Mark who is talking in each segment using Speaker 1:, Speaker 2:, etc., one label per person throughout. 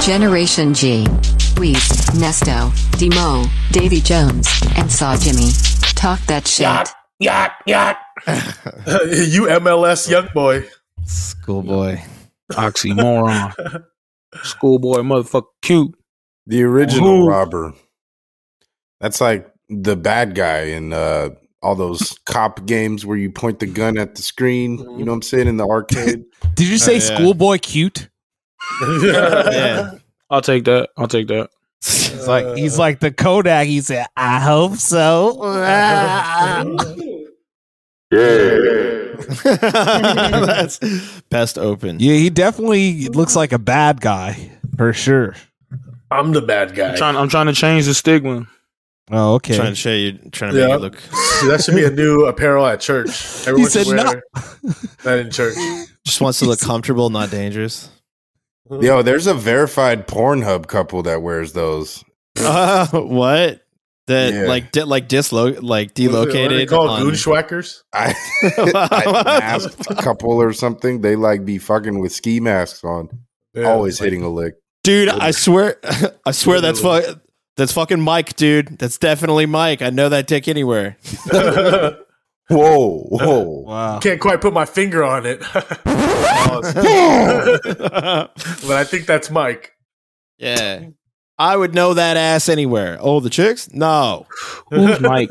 Speaker 1: Generation G. Weez, Nesto, Demo, Davy Jones, and Saw Jimmy. Talk that shit.
Speaker 2: Yacht, yacht, yacht. you MLS young boy.
Speaker 3: Schoolboy.
Speaker 4: Oxymoron. Schoolboy motherfucker cute.
Speaker 5: The original
Speaker 4: Who?
Speaker 5: robber. That's like the bad guy in uh, all those cop games where you point the gun at the screen. You know what I'm saying? In the arcade.
Speaker 3: Did you say
Speaker 6: yeah.
Speaker 3: schoolboy cute?
Speaker 6: Yeah.
Speaker 4: I'll take that. I'll take that.
Speaker 3: It's like
Speaker 2: Uh.
Speaker 3: he's like the Kodak. He said, "I hope so."
Speaker 6: That's best open.
Speaker 3: yeah, he definitely looks like a bad guy for sure.
Speaker 2: I'm the bad guy.
Speaker 4: I'm trying, I'm trying to change the stigma.
Speaker 3: Oh,
Speaker 6: Trying
Speaker 3: okay.
Speaker 6: to show you, trying to make
Speaker 2: Yeah.
Speaker 6: you look.
Speaker 2: Dude, that should be a new apparel at church. Everyone
Speaker 3: said
Speaker 2: should wear
Speaker 3: no.
Speaker 2: that in church.
Speaker 6: Just wants to look comfortable, not dangerous.
Speaker 5: Yo, there's a verified Pornhub couple that wears those.
Speaker 6: Uh, what? That
Speaker 5: Yeah.
Speaker 6: like di- like dislo like
Speaker 2: What are they
Speaker 6: delocated.
Speaker 2: called
Speaker 6: on-
Speaker 2: goonschwackers?
Speaker 5: I, I masked couple or something. They like be fucking with ski masks on,
Speaker 2: Yeah,
Speaker 5: always
Speaker 2: like-
Speaker 5: hitting a lick.
Speaker 6: dude, I swear, I swear that's
Speaker 2: Literally.
Speaker 6: fuck. That's fucking Mike, dude. That's definitely Mike. I know that dick anywhere.
Speaker 5: Whoa, whoa.
Speaker 3: Wow.
Speaker 2: Can't quite put my finger on it, but I think that's Mike.
Speaker 6: yeah, I would know that ass anywhere. Oh, the chicks? No,
Speaker 4: Who's Mike?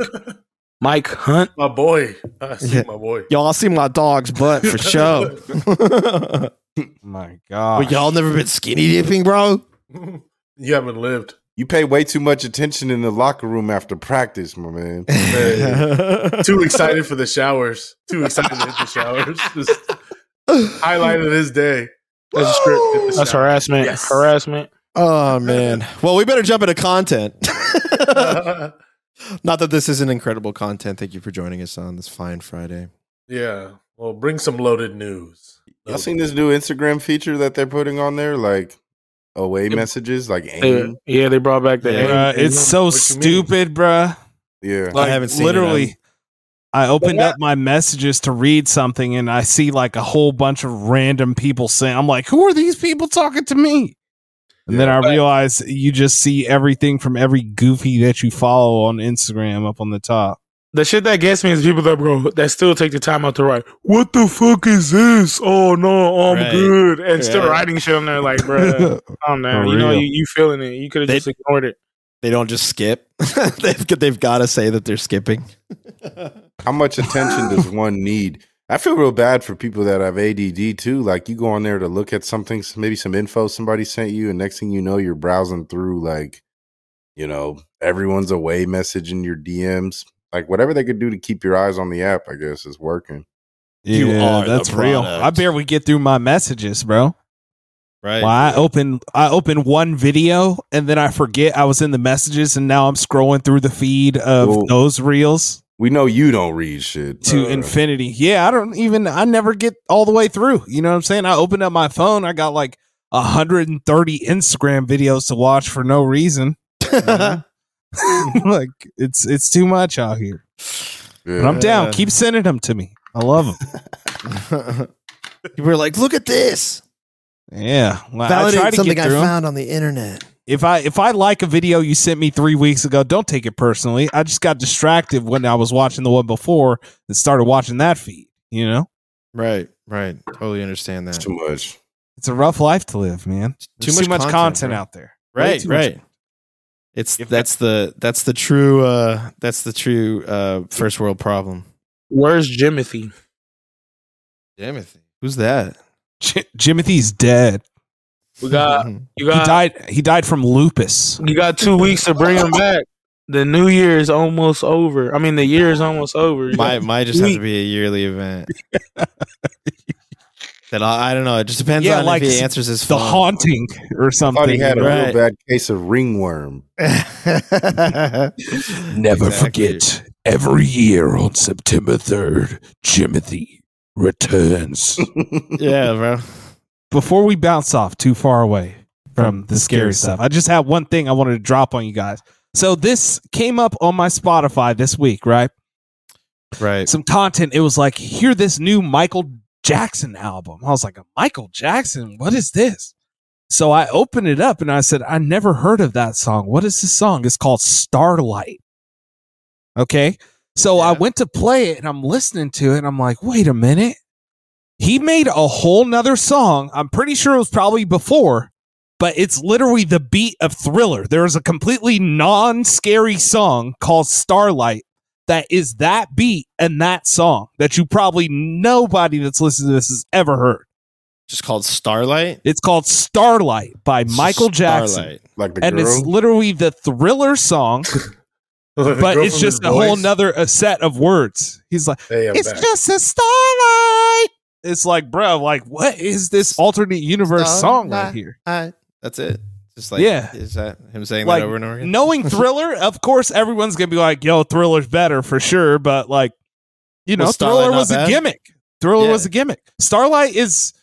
Speaker 4: Mike Hunt?
Speaker 2: My boy. I see my boy.
Speaker 6: y'all see my dog's butt for sure. but
Speaker 3: My God.
Speaker 6: y'all never been skinny dipping, bro.
Speaker 2: You haven't lived.
Speaker 5: You pay way too much attention in the locker room after practice, my man.
Speaker 2: Hey, too excited for the showers. Too excited to hit the showers. Just highlight of his day. That's a script. Hit the
Speaker 4: That's
Speaker 2: shower.
Speaker 4: harassment.
Speaker 2: Yes.
Speaker 4: Harassment.
Speaker 6: Oh man. Well, we better jump into content. Not that this isn't incredible content. Thank you for joining us on this fine Friday.
Speaker 2: yeah. Well, bring some loaded news.
Speaker 5: Y'all seen this new Instagram feature that they're putting on there? Like away messages, like
Speaker 4: They-
Speaker 5: aim.
Speaker 4: yeah, they brought back the.
Speaker 3: Bruh, it's so
Speaker 2: What you mean?
Speaker 3: stupid, bruh.
Speaker 5: Yeah.
Speaker 6: I haven't seen it,
Speaker 3: literally.
Speaker 6: I'm-
Speaker 3: I opened up my messages to read something, and I see like a whole bunch of random people saying, "I'm like, who are these people talking to me?" And then I realize you just see everything from every goofy that you follow on Instagram up on the top.
Speaker 4: The shit that gets me is people that go that still take the time out to write. What the fuck is this? Oh no, I'm
Speaker 6: Right.
Speaker 4: good, and still
Speaker 6: Yeah.
Speaker 4: writing shit on there like, bro, calm down.
Speaker 3: For
Speaker 4: You know,
Speaker 3: real.
Speaker 4: you, you feeling it. You could have
Speaker 6: They-
Speaker 4: just ignored it.
Speaker 6: They don't just skip. they've they've got to say that they're skipping.
Speaker 5: How much attention does one need? I feel real bad for people that have ADD too. Like you go on there to look at something, maybe some info somebody sent you, and next thing you know, you're browsing through like, you know, everyone's away message in your DMs. Like whatever they could do to keep your eyes on the app, I guess is working.
Speaker 6: You are the
Speaker 3: that's real.
Speaker 6: product.
Speaker 3: I barely get through my messages, bro.
Speaker 6: Right.
Speaker 3: Well, I open I open one video and then I forget I was in the messages, and now I'm scrolling through the feed of
Speaker 5: Whoa.
Speaker 3: those reels.
Speaker 5: We know you don't read shit.
Speaker 3: to
Speaker 5: Uh,
Speaker 3: infinity. Yeah, I don't even I never get all the way through. You know what I'm saying? I opened up my phone, I got like 130 Instagram videos to watch for no reason.
Speaker 6: Uh-huh.
Speaker 3: like it's it's too much out here. But I'm
Speaker 5: yeah.
Speaker 3: down.
Speaker 6: Yeah.
Speaker 3: Keep sending them to me. I love them.
Speaker 6: you were like, look at this.
Speaker 3: Yeah. Well, I try
Speaker 6: Validate
Speaker 3: to
Speaker 6: something
Speaker 3: get
Speaker 6: I
Speaker 3: through 'em.
Speaker 6: found on the internet.
Speaker 3: If I if I like a video you sent me 3 weeks ago, don't take it personally. I just got distracted when I was watching the one before and started watching that feed, you know?
Speaker 6: Right. Right. Totally understand
Speaker 5: It's
Speaker 6: that.
Speaker 5: too much.
Speaker 3: It's a rough life to live, man. There's too much, content,
Speaker 6: bro.
Speaker 3: out there. Way
Speaker 6: right
Speaker 3: too much
Speaker 6: right it's
Speaker 3: If
Speaker 6: that's the that's the true uh that's the true uh first world problem
Speaker 4: Where's Jimothy?
Speaker 6: Timothy. who's that
Speaker 3: J- Jimothy's dead.
Speaker 4: We got you
Speaker 3: He
Speaker 5: Uh,
Speaker 4: got
Speaker 3: died. He died from lupus.
Speaker 4: You got two weeks to bring him back. The new year is almost over. I mean, the year is almost over.
Speaker 6: might might just have to be a yearly event that I, I don't know it just depends
Speaker 3: Yeah,
Speaker 6: on
Speaker 3: like
Speaker 6: if he
Speaker 3: s-
Speaker 6: answers his
Speaker 3: The
Speaker 6: phone.
Speaker 3: haunting or
Speaker 5: I thought he
Speaker 3: something.
Speaker 5: had a
Speaker 6: Right.
Speaker 5: real bad case of ringworm.
Speaker 6: Never
Speaker 3: Every year on September third, Jimothy returns.
Speaker 6: yeah bro
Speaker 3: Before we bounce off too far away from the scary stuff, I just had one thing I wanted to drop on you guys. So this came up on my Spotify this week, right?
Speaker 6: right
Speaker 3: Some content. It was like, hear this new Michael Jackson album. I was like, a Michael Jackson? What is this? So I opened it up and I said, I never heard of that song. What is this song? It's called Starlight. Okay. So I
Speaker 6: Yeah.
Speaker 3: went to play it and I'm listening to it and I'm like, wait a minute. He made a whole nother song. I'm pretty sure it was probably before, but it's literally the beat of Thriller. There is a completely non scary song called Starlight that is that beat and that song that you probably nobody that's listening to this has ever heard.
Speaker 6: Just called Starlight.
Speaker 3: It's called Starlight by Michael Jackson.
Speaker 6: Starlight.
Speaker 5: Like the
Speaker 3: And
Speaker 5: girl.
Speaker 3: it's literally the thriller song, but it's just a whole nother a set of words. He's like,
Speaker 2: Hey, I'm
Speaker 3: it's
Speaker 2: back.
Speaker 3: just a starlight. It's like, bro, like, what is this alternate universe song right
Speaker 6: Starlight.
Speaker 3: here?
Speaker 6: Hi. That's it. Just like
Speaker 3: Yeah.
Speaker 6: Is that him saying
Speaker 3: Like,
Speaker 6: that over and over again?
Speaker 3: Knowing Thriller, of course, everyone's gonna be like, yo, Thriller's better for sure, but like, you know,
Speaker 6: Was Starlight
Speaker 3: Thriller
Speaker 6: not
Speaker 3: was a
Speaker 6: bad?
Speaker 3: gimmick. Thriller
Speaker 6: Yeah.
Speaker 3: was a gimmick. Starlight is,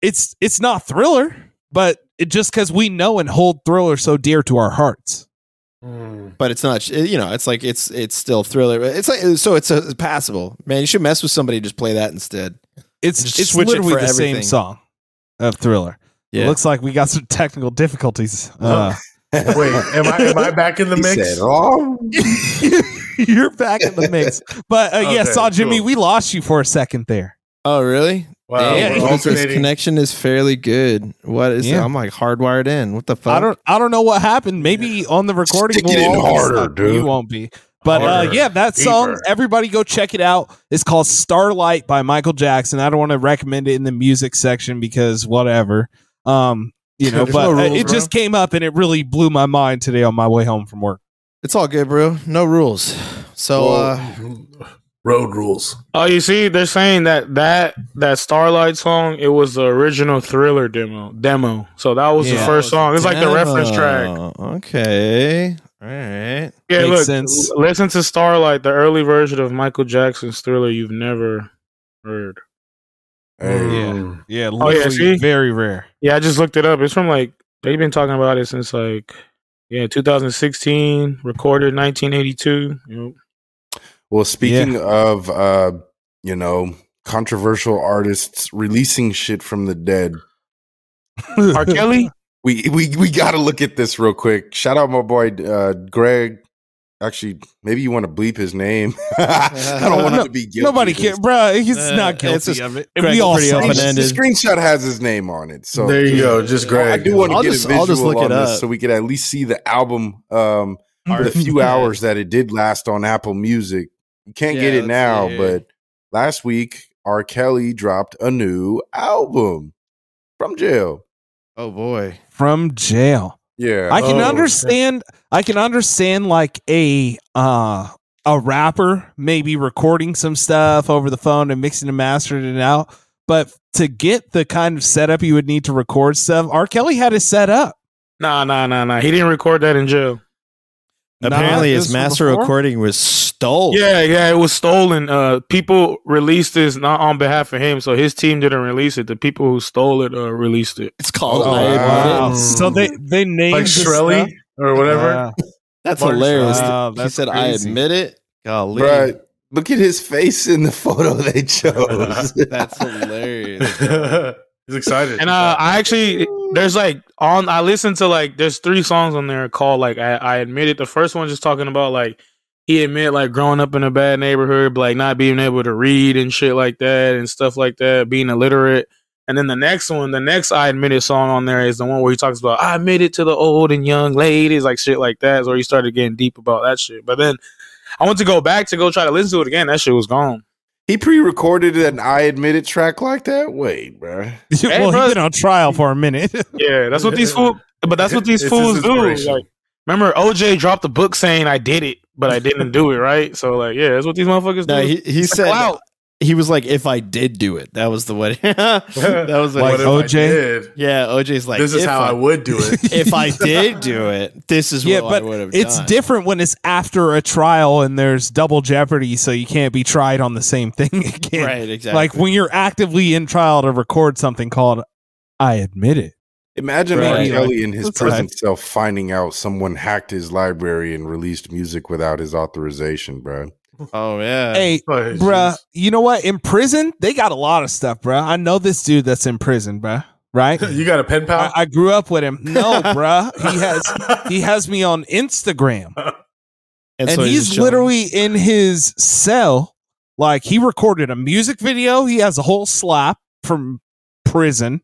Speaker 3: it's it's not Thriller, but it just because we know and hold Thriller so dear to our hearts.
Speaker 2: Mm.
Speaker 6: but it's not you know it's like it's it's still thriller it's like so it's, uh passable man you should mess with somebody just play that instead
Speaker 3: It's
Speaker 6: Just
Speaker 3: it's
Speaker 6: switch it
Speaker 3: literally
Speaker 6: for
Speaker 3: the same
Speaker 6: everything.
Speaker 3: song of Thriller. It looks like we got some technical difficulties. Uh,
Speaker 2: Wait, am I am I back in the
Speaker 5: He
Speaker 2: mix?
Speaker 5: said, "Oh."
Speaker 3: you're back in the mix, but uh, yeah,
Speaker 2: Okay,
Speaker 3: saw Jimmy.
Speaker 2: cool.
Speaker 3: We lost you for a second there.
Speaker 6: oh really
Speaker 2: Wow,
Speaker 3: Yeah,
Speaker 2: we're
Speaker 3: he
Speaker 6: his
Speaker 2: alternating.
Speaker 6: connection is fairly good what is
Speaker 3: Yeah.
Speaker 6: i'm like hardwired in what the fuck
Speaker 3: I don't I don't know what happened. Maybe on the recording
Speaker 5: Stick it in
Speaker 3: all be
Speaker 5: harder,
Speaker 3: stuck.
Speaker 5: dude.
Speaker 3: You won't be. But uh,
Speaker 2: Harder,
Speaker 3: yeah, that song.
Speaker 2: deeper.
Speaker 3: Everybody go check it out. It's called Starlight by Michael Jackson. I don't want to recommend it in the music section because whatever. Um, you know,
Speaker 2: There's
Speaker 3: but
Speaker 2: no
Speaker 3: uh,
Speaker 2: rule,
Speaker 3: it
Speaker 2: bro.
Speaker 3: just came up and it really blew my mind today on my way home from work.
Speaker 6: it's all good bro no rules so uh
Speaker 2: Well, road rules.
Speaker 7: Oh, you see, they're saying that that that Starlight song it was the original Thriller demo demo. So that was
Speaker 3: Yeah.
Speaker 7: the first song. Oh, It's like the reference track.
Speaker 6: Oh, okay all right
Speaker 7: Yeah,
Speaker 3: Makes
Speaker 7: look,
Speaker 3: sense.
Speaker 7: listen to Starlight, the early version of Michael Jackson's Thriller you've never heard.
Speaker 5: Hey,
Speaker 2: Mm.
Speaker 3: Yeah,
Speaker 7: yeah,
Speaker 3: literally
Speaker 7: see?
Speaker 3: very rare.
Speaker 7: Yeah, I just looked it up. It's from like they've been talking about it since like yeah 2016, recorded 1982. Yep.
Speaker 5: Well, speaking of uh, you know, controversial artists releasing shit from the dead.
Speaker 7: R. Kelly.
Speaker 5: We we we got to look at this real quick. Shout out my boy uh Greg. Actually, maybe you want to bleep his name. I don't want him
Speaker 3: No-
Speaker 5: to be guilty.
Speaker 3: Nobody
Speaker 5: of
Speaker 3: cares,
Speaker 5: this.
Speaker 3: bro. He's
Speaker 6: Uh,
Speaker 3: not
Speaker 6: it's
Speaker 3: guilty
Speaker 6: just-
Speaker 3: of it.
Speaker 6: Greg,
Speaker 3: we
Speaker 6: you're
Speaker 3: all
Speaker 6: pretty
Speaker 3: saw
Speaker 6: open
Speaker 3: it.
Speaker 6: ended.
Speaker 5: The screenshot has his name on it. So
Speaker 2: there you go. Just Greg.
Speaker 5: I do want to
Speaker 6: I'll
Speaker 5: get
Speaker 6: just-
Speaker 5: a
Speaker 6: I'll
Speaker 5: visual
Speaker 6: just look
Speaker 5: on
Speaker 6: it
Speaker 5: this
Speaker 6: up.
Speaker 5: so we could at least see the album um for the few hours that it did last on Apple Music. You can't get
Speaker 6: Yeah,
Speaker 5: it
Speaker 6: let's
Speaker 5: now,
Speaker 6: see here.
Speaker 5: but last week R. Kelly dropped a new album from jail.
Speaker 6: oh boy
Speaker 3: from jail.
Speaker 5: Yeah.
Speaker 3: I can
Speaker 2: Oh,
Speaker 3: understand. I can understand like a uh a rapper maybe recording some stuff over the phone and mixing and mastering it out. But to get the kind of setup you would need to record stuff, R. Kelly had it set up.
Speaker 7: Nah, nah, nah, nah. He didn't record that in jail.
Speaker 6: apparently
Speaker 3: Nah,
Speaker 6: his
Speaker 3: this was
Speaker 6: master
Speaker 3: before?
Speaker 6: recording was stolen
Speaker 7: Yeah, yeah, it was stolen. Uh, people released this not on behalf of him, so his team didn't release it. The people who stole it uh, released it.
Speaker 6: it's called
Speaker 5: Oh,
Speaker 6: I Bought It.
Speaker 5: wow.
Speaker 3: So they they named
Speaker 2: like
Speaker 3: the
Speaker 2: Shirley
Speaker 3: stuff-
Speaker 2: or whatever.
Speaker 3: Yeah.
Speaker 6: that's
Speaker 2: Martin
Speaker 6: hilarious
Speaker 3: Wow,
Speaker 6: he
Speaker 3: that's
Speaker 6: said i
Speaker 3: crazy.
Speaker 6: admit it golly
Speaker 5: Bruh, look at his face in the photo they chose.
Speaker 6: that's hilarious
Speaker 2: He's excited.
Speaker 7: And uh, I actually, there's like on. I listened to like there's three songs on there called like I, I admit it. The first one just talking about like he admit like growing up in a bad neighborhood, like not being able to read and shit like that and stuff like that, being illiterate. And then the next one, the next I admit it song on there is the one where he talks about I admit it to the old and young ladies, like shit like that. So he started getting deep about that shit. But then I went to go back to go try to listen to it again. That shit was gone.
Speaker 5: he pre-recorded an I admit it track like that? Wait, bruh.
Speaker 3: well,
Speaker 7: bro.
Speaker 3: he's been on trial for a minute.
Speaker 7: Yeah, that's what these fools. But that's what these
Speaker 2: It's his
Speaker 7: fools do.
Speaker 2: inspiration.
Speaker 7: Like, remember, OJ dropped the book saying I did it, but I didn't do it. Right? So like, yeah, that's what these motherfuckers
Speaker 6: No,
Speaker 7: do.
Speaker 6: he, he
Speaker 7: It's a
Speaker 6: said
Speaker 7: clout.
Speaker 6: he was like, if I did do it, that was the way. that was what.
Speaker 2: What
Speaker 3: Like
Speaker 2: if I
Speaker 3: OJ?
Speaker 2: did?
Speaker 6: yeah, OJ's like,
Speaker 2: this is
Speaker 6: if
Speaker 2: how I would do it.
Speaker 6: If I did do it, this is
Speaker 3: Yeah,
Speaker 6: what
Speaker 3: but
Speaker 6: I would have
Speaker 3: it's
Speaker 6: done.
Speaker 3: different when it's after a trial and there's double jeopardy, so you can't be tried on the same thing again.
Speaker 6: right? Exactly.
Speaker 3: Like when you're actively in trial to record something called "I Admit It."
Speaker 5: Imagine
Speaker 6: Right.
Speaker 5: R.
Speaker 6: Like,
Speaker 5: Kelly in his
Speaker 3: that's
Speaker 5: prison
Speaker 3: right.
Speaker 5: cell finding out someone hacked his library and released music without his authorization, bro.
Speaker 6: oh yeah.
Speaker 3: Hey,
Speaker 2: But it's
Speaker 3: bruh,
Speaker 2: just-
Speaker 3: you know what? In prison, they got a lot of stuff, bruh. I know this dude that's in prison, bruh. right?
Speaker 2: you got a pen
Speaker 3: I,
Speaker 2: pal?
Speaker 3: I grew up with him. No, bruh. He has he has me on Instagram. and,
Speaker 6: so
Speaker 3: he's,
Speaker 6: just chilling.
Speaker 3: literally in his cell. Like he recorded a music video. He has a whole slap from prison.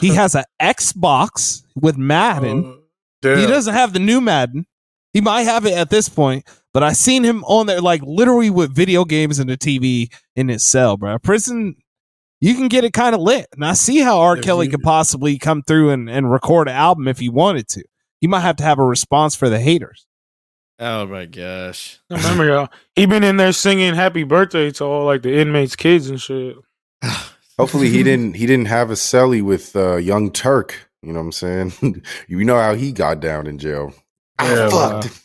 Speaker 3: He has an Xbox with Madden.
Speaker 2: Oh, damn.
Speaker 3: He doesn't have the new Madden. He might have it at this point, but I seen him on there like literally with video games and the TV in his cell, bro. Prison, you can get it kind of lit, and I see how R.
Speaker 2: If
Speaker 3: Kelly
Speaker 2: you-
Speaker 3: could possibly come through and, and record an album if he wanted to. He might have to have a response for the haters.
Speaker 6: Oh my gosh.
Speaker 4: I remember y'all. He been in there singing happy birthday to all like the inmates' kids and shit.
Speaker 5: Hopefully he didn't he didn't have a celly with uh, Young Turk. You know what I'm saying? you know how he got down in jail.
Speaker 2: Yeah,
Speaker 5: Fucked.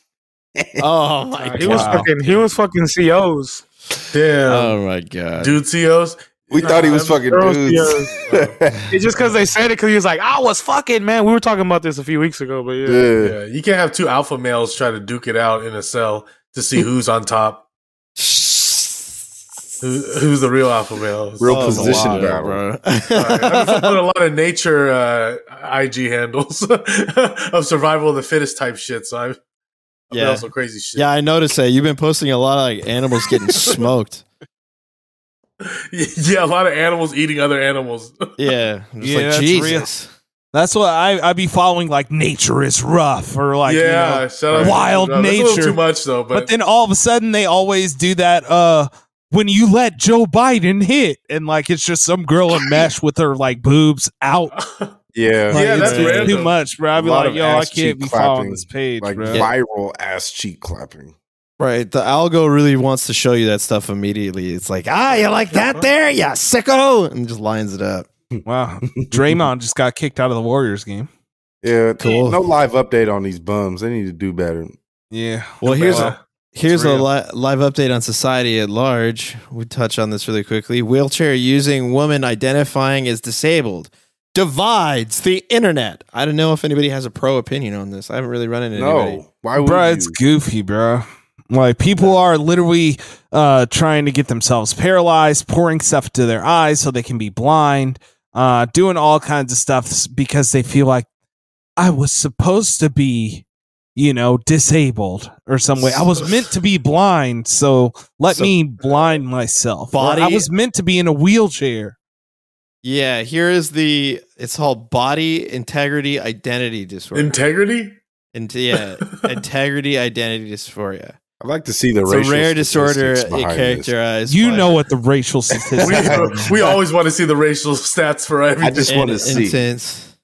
Speaker 6: Oh my
Speaker 4: He was
Speaker 6: god.
Speaker 4: fucking he was fucking COs.
Speaker 2: Damn.
Speaker 6: Oh my god.
Speaker 2: Dude COs.
Speaker 5: we thought he was
Speaker 2: Nah,
Speaker 5: fucking
Speaker 4: girls,
Speaker 5: dudes.
Speaker 4: It's just because they said it because he was like, I was fucking man. We were talking about this a few weeks ago, but yeah.
Speaker 5: yeah.
Speaker 2: Yeah, you can't have two alpha males try to duke it out in a cell to see who's on top, who, who's the real alpha male.
Speaker 5: Real
Speaker 6: Oh, it's a
Speaker 5: position
Speaker 6: lot,
Speaker 5: battle.
Speaker 2: Sorry. I'm
Speaker 6: bro.
Speaker 2: following a lot of nature uh, IG handles of survival of the fittest type shit. So I'm, I'm
Speaker 6: Yeah.
Speaker 2: yeah. also crazy shit.
Speaker 6: yeah, I noticed that you've been posting a lot of like animals getting smoked.
Speaker 2: yeah, a lot of animals eating other animals.
Speaker 6: Yeah. I'm just
Speaker 3: Yeah,
Speaker 6: like
Speaker 3: that's real.
Speaker 6: Jesus.
Speaker 3: That's what I I be following like nature is rough or like you
Speaker 2: yeah,
Speaker 3: know.
Speaker 2: shout out to
Speaker 3: wild
Speaker 2: Joe. That's a little
Speaker 3: nature.
Speaker 2: too much though,
Speaker 3: but,
Speaker 2: but,
Speaker 3: then all of a sudden they always do that uh when you let Joe Biden hit and like it's just some girl in mesh with her like boobs out
Speaker 5: Yeah.
Speaker 3: Like,
Speaker 2: Yeah,
Speaker 3: it's
Speaker 2: that's
Speaker 3: just
Speaker 2: random.
Speaker 3: too much, bro. I'd be
Speaker 5: A lot
Speaker 3: like,
Speaker 5: of
Speaker 3: yo, I
Speaker 5: ass
Speaker 3: can't
Speaker 5: cheek
Speaker 3: be following
Speaker 5: clapping,
Speaker 3: this page,
Speaker 5: like
Speaker 3: bro.
Speaker 5: viral ass cheek clapping.
Speaker 6: Right. The algo really wants to show you that stuff immediately. It's like, ah, you like that there? Yeah, sicko. And just lines it up.
Speaker 3: Wow. Draymond just got kicked out of the Warriors game.
Speaker 5: Yeah,
Speaker 6: Cool.
Speaker 5: no live update on these bums. They need to do better.
Speaker 3: Yeah.
Speaker 6: Well, here's a, here's a
Speaker 2: real.
Speaker 6: li- live update on society at large. We touch on this really quickly. Wheelchair using woman identifying as disabled divides the internet. I don't know if anybody has a pro opinion on this. I haven't really run into anybody.
Speaker 5: No, why would
Speaker 3: Bro,
Speaker 5: you?
Speaker 3: it's goofy, bro. Like people are literally uh trying to get themselves paralyzed, pouring stuff into their eyes so they can be blind, uh doing all kinds of stuff s- because they feel like I was supposed to be, you know, disabled or some way. I was meant to be blind, so let
Speaker 6: So-
Speaker 3: me blind myself. Or I
Speaker 6: Body-
Speaker 3: was meant to be in a wheelchair.
Speaker 6: Yeah, here is the it's called body integrity identity disorder.
Speaker 2: integrity.
Speaker 6: and yeah, integrity identity dysphoria.
Speaker 5: I'd like to see the
Speaker 6: It's
Speaker 5: racial
Speaker 6: a rare disorder
Speaker 5: statistics
Speaker 6: it
Speaker 5: behind this.
Speaker 6: characterized.
Speaker 3: You
Speaker 6: by-
Speaker 3: know what the racial
Speaker 2: We,
Speaker 3: statistics are.
Speaker 2: we always want to see the racial stats for
Speaker 5: I
Speaker 2: everything.
Speaker 5: just want to
Speaker 6: and
Speaker 5: see.
Speaker 6: intense.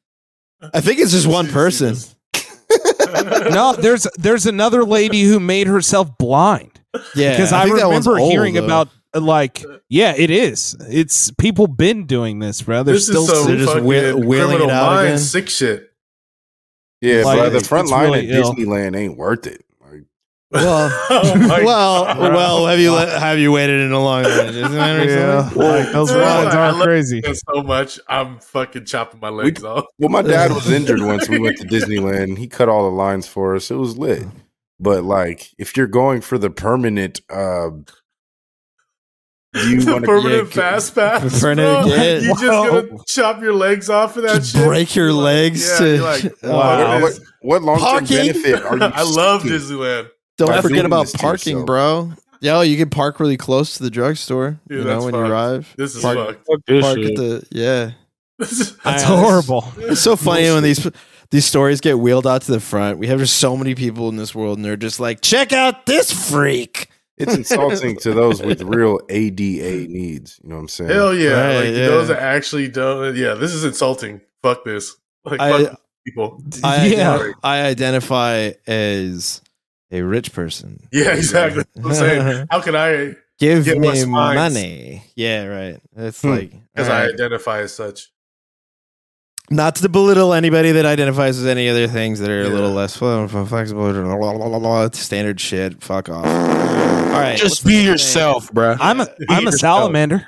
Speaker 6: I think it's just one person.
Speaker 3: no, there's there's another lady who made herself blind
Speaker 6: Yeah,
Speaker 3: because I,
Speaker 6: think that one's
Speaker 3: remember
Speaker 6: old,
Speaker 3: hearing
Speaker 6: though.
Speaker 3: about uh, like yeah, it is. It's people been doing this, bro. They're
Speaker 2: this
Speaker 3: still
Speaker 2: is some
Speaker 6: they're just
Speaker 2: fucking
Speaker 6: whe- wheeling it
Speaker 2: criminal
Speaker 6: out
Speaker 2: mind
Speaker 6: again.
Speaker 2: sick shit.
Speaker 5: Yeah,
Speaker 3: Like,
Speaker 5: bro, the
Speaker 3: it's-
Speaker 5: front
Speaker 3: it's
Speaker 5: line
Speaker 3: really
Speaker 5: at
Speaker 3: ill.
Speaker 5: Disneyland ain't worth it. Like,
Speaker 6: Well,
Speaker 2: Oh my
Speaker 6: well,
Speaker 2: God.
Speaker 6: well. Have you let, have you waited in a long line? Isn't that or
Speaker 3: yeah,
Speaker 6: something?
Speaker 3: like, those
Speaker 2: Dude,
Speaker 3: lines
Speaker 2: I
Speaker 3: are
Speaker 2: love-
Speaker 3: crazy.
Speaker 2: so much. I'm fucking chopping my legs off.
Speaker 5: well, my dad was injured once we went to Disneyland. and He cut all the lines for us. It was
Speaker 6: Oh.
Speaker 5: lit. But like, if you're going for the permanent, uh, you
Speaker 2: the
Speaker 5: want to
Speaker 2: permanent
Speaker 6: yeah,
Speaker 2: fast pass.
Speaker 6: permanent-
Speaker 2: bro.
Speaker 6: yeah.
Speaker 2: You just gonna chop your legs off of that
Speaker 6: Just
Speaker 2: shit.
Speaker 6: break your
Speaker 2: You're like-
Speaker 6: legs
Speaker 2: yeah,
Speaker 6: to-
Speaker 2: you're like, fuck
Speaker 3: Wow.
Speaker 2: this.
Speaker 5: what, what long term
Speaker 6: Parking?
Speaker 5: benefit are you?
Speaker 2: I love
Speaker 5: seeking?
Speaker 2: Disneyland.
Speaker 6: Don't
Speaker 5: I've
Speaker 6: forget
Speaker 5: seen
Speaker 6: about
Speaker 5: this to
Speaker 6: parking,
Speaker 5: yourself.
Speaker 6: bro. Yo, you can park really close to the drugstore.
Speaker 2: Dude,
Speaker 6: you know
Speaker 2: that's
Speaker 6: when
Speaker 2: fucked.
Speaker 6: you arrive,
Speaker 2: This is
Speaker 6: Park-
Speaker 2: fucked.
Speaker 4: Fuck this
Speaker 6: park
Speaker 4: shit.
Speaker 6: at the yeah.
Speaker 2: This is-
Speaker 3: That's
Speaker 6: I know, it's-
Speaker 3: horrible.
Speaker 6: It's so funny when these these stories get wheeled out to the front. We have just so many people in this world, and they're just like, check out this freak.
Speaker 5: It's insulting to those with real ADA needs. You know what I'm saying?
Speaker 2: Hell yeah!
Speaker 6: Right,
Speaker 2: like
Speaker 6: yeah.
Speaker 2: those that actually don't. Yeah, this is insulting. Fuck this. Like
Speaker 6: I-
Speaker 2: fuck these people.
Speaker 6: I,
Speaker 3: yeah,
Speaker 6: identi- I identify as a rich person.
Speaker 2: Yeah, exactly. That's what I'm saying. How can I?
Speaker 6: Give
Speaker 2: Get
Speaker 6: me
Speaker 2: less fines.
Speaker 6: money. Yeah, right. It's like
Speaker 2: Hmm. Because
Speaker 6: all
Speaker 2: I
Speaker 6: right.
Speaker 2: identify as such.
Speaker 6: not to belittle anybody that identifies as any other things that are a little
Speaker 2: Yeah.
Speaker 6: less fle- flexible. Blah, blah, blah, blah, blah. Standard shit. Fuck off. All right,
Speaker 4: Just be yourself, bruh.
Speaker 3: I'm a I'm a salamander.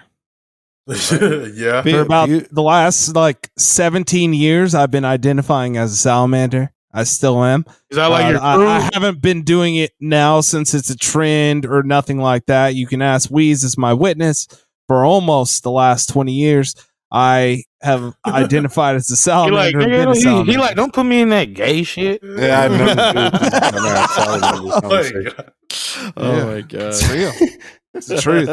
Speaker 2: yeah.
Speaker 6: Be-
Speaker 3: For about
Speaker 6: you-
Speaker 3: the last like 17 years, I've been identifying as a salamander. I still am.
Speaker 4: Is that like
Speaker 3: Uh,
Speaker 4: your
Speaker 3: I,
Speaker 4: crew?
Speaker 3: I haven't been doing it now since it's a trend or nothing like that. You can ask Wheeze as my witness for almost the last 20 years. I have identified as a
Speaker 7: He
Speaker 3: salamander.
Speaker 7: like,
Speaker 3: and been a
Speaker 7: nigga, he, he
Speaker 3: salamander.
Speaker 7: like, don't put me in that gay shit.
Speaker 5: Yeah, I remember. dude. I remember I saw it in this conversation.
Speaker 6: Oh
Speaker 3: Yeah.
Speaker 6: my god.
Speaker 3: It's real. It's the truth.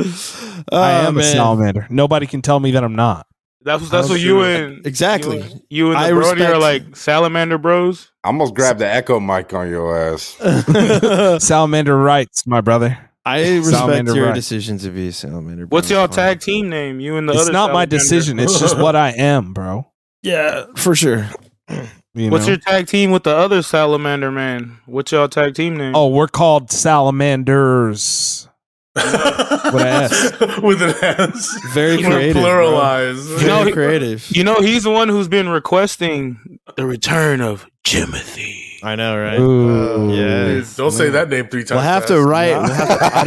Speaker 6: truth.
Speaker 3: I
Speaker 7: Oh,
Speaker 3: am a
Speaker 6: Um,
Speaker 3: salamander. Nobody can tell me that I'm not.
Speaker 7: That's what that's
Speaker 6: Oh,
Speaker 7: what you
Speaker 6: shoot.
Speaker 7: and
Speaker 6: Exactly.
Speaker 7: You and, you and the
Speaker 6: I
Speaker 7: Brody
Speaker 6: respect-
Speaker 7: are like salamander bros.
Speaker 5: I almost grabbed the echo mic on your ass.
Speaker 6: I
Speaker 3: Salamander rights, my brother.
Speaker 6: respect
Speaker 3: Salamander
Speaker 6: your
Speaker 3: right.
Speaker 6: decisions to be a salamander.
Speaker 7: What's
Speaker 6: bro.
Speaker 7: y'all tag team name? You and the
Speaker 3: It's
Speaker 7: other
Speaker 3: not my
Speaker 7: salamander.
Speaker 3: decision. It's just what I am, bro.
Speaker 6: Yeah, for sure.
Speaker 3: You
Speaker 7: What's
Speaker 3: know?
Speaker 7: your tag team with the other salamander man? What's y'all tag team name?
Speaker 3: Oh, we're called salamanders.
Speaker 2: With
Speaker 3: an S.
Speaker 2: With an S.
Speaker 6: Very
Speaker 2: We're
Speaker 6: creative. bro.
Speaker 2: pluralized.
Speaker 7: You know,
Speaker 6: Very
Speaker 7: he-
Speaker 6: creative.
Speaker 7: You know, he's the one who's been requesting the return of Timothy.
Speaker 6: I know, right?
Speaker 7: Oh,
Speaker 3: Ooh.
Speaker 6: yeah.
Speaker 2: Dude, don't say that name three times.
Speaker 6: We'll have to
Speaker 2: fast.
Speaker 6: write. We'll have to, I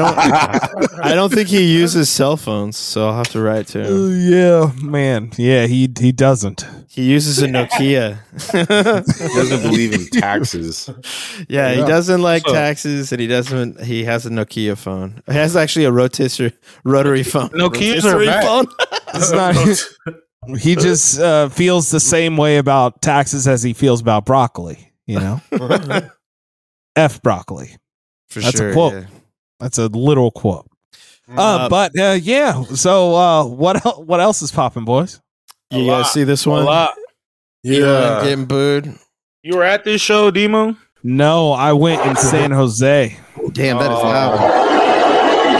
Speaker 6: don't. I don't think he uses cell phones, so I'll have to write to
Speaker 3: Uh,
Speaker 6: him.
Speaker 3: yeah, man. Yeah, he he doesn't.
Speaker 6: He uses a Nokia.
Speaker 5: He doesn't believe in taxes.
Speaker 6: yeah, he
Speaker 5: Yeah.
Speaker 6: doesn't like
Speaker 7: So-
Speaker 6: taxes, and he doesn't. He has a Nokia phone. He has actually a rotisserie rotary phone.
Speaker 7: Nokias are
Speaker 6: Rotary
Speaker 7: back.
Speaker 6: phone.
Speaker 3: It's not- he just uh, feels the same way about taxes as he feels about broccoli. You know, f broccoli.
Speaker 6: For
Speaker 3: That's a
Speaker 6: sure,
Speaker 3: quote.
Speaker 6: yeah.
Speaker 3: That's a literal quote. Uh,
Speaker 6: Uh,
Speaker 3: but uh, yeah. So uh, what el- what else is popping, boys?
Speaker 6: You guys see this
Speaker 7: A
Speaker 6: one?
Speaker 7: lot.
Speaker 6: Elon
Speaker 2: Yeah.
Speaker 6: getting booed.
Speaker 7: You were at this show, Demo.
Speaker 3: No, I went in San Jose.
Speaker 6: Damn, that is
Speaker 7: Oh.
Speaker 6: loud.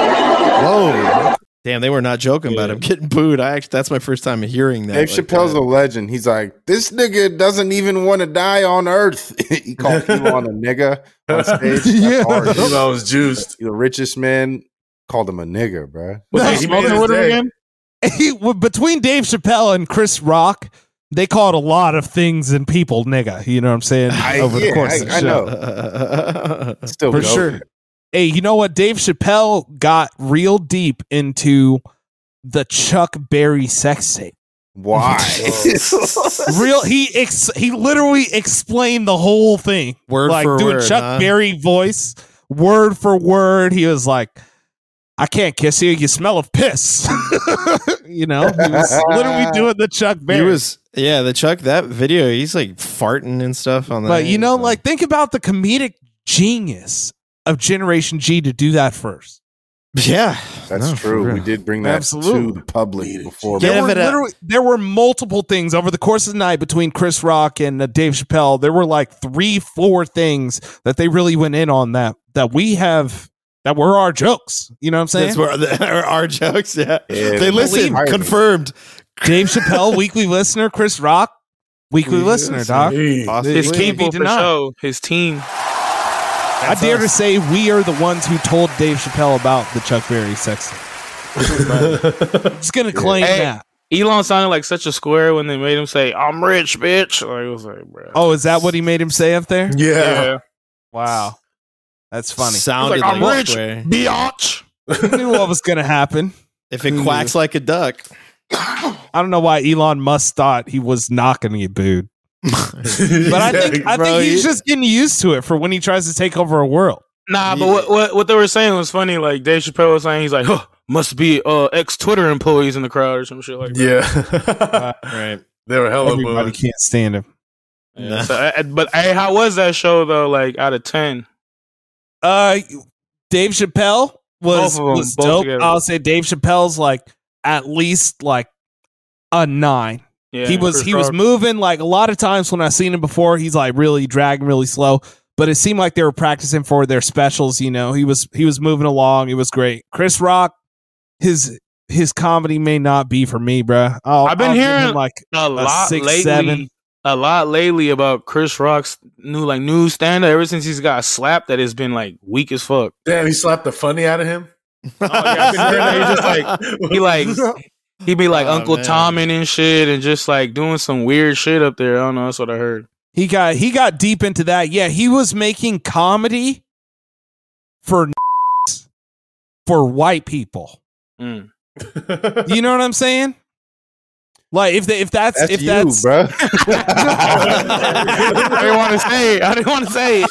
Speaker 6: Whoa. Damn, they were not joking about him getting booed. I actually, that's my first time hearing that.
Speaker 5: Dave
Speaker 6: like uh,
Speaker 5: Chappelle's
Speaker 6: that.
Speaker 5: a legend. He's like, this nigga doesn't even want to die on Earth. he called Elon a nigga on stage. That's
Speaker 3: Yeah.
Speaker 5: hard.
Speaker 2: You know, I was juiced.
Speaker 5: the richest man called him a nigga, bruh.
Speaker 7: Was
Speaker 2: No,
Speaker 7: he
Speaker 2: he made
Speaker 7: smoking
Speaker 2: his
Speaker 7: with him
Speaker 2: day.
Speaker 7: again?
Speaker 3: He- between Dave Chappelle and Chris Rock, they called a lot of things and people nigga. You know what I'm saying?
Speaker 5: I-
Speaker 3: Over the
Speaker 5: yeah,
Speaker 3: course
Speaker 5: I-
Speaker 3: of the
Speaker 5: I
Speaker 3: show.
Speaker 6: uh,
Speaker 5: know. Still
Speaker 3: For
Speaker 5: dope.
Speaker 3: sure. Hey, you know what? Dave Chappelle got real deep into the Chuck Berry sex tape.
Speaker 5: Why?
Speaker 3: Oh, Real, he ex- he literally explained the whole thing,
Speaker 6: Word
Speaker 3: like
Speaker 6: for
Speaker 3: doing
Speaker 6: word,
Speaker 3: Chuck
Speaker 6: huh?
Speaker 3: Berry voice, word for word. He was like, "I can't kiss you. You smell of piss." you know, he was literally doing the Chuck
Speaker 6: He
Speaker 3: Berry.
Speaker 6: was, yeah, the Chuck, that video, he's like farting and stuff on that.
Speaker 3: But you know, like think about the comedic genius of Generation G to do that first.
Speaker 6: yeah.
Speaker 5: That's
Speaker 6: No, for
Speaker 5: true. We
Speaker 6: real.
Speaker 5: did bring that
Speaker 3: Absolutely.
Speaker 5: to the public before.
Speaker 6: Get
Speaker 3: There
Speaker 6: him
Speaker 3: were,
Speaker 6: it up.
Speaker 3: literally, there were multiple things over the course of the night between Chris Rock and uh, Dave Chappelle. There were like three, four things that they really went in on that that we have that were our jokes. You know what I'm saying?
Speaker 6: That's where the, our, our jokes, yeah.
Speaker 5: Yeah,
Speaker 6: they
Speaker 5: believe
Speaker 6: listen,
Speaker 5: me.
Speaker 6: confirmed.
Speaker 3: Dave Chappelle, weekly listener. Chris Rock, weekly
Speaker 6: Weekly
Speaker 3: listener. Doc,
Speaker 2: Hey.
Speaker 7: His
Speaker 3: It
Speaker 6: Possibly.
Speaker 3: can't be
Speaker 7: people for
Speaker 3: denied.
Speaker 7: show. His team.
Speaker 3: I dare to say we are the ones who told Dave Chappelle about the Chuck Berry sex. It's gonna claim
Speaker 7: Hey.
Speaker 3: that.
Speaker 7: Elon sounded like such a square when they made him say, "I'm rich, bitch." Like, it was like, bro.
Speaker 3: Oh, is that what he made him say up there?
Speaker 2: Yeah.
Speaker 7: yeah.
Speaker 3: Wow. That's funny.
Speaker 6: Sounded
Speaker 7: He's like,
Speaker 6: like,
Speaker 7: I'm
Speaker 6: a
Speaker 7: rich.
Speaker 6: square.
Speaker 7: Biatch.
Speaker 3: I knew what was going to happen.
Speaker 6: If it quacks like a duck.
Speaker 3: I don't know why Elon Musk thought he was not going to get booed, but I think I
Speaker 6: Bro,
Speaker 3: think he's
Speaker 6: you-
Speaker 3: just getting used to it for when he tries to take over a world.
Speaker 7: Nah, but
Speaker 6: Yeah.
Speaker 7: what, what what they were saying was funny. Like Dave Chappelle was saying, he's like, "Huh, must be uh ex Twitter employees in the crowd or some shit like that."
Speaker 2: yeah.
Speaker 6: Right.
Speaker 2: they were
Speaker 7: Oh,
Speaker 2: hella
Speaker 3: Everybody
Speaker 2: booing.
Speaker 3: can't stand him.
Speaker 6: Nah.
Speaker 7: So, I- I- but hey, how was that show though? Like out of ten,
Speaker 3: Uh, Dave Chappelle was
Speaker 7: Both of 'em,
Speaker 3: was
Speaker 7: both
Speaker 3: dope.
Speaker 7: together.
Speaker 3: I'll say Dave Chappelle's like at least like a nine.
Speaker 7: yeah,
Speaker 3: he was
Speaker 7: Chris
Speaker 3: he was
Speaker 7: Rock.
Speaker 3: moving like a lot of times when I've seen him before. He's like really dragging, really slow. But it seemed like they were practicing for their specials. You know, he was he was moving along. It was great. Chris Rock, his his comedy may not be for me, bruh. I'll,
Speaker 7: I've been
Speaker 3: I'll give him,
Speaker 7: hearing
Speaker 3: like
Speaker 7: a lot
Speaker 3: six,
Speaker 7: lately.
Speaker 3: seven.
Speaker 7: A lot lately about Chris Rock's new like new stand up. Ever since he's got slapped, that has been like weak as fuck.
Speaker 2: Damn, he slapped the funny out of him.
Speaker 7: yeah, he's just like- He like he be like
Speaker 6: Oh,
Speaker 7: Uncle
Speaker 6: man.
Speaker 7: Tommen and shit, and just like doing some weird shit up there. I don't know. That's what I heard.
Speaker 3: he got he got deep into that. Yeah, he was making comedy for for white people.
Speaker 7: Mm.
Speaker 3: You know what I'm saying? Like if they, if that's,
Speaker 5: that's
Speaker 3: if
Speaker 5: you,
Speaker 3: that's
Speaker 5: bro.
Speaker 7: I didn't want to say it. I didn't want to say it.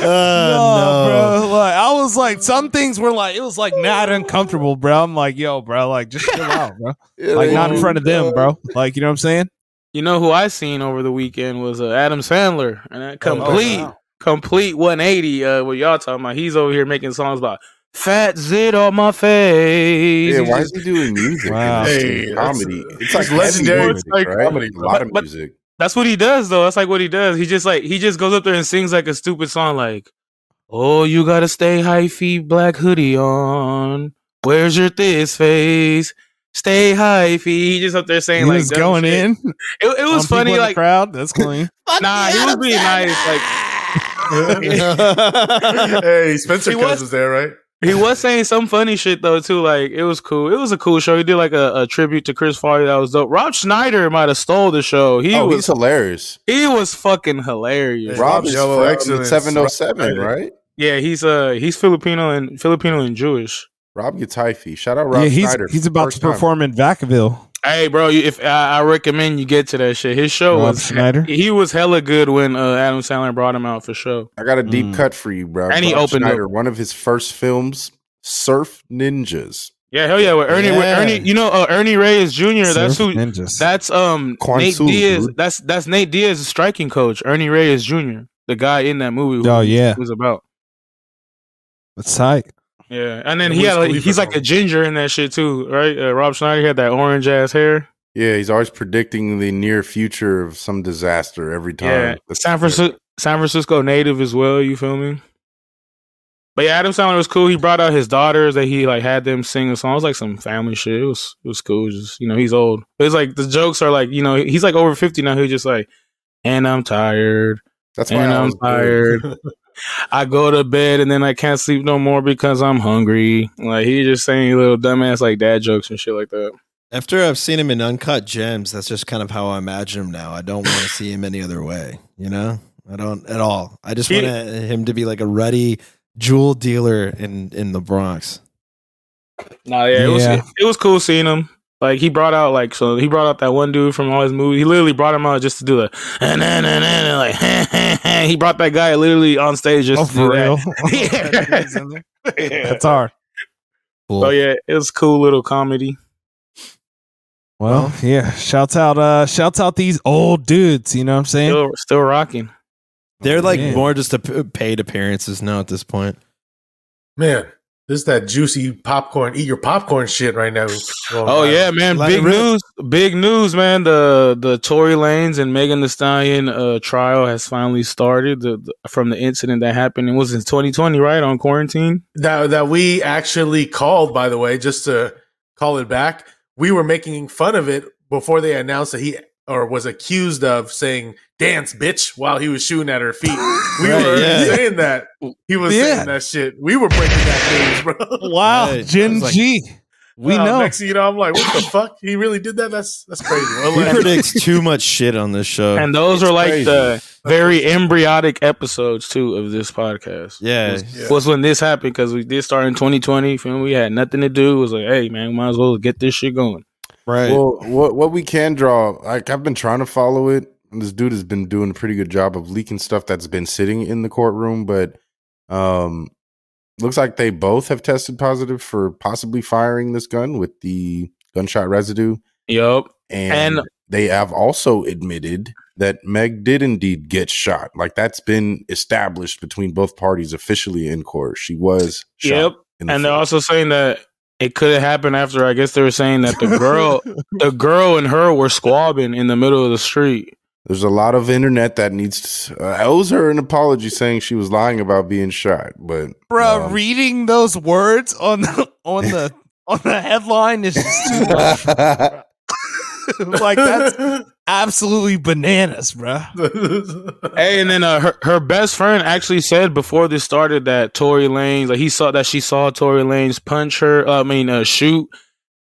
Speaker 6: no,
Speaker 3: bro. Like I was was like some things were like it was like not uncomfortable, bro. I'm like, yo, bro, like just chill out, bro. Like not in front of them, bro. Like you know what I'm saying?
Speaker 7: You know who I seen over the weekend was uh, Adam Sandler, and
Speaker 3: Oh,
Speaker 7: that
Speaker 5: Oh,
Speaker 7: complete,
Speaker 2: wow.
Speaker 7: complete 180. Uh, what y'all talking about? He's over here making songs about fat zit on my face.
Speaker 5: Yeah,
Speaker 7: He's
Speaker 5: why
Speaker 7: just-
Speaker 5: is he doing music?
Speaker 3: Wow.
Speaker 5: and
Speaker 2: Hey,
Speaker 5: doing
Speaker 2: that's-
Speaker 5: comedy.
Speaker 2: it's
Speaker 5: It's like
Speaker 2: legendary.
Speaker 5: legendary
Speaker 2: It's like comedy.
Speaker 5: comedy. A lot of
Speaker 7: But- but-
Speaker 5: music.
Speaker 7: That's what he does, though. That's like what he does. He just like he just goes up there and sings like a stupid song, like "Oh, you gotta stay high feet, black hoodie on. Where's your this face? Stay high feet." He just up there saying
Speaker 3: he
Speaker 7: like
Speaker 3: was
Speaker 7: dumb
Speaker 3: going
Speaker 7: shit.
Speaker 3: in.
Speaker 7: It, it
Speaker 3: on people in
Speaker 7: was funny,
Speaker 3: the
Speaker 7: like
Speaker 3: crowd. That's clean.
Speaker 7: nah, he was being nice. Like
Speaker 2: hey, Spencer
Speaker 7: He
Speaker 2: Coates
Speaker 7: was-
Speaker 2: was there, right?
Speaker 7: he was saying some funny shit though too. Like it was cool. It was a cool show. He did like a, a tribute to Chris Farley. That was dope. Rob Schneider might have stole the show. He
Speaker 5: oh, he's
Speaker 7: was
Speaker 5: hilarious.
Speaker 7: he was fucking hilarious.
Speaker 2: Yeah.
Speaker 5: Rob is
Speaker 2: Yellow
Speaker 5: from
Speaker 2: Excellence.
Speaker 5: 707,
Speaker 2: Rob-
Speaker 5: right?
Speaker 7: Yeah, he's uh he's Filipino and Filipino and Jewish.
Speaker 5: Rob gets hyphy. Shout out Rob
Speaker 3: yeah, he's
Speaker 5: Schneider.
Speaker 3: he's about
Speaker 5: First
Speaker 3: to perform in Vacaville.
Speaker 7: Hey, bro, you- if I, I recommend you get to that shit. His show
Speaker 3: Rob
Speaker 7: was
Speaker 3: Schneider.
Speaker 7: he was hella good when uh, Adam Sandler brought him out for sure.
Speaker 5: Time. I got a deep
Speaker 3: Mm.
Speaker 5: cut for you, bro.
Speaker 7: And he
Speaker 5: Rob
Speaker 7: opened
Speaker 5: Schneider, one of his first films, Surf Ninjas.
Speaker 7: Yeah, hell yeah, with Ernie, with
Speaker 6: Yeah.
Speaker 7: Ernie, you know uh, Ernie Reyes Jr. that's
Speaker 3: Surf
Speaker 7: who.
Speaker 3: Ninjas.
Speaker 7: That's um
Speaker 5: Quan
Speaker 7: Nate
Speaker 5: Su,
Speaker 7: Diaz.
Speaker 5: dude.
Speaker 7: That's that's Nate Diaz's striking coach, Ernie Reyes Jr. The guy in that movie. Who
Speaker 3: Oh, yeah.
Speaker 7: was about.
Speaker 3: that's tight.
Speaker 7: Yeah, and then
Speaker 2: The
Speaker 7: he
Speaker 2: Wiz
Speaker 7: had like,
Speaker 2: Khalifa
Speaker 7: he's like a
Speaker 2: song.
Speaker 7: ginger in that shit too, right? Uh, Rob Schneider had that orange ass hair.
Speaker 5: Yeah, he's always predicting the near future of some disaster every time.
Speaker 7: Yeah,
Speaker 5: That's-
Speaker 7: San Francisco, San Francisco native as well. You feel me? But yeah, Adam Sandler was cool. He brought out his daughters that he like had them sing a song. It was like some family shit. It was it was cool. It was just you know, he's old. It was like the jokes are like you know he's like over fifty now. He's just like, and I'm tired,
Speaker 5: That's why
Speaker 7: and
Speaker 5: I
Speaker 7: I'm
Speaker 5: was
Speaker 7: tired. I go to bed and then I can't sleep no more because I'm hungry. Like he just saying little dumbass like dad jokes and shit like that.
Speaker 6: After I've seen him in Uncut Gems, that's just kind of how I imagine him now. I don't want to see him any other way, you know? I don't at all. I just
Speaker 7: He-
Speaker 6: want him to be like a ruddy jewel dealer in, in the Bronx.
Speaker 7: Nah, yeah, it was
Speaker 3: Yeah.
Speaker 7: it, was cool seeing him. Like he brought out like so he brought out that one dude from all his movies. He literally brought him out just to do the and then and then like he brought that guy literally on stage just
Speaker 3: Oh,
Speaker 7: to do
Speaker 3: for real.
Speaker 7: that. yeah.
Speaker 3: that's hard.
Speaker 6: Cool.
Speaker 7: So Oh, yeah, it was cool little comedy.
Speaker 3: Well, yeah. Shouts out, uh, shouts out these old dudes. You know what I'm saying?
Speaker 7: Still still rocking.
Speaker 6: They're like
Speaker 3: Yeah.
Speaker 6: more just a paid appearances now at this point.
Speaker 2: Man, this is that juicy popcorn. Eat your popcorn shit right now.
Speaker 7: Oh yeah, man!
Speaker 6: Let
Speaker 7: Big
Speaker 6: it rip.
Speaker 7: news, big news, man! The the Tory Lanes and Megan The Stallion uh, trial has finally started. The, the- from the incident that happened, it was in 2020, right on quarantine.
Speaker 2: that that we actually called. By the way, just to call it back, we were making fun of it before they announced that he or was accused of saying "dance, bitch" while he was shooting at her feet. We
Speaker 6: Right,
Speaker 2: were
Speaker 6: yeah.
Speaker 2: saying that he was
Speaker 3: Yeah.
Speaker 2: saying that shit. We were breaking that news, bro.
Speaker 3: Wow,
Speaker 6: Right. I
Speaker 3: Gen
Speaker 6: was like-
Speaker 3: G. We
Speaker 2: Uh,
Speaker 3: know.
Speaker 2: Next thing you know, I'm like, what the fuck? He really did that? That's that's crazy. Well,
Speaker 6: He
Speaker 2: like-
Speaker 6: predicts too much shit on this show.
Speaker 7: and those are like
Speaker 5: crazy.
Speaker 7: the very embryotic episodes too of this podcast.
Speaker 6: yeah.
Speaker 2: Yeah.
Speaker 7: Was when this happened because we did start in 2020. Feel me? We had nothing to do. It was like, hey man, might as well get this shit going.
Speaker 6: Right.
Speaker 5: Well, what what we can draw, like I've been trying to follow it. And this dude has been doing a pretty good job of leaking stuff that's been sitting in the courtroom, but um looks like they both have tested positive for possibly firing this gun with the gunshot residue.
Speaker 7: Yup.
Speaker 5: And,
Speaker 7: And-
Speaker 5: they have also admitted that Meg did indeed get shot. Like that's been established between both parties officially in court. She was shot.
Speaker 7: Yep.
Speaker 5: in the
Speaker 7: And they're
Speaker 5: foot.
Speaker 7: also saying that it could have happened after. I guess they were saying that the girl, the girl and her were squabbing in the middle of the street.
Speaker 5: There's a lot of internet that needs to, uh, owes her an apology saying she was lying about being shot, but
Speaker 3: Bruh,
Speaker 5: um,
Speaker 3: reading those words on the on the on the headline is just too much.
Speaker 5: I
Speaker 3: like that's absolutely bananas, bruh.
Speaker 7: Hey, and then uh, her her best friend actually said before this started that Tory Lanez, like he saw that she saw Tory Lanez punch her. Uh, I mean, uh, shoot,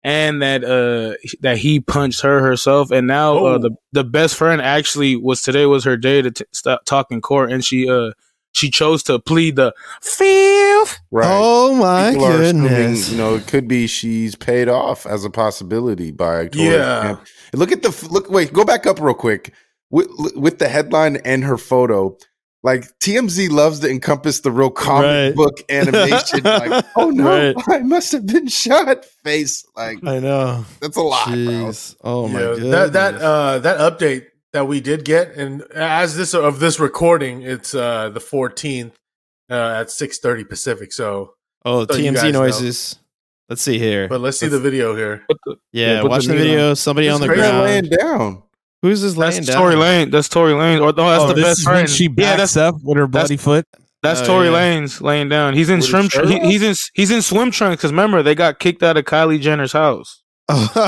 Speaker 7: and that uh that he punched her herself. And now uh,
Speaker 2: Oh.
Speaker 7: the the best friend actually was today was her day to t- stop talking court, and she uh she chose to plead the fifth.
Speaker 5: right.
Speaker 6: Oh my
Speaker 5: People are assuming,
Speaker 6: goodness.
Speaker 5: you know, it could be she's paid off as a possibility by Tory
Speaker 2: Yeah.
Speaker 5: Camp. Look at the f- look. Wait, go back up real quick with, with the headline and her photo. Like TMZ loves to encompass the real comic
Speaker 6: Right.
Speaker 5: book animation. like, oh no,
Speaker 6: Right.
Speaker 5: I must have been shot. Face like
Speaker 6: I know.
Speaker 5: that's a lot. Bro.
Speaker 6: Jeez. Oh my
Speaker 2: Yeah,
Speaker 6: god.
Speaker 2: that that uh, that update that we did get, and as this of this recording, it's uh, the 14th uh, at 6:30 Pacific. So,
Speaker 6: oh,
Speaker 2: so you
Speaker 6: TMZ
Speaker 2: guys know.
Speaker 6: noises. Let's see here.
Speaker 2: but let's see the video here.
Speaker 7: What the-
Speaker 6: yeah,
Speaker 7: Yeah, put
Speaker 6: watch
Speaker 7: the
Speaker 6: the
Speaker 7: video
Speaker 6: video. Somebody
Speaker 2: It's
Speaker 6: on the
Speaker 2: crazy.
Speaker 6: ground.
Speaker 5: laying down.
Speaker 6: Who's this laying
Speaker 7: that's
Speaker 6: down?
Speaker 7: Tory Lane. That's Tory Lane. Or, oh, that's
Speaker 3: oh,
Speaker 7: the
Speaker 3: this
Speaker 7: best
Speaker 3: is when
Speaker 7: friend.
Speaker 3: she
Speaker 7: yeah,
Speaker 3: backs
Speaker 7: that's
Speaker 3: up with her bloody foot.
Speaker 7: that's
Speaker 6: Oh,
Speaker 7: Tory
Speaker 6: yeah.
Speaker 7: Lane's laying down. He's in
Speaker 2: With his
Speaker 7: swim.
Speaker 2: shirt
Speaker 7: Tr- he,
Speaker 2: off?
Speaker 7: he's in he's in swim trunks because remember they got kicked out of Kylie Jenner's house.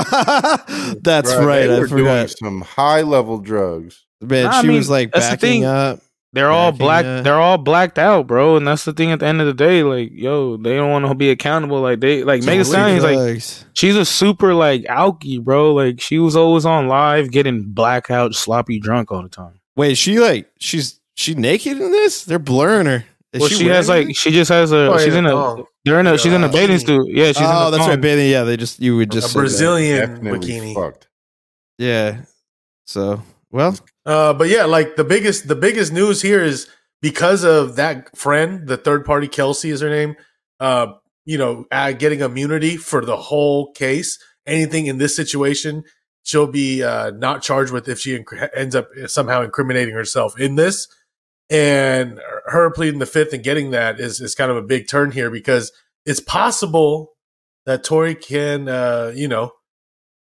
Speaker 6: that's
Speaker 5: Bruh,
Speaker 6: right.
Speaker 5: They
Speaker 6: I
Speaker 5: were doing
Speaker 6: forgot.
Speaker 5: some high level drugs.
Speaker 6: Man,
Speaker 7: Nah, I
Speaker 6: she
Speaker 7: mean,
Speaker 6: was like
Speaker 7: that's the
Speaker 6: backing
Speaker 7: thing.
Speaker 6: up.
Speaker 7: They're all
Speaker 6: Backing
Speaker 7: black.
Speaker 6: up.
Speaker 7: They're all blacked out, bro. And that's the thing. At the end of the day, like yo, they don't want to be accountable. Like they like Megan Stallion is like
Speaker 6: Drugs.
Speaker 7: she's a super like alky, bro. Like she was always on live getting blackout, sloppy drunk all the time.
Speaker 6: Wait, she like she's she naked in this? They're blurring her. Is
Speaker 7: well, she, has
Speaker 6: wearing
Speaker 7: like
Speaker 6: it?
Speaker 7: she just has a
Speaker 2: Oh,
Speaker 7: she's
Speaker 2: yeah,
Speaker 7: in a
Speaker 2: thong.
Speaker 7: they're in a she's in a
Speaker 2: Yeah.
Speaker 7: bathing suit. Yeah, she's in
Speaker 6: oh,
Speaker 7: a
Speaker 6: that's
Speaker 7: thong.
Speaker 6: right, bathing. Yeah, they just you would just
Speaker 2: A
Speaker 6: say that.
Speaker 2: Brazilian
Speaker 5: Definitely
Speaker 2: bikini.
Speaker 5: fucked.
Speaker 6: Yeah. So well,
Speaker 2: Uh, but yeah, like the biggest the biggest news here is because of that friend, the third party Kelsey is her name. Uh, you know, uh, getting immunity for the whole case. Anything in this situation, she'll be uh, not charged with if she inc- ends up somehow incriminating herself in this. And her pleading the fifth and getting that is is kind of a big turn here because it's possible that Tory can, uh, you know,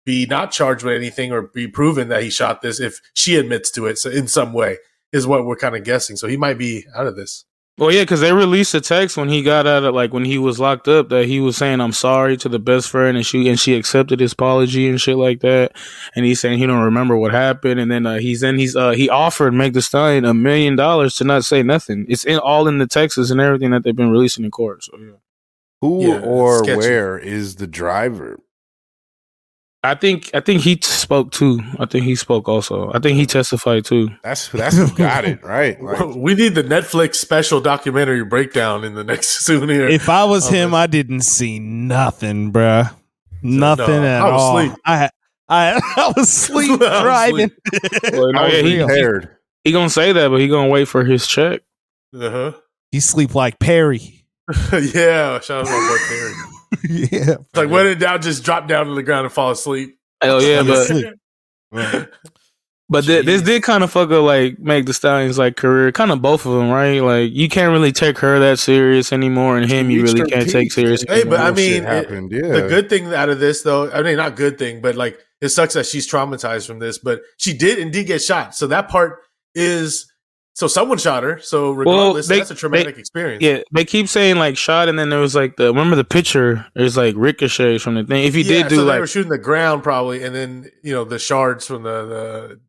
Speaker 2: be not charged with anything or be proven that he shot this if she admits to it so in some way is what we're kind of guessing. So he might be out of this.
Speaker 7: Well, yeah, because they released a text when he got out of like when he was locked up that he was saying I'm sorry to the best friend and she and she accepted his apology and shit like that. And he's saying he don't remember what happened. And then uh, he's in he's uh, he offered Meg Thee Stallion a million dollars to not say nothing. It's in all in the texts and everything that they've been releasing in court. So yeah,
Speaker 5: Who
Speaker 2: Yeah,
Speaker 5: or
Speaker 2: sketchy.
Speaker 5: where is the driver?
Speaker 7: I think I think he t- spoke too. I think he spoke also. I think he testified too.
Speaker 5: That's that's who got it right. Like,
Speaker 2: we need the Netflix special documentary breakdown in the next soon here.
Speaker 3: If I was
Speaker 2: Oh,
Speaker 3: him,
Speaker 2: man.
Speaker 3: I didn't see nothing, bruh. Nothing
Speaker 2: no,
Speaker 3: at
Speaker 2: I was
Speaker 3: all.
Speaker 2: asleep.
Speaker 3: I I I was asleep
Speaker 2: I was
Speaker 3: driving.
Speaker 7: Well, no,
Speaker 5: I was
Speaker 7: Oh, yeah, he, he,
Speaker 5: prepared.
Speaker 7: he gonna say that, but he gonna wait for his check.
Speaker 2: uh-huh.
Speaker 3: You sleep like Perry.
Speaker 2: yeah, shout out to my boy Terry.
Speaker 3: yeah.
Speaker 2: It's like when in doubt, just drop down to the ground and fall asleep.
Speaker 7: Oh yeah,
Speaker 3: Fall
Speaker 7: but
Speaker 3: asleep.
Speaker 7: But thi- this did kind of fuck up like Meg the Stallion's like career, kind of both of them, right? Like you can't really take her that serious anymore, and him you
Speaker 5: reached
Speaker 7: really
Speaker 5: her
Speaker 7: can't
Speaker 5: peak.
Speaker 7: take serious.
Speaker 2: Hey, but I
Speaker 5: Bullshit
Speaker 2: mean, it-
Speaker 5: happened. yeah,
Speaker 2: The good thing out of this, though, I mean, not good thing, but like it sucks that she's traumatized from this, but she did indeed get shot. So that part is so someone shot her. So regardless,
Speaker 7: they-
Speaker 2: that's a traumatic experience.
Speaker 7: Yeah, they keep saying like shot, and then there was like the remember the picture. There's like ricochets from the thing. If you did do
Speaker 2: so they
Speaker 7: like
Speaker 2: were shooting the ground probably, and then you know the shards from the,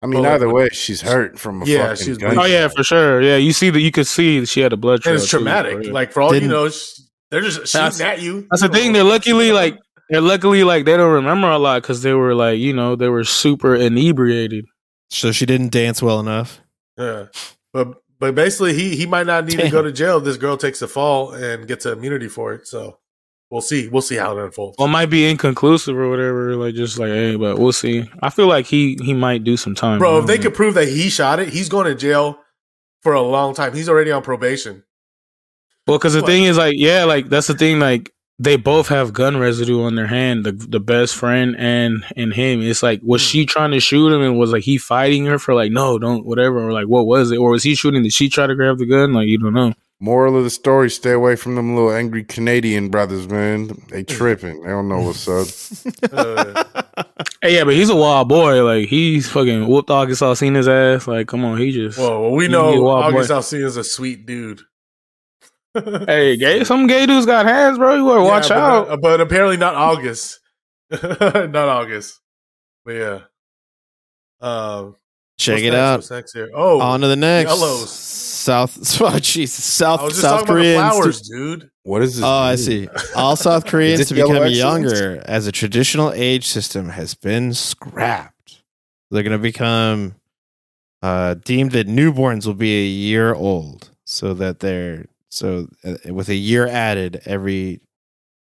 Speaker 5: I mean,
Speaker 2: Well,
Speaker 5: either way, she's hurt from a
Speaker 2: Yeah,
Speaker 5: fucking
Speaker 2: she's-
Speaker 5: gun.
Speaker 7: oh yeah for sure yeah you see that you could see that she had a blood
Speaker 2: the
Speaker 7: trail
Speaker 2: and it's
Speaker 7: too,
Speaker 2: traumatic.
Speaker 7: right?
Speaker 2: Like for all
Speaker 6: Didn't-
Speaker 2: you know, sh- they're just shooting
Speaker 7: That's-
Speaker 2: at you.
Speaker 7: That's the
Speaker 2: You know.
Speaker 7: thing. They're luckily like they're luckily like they don't remember a lot because they were like you know they were super inebriated.
Speaker 6: so she didn't dance well enough.
Speaker 2: Yeah. but but basically he he might not need to
Speaker 6: Damn.
Speaker 2: go to jail. This girl takes a fall and gets immunity for it. So we'll see. We'll see how it unfolds.
Speaker 7: Well, it might be inconclusive or whatever. Like just like hey, but we'll see. I feel like he he might do some time,
Speaker 2: Bro, if they could prove that he shot it, he's going to jail for a long time. He's already on probation.
Speaker 7: Well, because the thing is, like, yeah, like that's the thing. Like they both have gun residue on their hand. The the best friend and and him. It's like was
Speaker 2: Hmm.
Speaker 7: she trying to shoot him and was like he fighting her for like no, don't whatever or like what was it or was he shooting? Did she try to grab the gun? Like you don't know.
Speaker 5: Moral of the story: Stay away from them little angry Canadian brothers, man.
Speaker 2: Mm.
Speaker 5: They tripping. They don't know what's up.
Speaker 2: Uh,
Speaker 7: Hey, yeah, but he's a wild boy. Like he's fucking whooped Arkansas, seen his ass. Like come on, he just.
Speaker 2: Well, well, we
Speaker 7: You
Speaker 2: know
Speaker 7: need a wild
Speaker 2: August
Speaker 7: boy.
Speaker 2: Alcina's a sweet dude.
Speaker 7: Hey, gay. Some gay dudes got hands, bro. You gotta
Speaker 2: Yeah,
Speaker 7: watch
Speaker 2: but
Speaker 7: out.
Speaker 2: not- but apparently not August. not August. But yeah. Um,
Speaker 6: Check
Speaker 2: what's
Speaker 6: it
Speaker 2: next?
Speaker 6: out.
Speaker 2: What's next here? Oh,
Speaker 6: On to the next.
Speaker 2: yellows.
Speaker 6: South. Oh Jesus. South.
Speaker 2: I was just
Speaker 6: South
Speaker 2: talking
Speaker 6: Koreans.
Speaker 2: about the
Speaker 6: to-
Speaker 2: flowers, dude.
Speaker 5: What is this?
Speaker 6: Oh, I
Speaker 5: mean?
Speaker 6: see. All South
Speaker 5: Is
Speaker 6: Koreans
Speaker 5: it
Speaker 6: to become
Speaker 5: yellow excellence?
Speaker 6: younger as a traditional age system has been scrapped. They're going to become uh, deemed that newborns will be a year old, so that they're so uh, with a year added every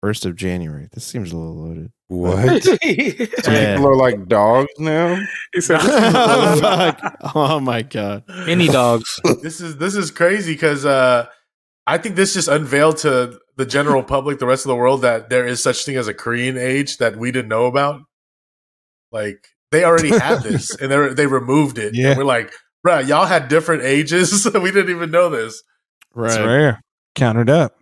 Speaker 6: first of January. This seems a little loaded.
Speaker 5: What? So
Speaker 6: Yeah.
Speaker 5: People are like dogs now.
Speaker 6: oh, fuck. Oh, my god.
Speaker 7: Any dogs?
Speaker 2: this is this is crazy because uh, I think this just unveiled to the general public, the rest of the world, that there is such thing as a Korean age that we didn't know about. Like they already had this, and they they removed it.
Speaker 3: Yeah.
Speaker 2: and we're like, bruh, y'all had different ages. we didn't even know this.
Speaker 6: Right.
Speaker 3: It's rare. Counted up.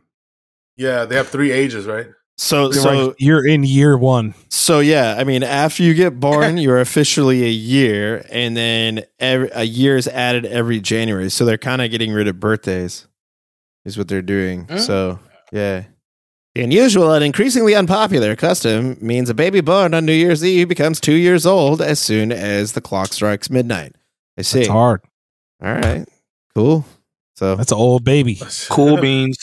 Speaker 2: Yeah, they have three ages, right?
Speaker 6: So
Speaker 3: You're
Speaker 6: so
Speaker 3: like, you're in year one.
Speaker 6: so yeah, I mean after you get born, you're officially a year and then every, a year is added every January. So they're kind of getting rid of birthdays. Is what they're doing.
Speaker 7: Hmm.
Speaker 6: So, yeah. The unusual and increasingly unpopular custom means a baby born on New Year's Eve becomes 2 years old as soon as the clock strikes midnight. I see.
Speaker 3: It's hard.
Speaker 6: All right. Cool. So
Speaker 3: That's an old baby.
Speaker 7: Cool beans.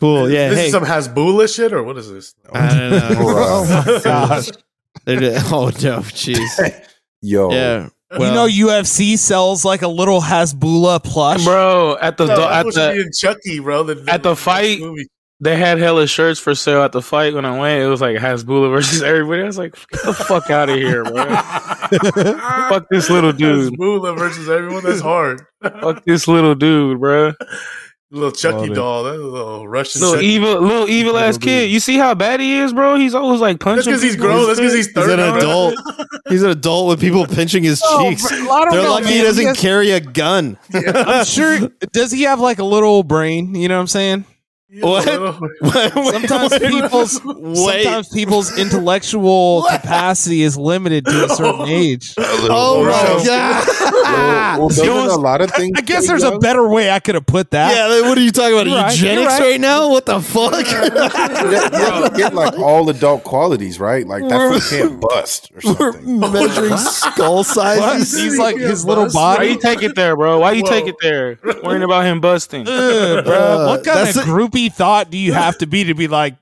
Speaker 6: cool. Yeah.
Speaker 2: this
Speaker 6: hey.
Speaker 2: is some Hasbula shit, or what is this?
Speaker 6: I don't know.
Speaker 5: Bro.
Speaker 3: Oh, gosh.
Speaker 6: They're just- oh no, jeez.
Speaker 5: Yo,
Speaker 6: Yeah. Well,
Speaker 3: you know UFC sells like a little Hasbula plush.
Speaker 7: Bro, at the
Speaker 2: No,
Speaker 7: at
Speaker 2: at
Speaker 7: the
Speaker 2: in Chucky, bro. the-
Speaker 7: at the fight-
Speaker 2: movie.
Speaker 7: they had hella shirts for sale at the fight when I went. It was like Hasbula versus everybody. I was like, get the fuck out of here, bro.
Speaker 2: Fuck
Speaker 7: Fuck this little dude.
Speaker 2: Hasbula versus everyone. That's hard.
Speaker 7: fuck this little dude, bro.
Speaker 2: Little Chucky
Speaker 3: Love it.
Speaker 2: doll, that little Russian.
Speaker 7: Little
Speaker 2: Chucky.
Speaker 7: evil, little evil ass
Speaker 3: Little
Speaker 7: kid.
Speaker 3: dude.
Speaker 7: You see how bad he is, bro? He's always like punching.
Speaker 2: That's because he's
Speaker 7: people
Speaker 2: grown.
Speaker 7: and
Speaker 2: That's because
Speaker 7: shit.
Speaker 2: he's
Speaker 6: he's
Speaker 2: thirty.
Speaker 6: an
Speaker 2: bro.
Speaker 6: adult. he's an adult with people pinching his
Speaker 3: Oh,
Speaker 6: cheeks. They're lucky he doesn't carry a gun.
Speaker 3: I'm sure. Does he have like a little old brain? You know what I'm saying?
Speaker 2: Yeah,
Speaker 6: What?
Speaker 2: little-
Speaker 3: Sometimes people's
Speaker 6: Wait.
Speaker 3: sometimes people's intellectual
Speaker 6: What?
Speaker 3: capacity is limited to a certain age.
Speaker 6: Oh ah!
Speaker 2: Bro.
Speaker 6: my
Speaker 3: Ah.
Speaker 6: god.
Speaker 5: Well, doesn't a lot of things.
Speaker 3: I guess
Speaker 5: say
Speaker 3: there's a
Speaker 5: that?
Speaker 3: better way I could have put that.
Speaker 6: Yeah, like, what are you talking about?
Speaker 3: You're right,
Speaker 6: Eugenics
Speaker 3: you're
Speaker 6: right.
Speaker 3: right.
Speaker 6: now? What the fuck?
Speaker 5: You have to get like all adult qualities, right? Like that foot can't bust or
Speaker 6: We're
Speaker 5: something.
Speaker 6: measuring skull
Speaker 3: What?
Speaker 6: sizes.
Speaker 3: He's like his little
Speaker 7: Why
Speaker 3: body.
Speaker 7: you take it there, bro? Why you
Speaker 2: Whoa.
Speaker 7: take it there? Worrying about him busting.
Speaker 3: Ugh, bro. What kind
Speaker 6: Uh, That's
Speaker 3: of
Speaker 6: a-
Speaker 3: groupie thought do you have to be to be like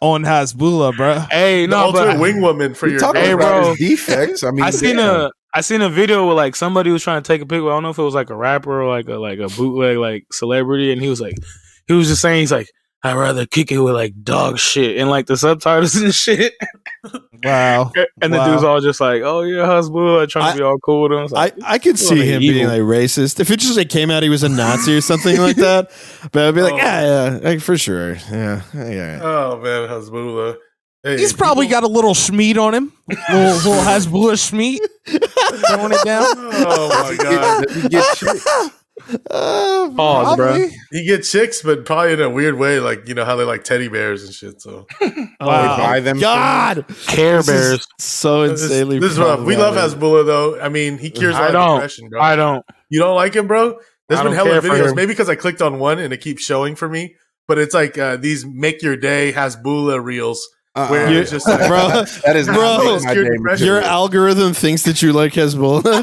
Speaker 3: on Hasbula, bro?
Speaker 7: Hey,
Speaker 2: The
Speaker 7: no,
Speaker 2: ultimate
Speaker 7: but
Speaker 2: wing woman for
Speaker 5: You're
Speaker 2: your
Speaker 5: talking
Speaker 7: Hey,
Speaker 5: about
Speaker 7: bro.
Speaker 5: his defects. I mean,
Speaker 7: I seen
Speaker 6: uh,
Speaker 5: damn.
Speaker 7: a I seen a video where like somebody was trying to take a picture. I don't know if it was like a rapper or like a like a bootleg like celebrity, and he was like, he was just saying he's like, I'd rather kick it with like dog shit and like the subtitles and shit.
Speaker 3: Wow.
Speaker 7: And the
Speaker 3: Wow.
Speaker 7: dude's all just like, oh yeah, husband, like, trying to be all cool with him. It's
Speaker 6: I,
Speaker 7: like,
Speaker 6: I could see
Speaker 7: Well,
Speaker 6: him
Speaker 7: evil.
Speaker 6: being like racist if it just like came out he was a Nazi or something like that. But I'd be like,
Speaker 2: Oh.
Speaker 6: yeah, yeah, like, for sure, yeah, yeah.
Speaker 2: Oh man, Hasbula. Hey,
Speaker 3: He's probably got a little schmeat on him. Little, little Hasbula schmeat. Throwing it down.
Speaker 2: Oh my god,
Speaker 5: Does he get shit?
Speaker 6: Uh,
Speaker 7: Pause, bro.
Speaker 6: probably.
Speaker 2: you get chicks, but probably in a weird way, like you know how they like teddy bears and shit. So
Speaker 6: Wow.
Speaker 5: buy them
Speaker 6: God,
Speaker 7: Care
Speaker 6: This is
Speaker 7: Bears.
Speaker 6: so
Speaker 2: this, is-
Speaker 6: insanely.
Speaker 2: this is rough. We love
Speaker 6: problematic.
Speaker 2: Hasbula though. I mean, he cures a
Speaker 7: I
Speaker 2: lot
Speaker 7: don't.
Speaker 2: of depression, bro.
Speaker 7: I don't.
Speaker 2: You don't like him, bro? There's
Speaker 7: I
Speaker 2: been
Speaker 7: don't care
Speaker 2: hella
Speaker 7: for
Speaker 2: videos.
Speaker 7: him.
Speaker 2: Maybe because I clicked on one and it keeps showing for me. But it's like uh, these make your day Hasbula reels
Speaker 5: Uh-uh.
Speaker 2: where it's just like,
Speaker 6: Bro,
Speaker 5: that is not
Speaker 6: Bro.
Speaker 5: making my
Speaker 2: Your
Speaker 5: day material.
Speaker 6: Your algorithm thinks that you like Hezbollah.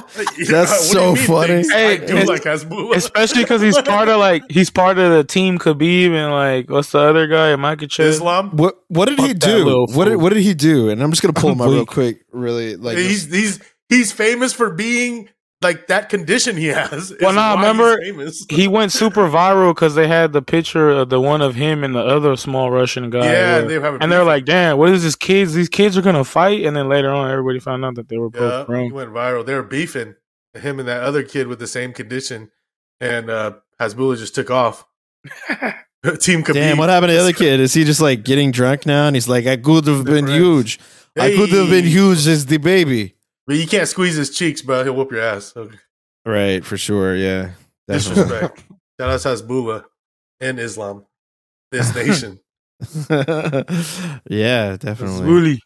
Speaker 6: That's
Speaker 2: What do
Speaker 6: so
Speaker 2: you mean,
Speaker 6: funny.
Speaker 2: thanks?
Speaker 7: Hey,
Speaker 2: I do
Speaker 7: it's-
Speaker 2: like Hasbula.
Speaker 7: Especially because he's part of like he's part of the team Khabib and like what's the other guy? Micah Chase.
Speaker 2: Islam.
Speaker 6: What what did
Speaker 7: Fuck
Speaker 6: he
Speaker 7: that little
Speaker 6: do? What did,
Speaker 7: fool.
Speaker 6: what did he do? And I'm just gonna pull him up real
Speaker 3: Bleak.
Speaker 6: quick. Really, like
Speaker 2: He's he's he's famous for being like that condition he has. is
Speaker 7: Well, nah,
Speaker 2: why
Speaker 7: remember-
Speaker 2: he's famous.
Speaker 7: He went super viral because they had the picture of the one of him and the other small Russian guy.
Speaker 2: yeah,
Speaker 7: where-
Speaker 2: they have a
Speaker 7: and they're
Speaker 2: beef.
Speaker 7: like, "Damn, what is this? Kids? These kids are gonna fight." And then later on, everybody found out that they were
Speaker 2: yeah,
Speaker 7: both
Speaker 2: he
Speaker 7: wrong.
Speaker 2: went viral. They were beefing him and that other kid with the same condition, and uh, Hasbula just took off. Team Khabib.
Speaker 6: damn. What happened to the other kid? Is he just like getting drunk now? And he's like, I could have been
Speaker 2: Different.
Speaker 6: huge. I could have been
Speaker 2: Hey.
Speaker 6: huge as the baby.
Speaker 2: But you can't squeeze his cheeks, bro. He'll whoop your ass. Okay.
Speaker 6: Right, for sure. Yeah, Definitely.
Speaker 2: Disrespect. Shout out to Hezbollah and Islam, this nation.
Speaker 6: yeah, definitely.
Speaker 7: Really?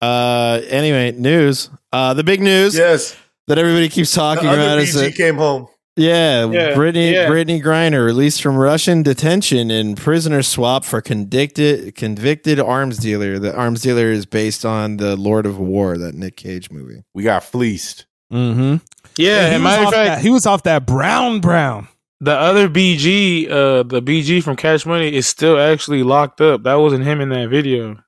Speaker 6: Uh, anyway, news. Uh, the big news
Speaker 2: yes,
Speaker 6: that everybody keeps
Speaker 2: the
Speaker 6: talking about
Speaker 2: other
Speaker 6: is
Speaker 2: BG
Speaker 6: that
Speaker 2: came home.
Speaker 6: Yeah,
Speaker 7: Yeah,
Speaker 6: Brittany
Speaker 7: yeah.
Speaker 6: Brittany Griner released from Russian detention and prisoner swap for convicted convicted arms dealer. The arms dealer is based on the Lord of War, that Nick Cage movie.
Speaker 5: we got fleeced.
Speaker 3: Mm-hmm.
Speaker 7: Yeah.
Speaker 3: he, was
Speaker 7: and matter
Speaker 3: off
Speaker 7: of fact,
Speaker 3: that, he was off that brown brown.
Speaker 7: the other BG, uh, the BG from Cash Money is still actually locked up. That wasn't him in that video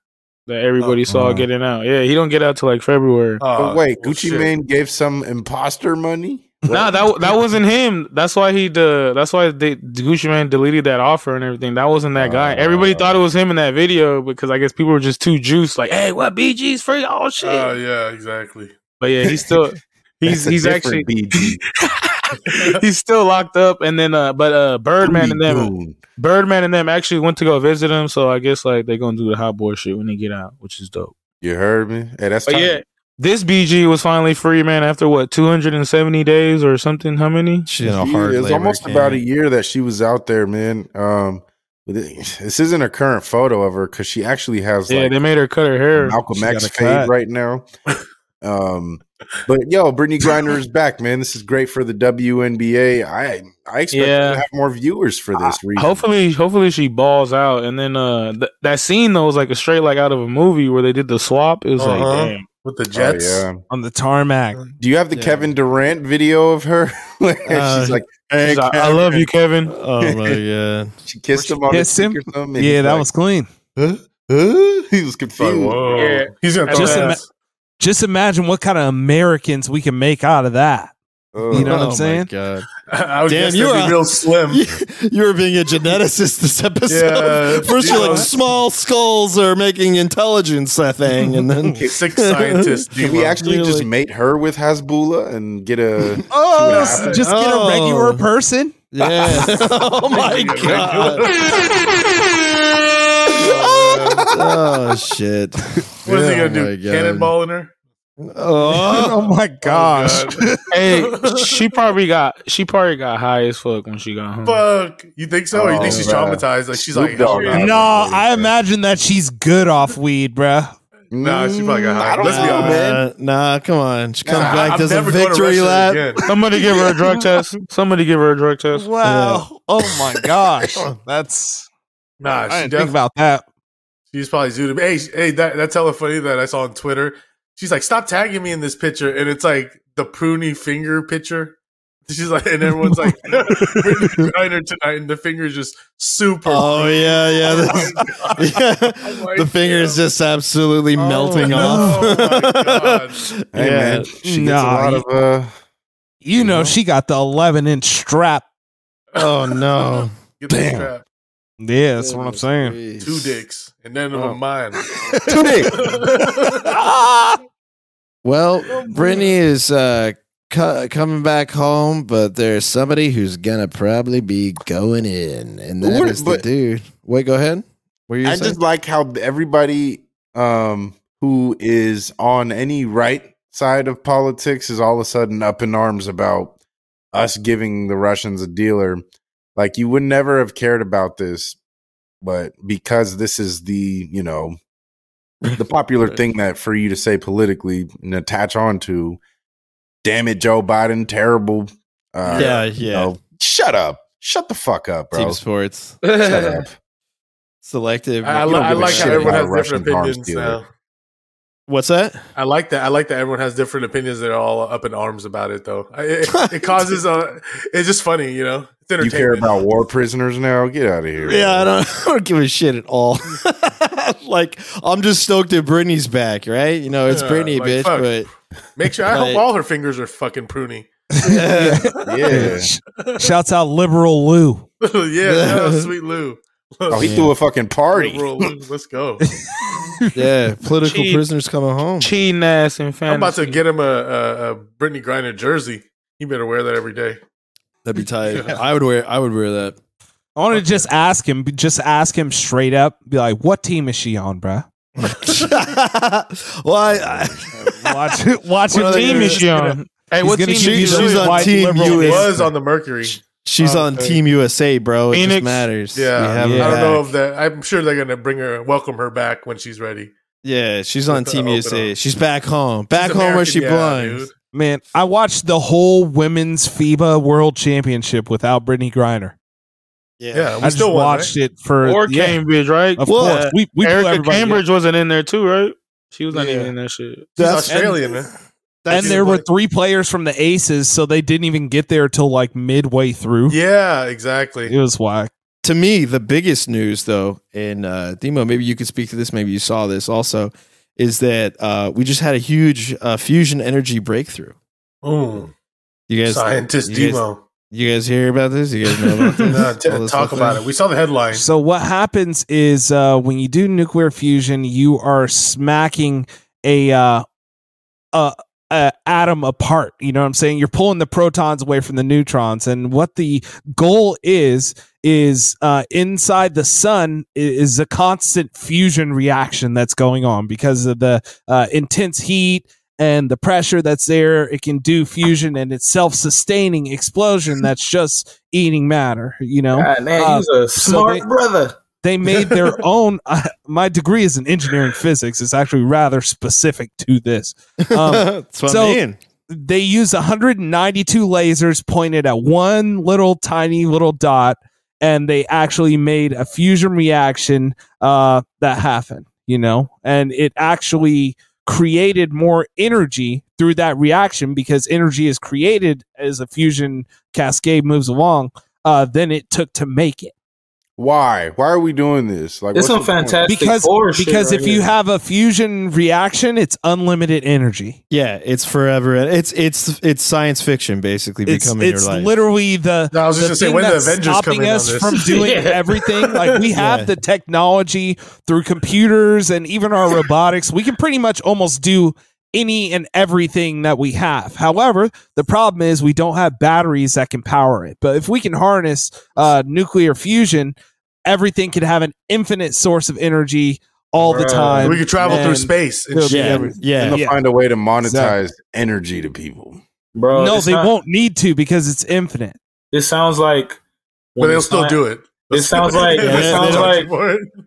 Speaker 7: that everybody
Speaker 2: Oh,
Speaker 7: saw
Speaker 3: wow.
Speaker 7: getting out. Yeah, he don't get out till like February.
Speaker 2: Oh,
Speaker 5: but wait,
Speaker 2: well,
Speaker 5: Gucci
Speaker 2: shit.
Speaker 5: Mane gave some imposter money.
Speaker 7: nah, that that wasn't him. That's why he the. That's why they, Gucci Man deleted that offer and everything. That wasn't that guy.
Speaker 5: Oh.
Speaker 7: Everybody thought it was him in that video because I guess people were just too juiced. Like, hey, what BG's free? Oh shit!
Speaker 2: Oh yeah, exactly.
Speaker 7: but yeah, he's still
Speaker 5: Uh, That's
Speaker 7: he's
Speaker 5: a
Speaker 7: he's actually
Speaker 5: different BG.
Speaker 7: he's still locked up. And then, uh, but uh, Birdman and them,
Speaker 5: Boom.
Speaker 7: Birdman and them actually went to go visit him. So I guess like they're gonna do the hot boy shit when they get out, which is dope.
Speaker 5: You heard me? Hey, that's
Speaker 7: But
Speaker 5: tight.
Speaker 7: Oh, yeah, this BG was finally free, man. After what two hundred and seventy days or something? How many?
Speaker 6: She's in a
Speaker 5: She-
Speaker 6: hard
Speaker 5: it was
Speaker 6: labor
Speaker 5: almost
Speaker 6: camp.
Speaker 5: about a year that she was out there, man. Um, with it- this isn't a current photo of her because she actually has
Speaker 7: Yeah,
Speaker 5: like
Speaker 7: they made her cut her hair.
Speaker 5: Malcolm
Speaker 3: She got
Speaker 5: X
Speaker 3: a
Speaker 5: fade
Speaker 3: cut.
Speaker 5: right now. Um, but yo, Brittany Griner is back, man. This is great for the WNBA. I I expect
Speaker 7: Yeah.
Speaker 5: her to have more viewers for this. reason.
Speaker 7: Hopefully, hopefully she balls out, and then uh, th- that scene though was like a straight like out of a movie where they did the swap. It was
Speaker 2: Uh-huh.
Speaker 7: like, damn,
Speaker 2: With the
Speaker 5: Oh,
Speaker 2: Jets.
Speaker 5: yeah.
Speaker 3: on the tarmac.
Speaker 5: Do you have the
Speaker 6: Yeah.
Speaker 5: Kevin Durant video of her? Where
Speaker 6: Uh,
Speaker 5: she's like,
Speaker 6: Hey,
Speaker 7: She's like, I love you, Kevin.
Speaker 6: Oh my god.
Speaker 5: she kissed
Speaker 3: she
Speaker 5: him on the
Speaker 3: kissed him?
Speaker 5: cheek or something. and
Speaker 3: Yeah,
Speaker 5: he's
Speaker 3: that
Speaker 5: like,
Speaker 3: was clean.
Speaker 5: Huh? He was
Speaker 2: It's like,
Speaker 5: confused.
Speaker 2: whoa.
Speaker 7: Yeah.
Speaker 2: He's gonna throw
Speaker 7: Just
Speaker 2: that
Speaker 3: ima-
Speaker 2: ass.
Speaker 3: Just imagine what kind of Americans we can make out of that.
Speaker 5: Oh.
Speaker 3: You know what I'm
Speaker 6: my
Speaker 3: saying?
Speaker 6: God.
Speaker 2: I would
Speaker 6: Damn,
Speaker 2: guess
Speaker 6: you
Speaker 2: that'd
Speaker 6: are-
Speaker 2: be real slim.
Speaker 6: you were being a geneticist this
Speaker 2: Yeah,
Speaker 6: episode. First, you're
Speaker 2: you know.
Speaker 6: like small skulls are making intelligence a thing, and then
Speaker 2: Sick scientist.
Speaker 5: Can we
Speaker 2: Demo.
Speaker 5: actually
Speaker 6: You're
Speaker 5: just
Speaker 6: like-
Speaker 5: mate her with Hasbullah and get a?
Speaker 3: Oh,
Speaker 5: See what
Speaker 3: just get a
Speaker 6: happens.
Speaker 3: regular
Speaker 6: Oh.
Speaker 3: person.
Speaker 6: yeah. oh my god. oh shit.
Speaker 2: What is he
Speaker 6: Yeah,
Speaker 2: gonna
Speaker 5: Oh,
Speaker 6: my
Speaker 2: do?
Speaker 6: God.
Speaker 2: Cannonballing her?
Speaker 6: Oh.
Speaker 3: Oh my gosh.
Speaker 7: Hey, she probably got she probably got high as fuck when she got home.
Speaker 2: Fuck. You think so? you think
Speaker 5: Hmm. Oh,
Speaker 2: she's
Speaker 5: bruh.
Speaker 2: traumatized? Like she's
Speaker 5: Snoop
Speaker 2: like,
Speaker 5: Dogg.
Speaker 2: hell yeah.
Speaker 3: no, I imagine that she's good off weed, bruh.
Speaker 2: Nah, she probably got high.
Speaker 5: Mm, I don't
Speaker 2: Let's be
Speaker 5: know,
Speaker 2: honest.
Speaker 5: man.
Speaker 6: Uh, nah, come on. She comes
Speaker 2: Nah,
Speaker 6: back,
Speaker 2: I'm
Speaker 6: does a
Speaker 2: never going to
Speaker 6: victory
Speaker 2: Russia
Speaker 6: lap.
Speaker 2: again.
Speaker 7: Somebody give her a drug test. Somebody give her a drug test.
Speaker 3: Wow. Oh my gosh. That's
Speaker 2: Nah,
Speaker 3: I
Speaker 2: she
Speaker 3: didn't think
Speaker 2: definitely.
Speaker 3: about that.
Speaker 2: She's probably zooted. Hey, sh- hey, that, that's hella funny that I saw on Twitter. She's like, stop tagging me in this picture, and it's like the pruny finger picture. She's like, and everyone's like, Brittany Griner tonight, and the finger's just super.
Speaker 6: Oh yeah, yeah. this- yeah.
Speaker 2: like,
Speaker 6: the finger is
Speaker 2: yeah.
Speaker 6: just absolutely
Speaker 3: Oh,
Speaker 6: melting
Speaker 3: no.
Speaker 6: off.
Speaker 2: Oh, my God.
Speaker 5: Hey,
Speaker 6: yeah.
Speaker 5: man, she gets
Speaker 3: Nah,
Speaker 5: a lot
Speaker 3: you-
Speaker 5: of. Uh,
Speaker 3: You know,
Speaker 5: Yeah.
Speaker 3: she got the 11 inch strap.
Speaker 6: Oh no.
Speaker 2: Get the
Speaker 5: Damn.
Speaker 2: strap.
Speaker 3: Yeah, that's what I'm saying.
Speaker 2: Two dicks, and none of
Speaker 6: Oh.
Speaker 2: them mine.
Speaker 5: Two dicks.
Speaker 2: Oh,
Speaker 6: Well, Brittany is uh, cu- coming back home, but there's somebody who's gonna probably be going in, and that is
Speaker 5: What-
Speaker 6: the
Speaker 5: but-
Speaker 6: dude. Wait, go ahead. What are you
Speaker 5: I
Speaker 6: saying?
Speaker 5: just like how everybody um, who is on any right side of politics is all of a sudden up in arms about us giving the Russians a dealer. Like you would never have cared about this, but because this is the you know the popular
Speaker 6: Right.
Speaker 5: thing that for you to say politically and attach on to, damn it, Joe Biden, terrible. Uh,
Speaker 6: yeah,
Speaker 5: you
Speaker 6: yeah.
Speaker 5: know, shut up, shut the fuck up, bro.
Speaker 6: Team sports
Speaker 5: Shut up.
Speaker 6: selective.
Speaker 2: I, I,
Speaker 5: You
Speaker 2: li-
Speaker 5: don't
Speaker 2: I
Speaker 5: give a
Speaker 2: like
Speaker 5: shit
Speaker 2: how everyone
Speaker 5: about
Speaker 2: has
Speaker 5: Russian
Speaker 2: different
Speaker 5: arms
Speaker 2: opinions
Speaker 5: dealer.
Speaker 2: now.
Speaker 6: What's that?
Speaker 2: I like that. I like that everyone has different opinions. They're all up in arms about it, though. I- It, it, it causes a. It's just funny, you know. It's
Speaker 5: You care
Speaker 2: entertainment.
Speaker 5: about war prisoners now? Get out of here.
Speaker 6: Yeah, I don't, I don't give a shit at all. like, I'm just stoked that Brittany's back, right? You know, it's
Speaker 2: Yeah,
Speaker 6: Brittany,
Speaker 2: like,
Speaker 6: bitch,
Speaker 2: fuck.
Speaker 6: but
Speaker 2: Make sure. I
Speaker 6: Like-
Speaker 2: hope all her fingers are fucking pruny.
Speaker 5: Yeah.
Speaker 3: Sh- Shouts out liberal Lou.
Speaker 2: yeah, that was sweet Lou.
Speaker 5: Oh, he
Speaker 6: Yeah.
Speaker 5: threw a fucking party.
Speaker 2: Liberal Lou, Let's go.
Speaker 6: yeah, political
Speaker 7: Cheat.
Speaker 6: prisoners coming home.
Speaker 7: Cheating ass and fantasy.
Speaker 2: I'm about to get him a, a, a Brittany Griner jersey. He better wear that every day.
Speaker 6: That'd be tight. I would wear. I would wear that.
Speaker 3: I want to just ask him, just ask him straight up, be like, what team is she on, bruh?
Speaker 6: well, I,
Speaker 3: Watch, watch
Speaker 6: What
Speaker 3: him
Speaker 6: other
Speaker 7: team
Speaker 3: do
Speaker 7: is
Speaker 3: it.
Speaker 7: she on? Hey,
Speaker 3: He's
Speaker 7: what team
Speaker 3: gonna
Speaker 7: is
Speaker 3: shoot
Speaker 7: she
Speaker 3: you.
Speaker 7: on?
Speaker 6: She's on
Speaker 3: white
Speaker 6: Team
Speaker 3: liberal
Speaker 2: He
Speaker 3: USA.
Speaker 6: USA.
Speaker 2: was on the Mercury.
Speaker 6: She's
Speaker 2: Oh,
Speaker 6: on
Speaker 2: okay.
Speaker 6: Team USA, bro. It just
Speaker 7: Phoenix?
Speaker 6: matters. We
Speaker 2: Yeah,
Speaker 6: have her
Speaker 2: I don't know
Speaker 6: back.
Speaker 2: if that. I'm sure they're gonna bring her, welcome her back when she's ready.
Speaker 6: Yeah, she's on
Speaker 2: With the
Speaker 6: Team
Speaker 2: open
Speaker 6: USA.
Speaker 2: arms.
Speaker 6: She's back home. Back
Speaker 2: She's
Speaker 6: home where
Speaker 2: American,
Speaker 6: she
Speaker 2: yeah,
Speaker 6: belongs.
Speaker 2: dude.
Speaker 3: Man, I watched the whole women's FIBA World Championship without Brittany Griner.
Speaker 2: Yeah, we
Speaker 3: I
Speaker 2: still
Speaker 3: just watched it for
Speaker 7: or
Speaker 3: yeah,
Speaker 7: Cambridge, right?
Speaker 3: Of
Speaker 6: Well,
Speaker 3: course, we we blew
Speaker 7: Erica
Speaker 3: everybody up.
Speaker 7: Cambridge wasn't in there too, right? She was not
Speaker 6: Yeah.
Speaker 7: even in that shit.
Speaker 2: She's
Speaker 6: That's-
Speaker 2: Australian, man.
Speaker 6: That's
Speaker 3: and there
Speaker 6: what-
Speaker 3: were three players from the Aces, so they didn't even get there till like midway through.
Speaker 2: Yeah, exactly.
Speaker 3: It was whack.
Speaker 6: to me the biggest news though and uh demo maybe you could speak to this maybe you saw this also is that uh we just had a huge uh, fusion energy breakthrough
Speaker 2: Mm.
Speaker 6: You guys,
Speaker 2: Scientist
Speaker 6: you guys-
Speaker 2: Demo.
Speaker 6: you guys hear about this? You guys know about this?
Speaker 2: No,
Speaker 6: All
Speaker 2: t-
Speaker 6: this
Speaker 2: talk
Speaker 6: whole
Speaker 2: about
Speaker 6: thing?
Speaker 2: it. We saw the headline.
Speaker 3: So what happens is uh, when you do nuclear fusion, you are smacking a uh, a, a atom apart. You know what I'm saying? You're pulling the protons away from the neutrons, and what the goal is is uh, inside the sun i- is a constant fusion reaction that's going on because of the uh, intense heat. And the pressure that's there, it can do fusion and it's self sustaining explosion that's just eating matter, you know?
Speaker 7: God, Ah, man,
Speaker 3: Uh,
Speaker 7: he's a
Speaker 3: so
Speaker 7: smart
Speaker 3: they-
Speaker 7: brother.
Speaker 3: they made their own uh, my degree is in engineering physics it's actually rather specific to this um,
Speaker 6: That's what
Speaker 3: so-
Speaker 6: I mean.
Speaker 3: they use 192 lasers pointed at one little tiny little dot and they actually made a fusion reaction uh, that happened you know and it actually created more energy through that reaction because energy is created as a fusion cascade moves along uh, than it took to make it
Speaker 5: Why? Why are we doing this? Like, what's
Speaker 7: It's some
Speaker 5: the point?
Speaker 7: fantastic
Speaker 3: because
Speaker 7: Four shit
Speaker 3: because
Speaker 7: right
Speaker 3: if you
Speaker 7: here.
Speaker 3: have a fusion reaction, it's unlimited energy.
Speaker 6: Yeah, it's forever. It's it's it's science fiction basically
Speaker 3: It's
Speaker 6: becoming
Speaker 3: it's
Speaker 6: your life.
Speaker 3: literally the.
Speaker 2: No, I was just
Speaker 3: the
Speaker 2: gonna say
Speaker 3: thing
Speaker 2: when the
Speaker 3: that's
Speaker 2: Avengers come
Speaker 3: stopping
Speaker 2: in on
Speaker 3: us
Speaker 2: this.
Speaker 3: from doing
Speaker 7: Yeah.
Speaker 3: everything. Like we have
Speaker 6: Yeah.
Speaker 3: the technology through computers and even our robotics, we can pretty much almost do any and everything that we have. However, the problem is we don't have batteries that can power it. But if we can harness uh, nuclear fusion, everything can have an infinite source of energy all the
Speaker 7: Bruh.
Speaker 3: time.
Speaker 2: we could travel through
Speaker 3: and-
Speaker 2: space. And
Speaker 3: It'll
Speaker 2: shit.
Speaker 3: be
Speaker 6: yeah,
Speaker 3: everything.
Speaker 5: And
Speaker 6: yeah.
Speaker 5: they'll
Speaker 3: Yeah.
Speaker 5: find a way to monetize energy to people.
Speaker 7: bro,
Speaker 3: no,
Speaker 7: it's
Speaker 3: they
Speaker 7: not-
Speaker 3: won't need to because it's infinite.
Speaker 7: It sounds like,
Speaker 2: but they'll still do it.
Speaker 7: It sounds like-
Speaker 6: it sounds
Speaker 7: like-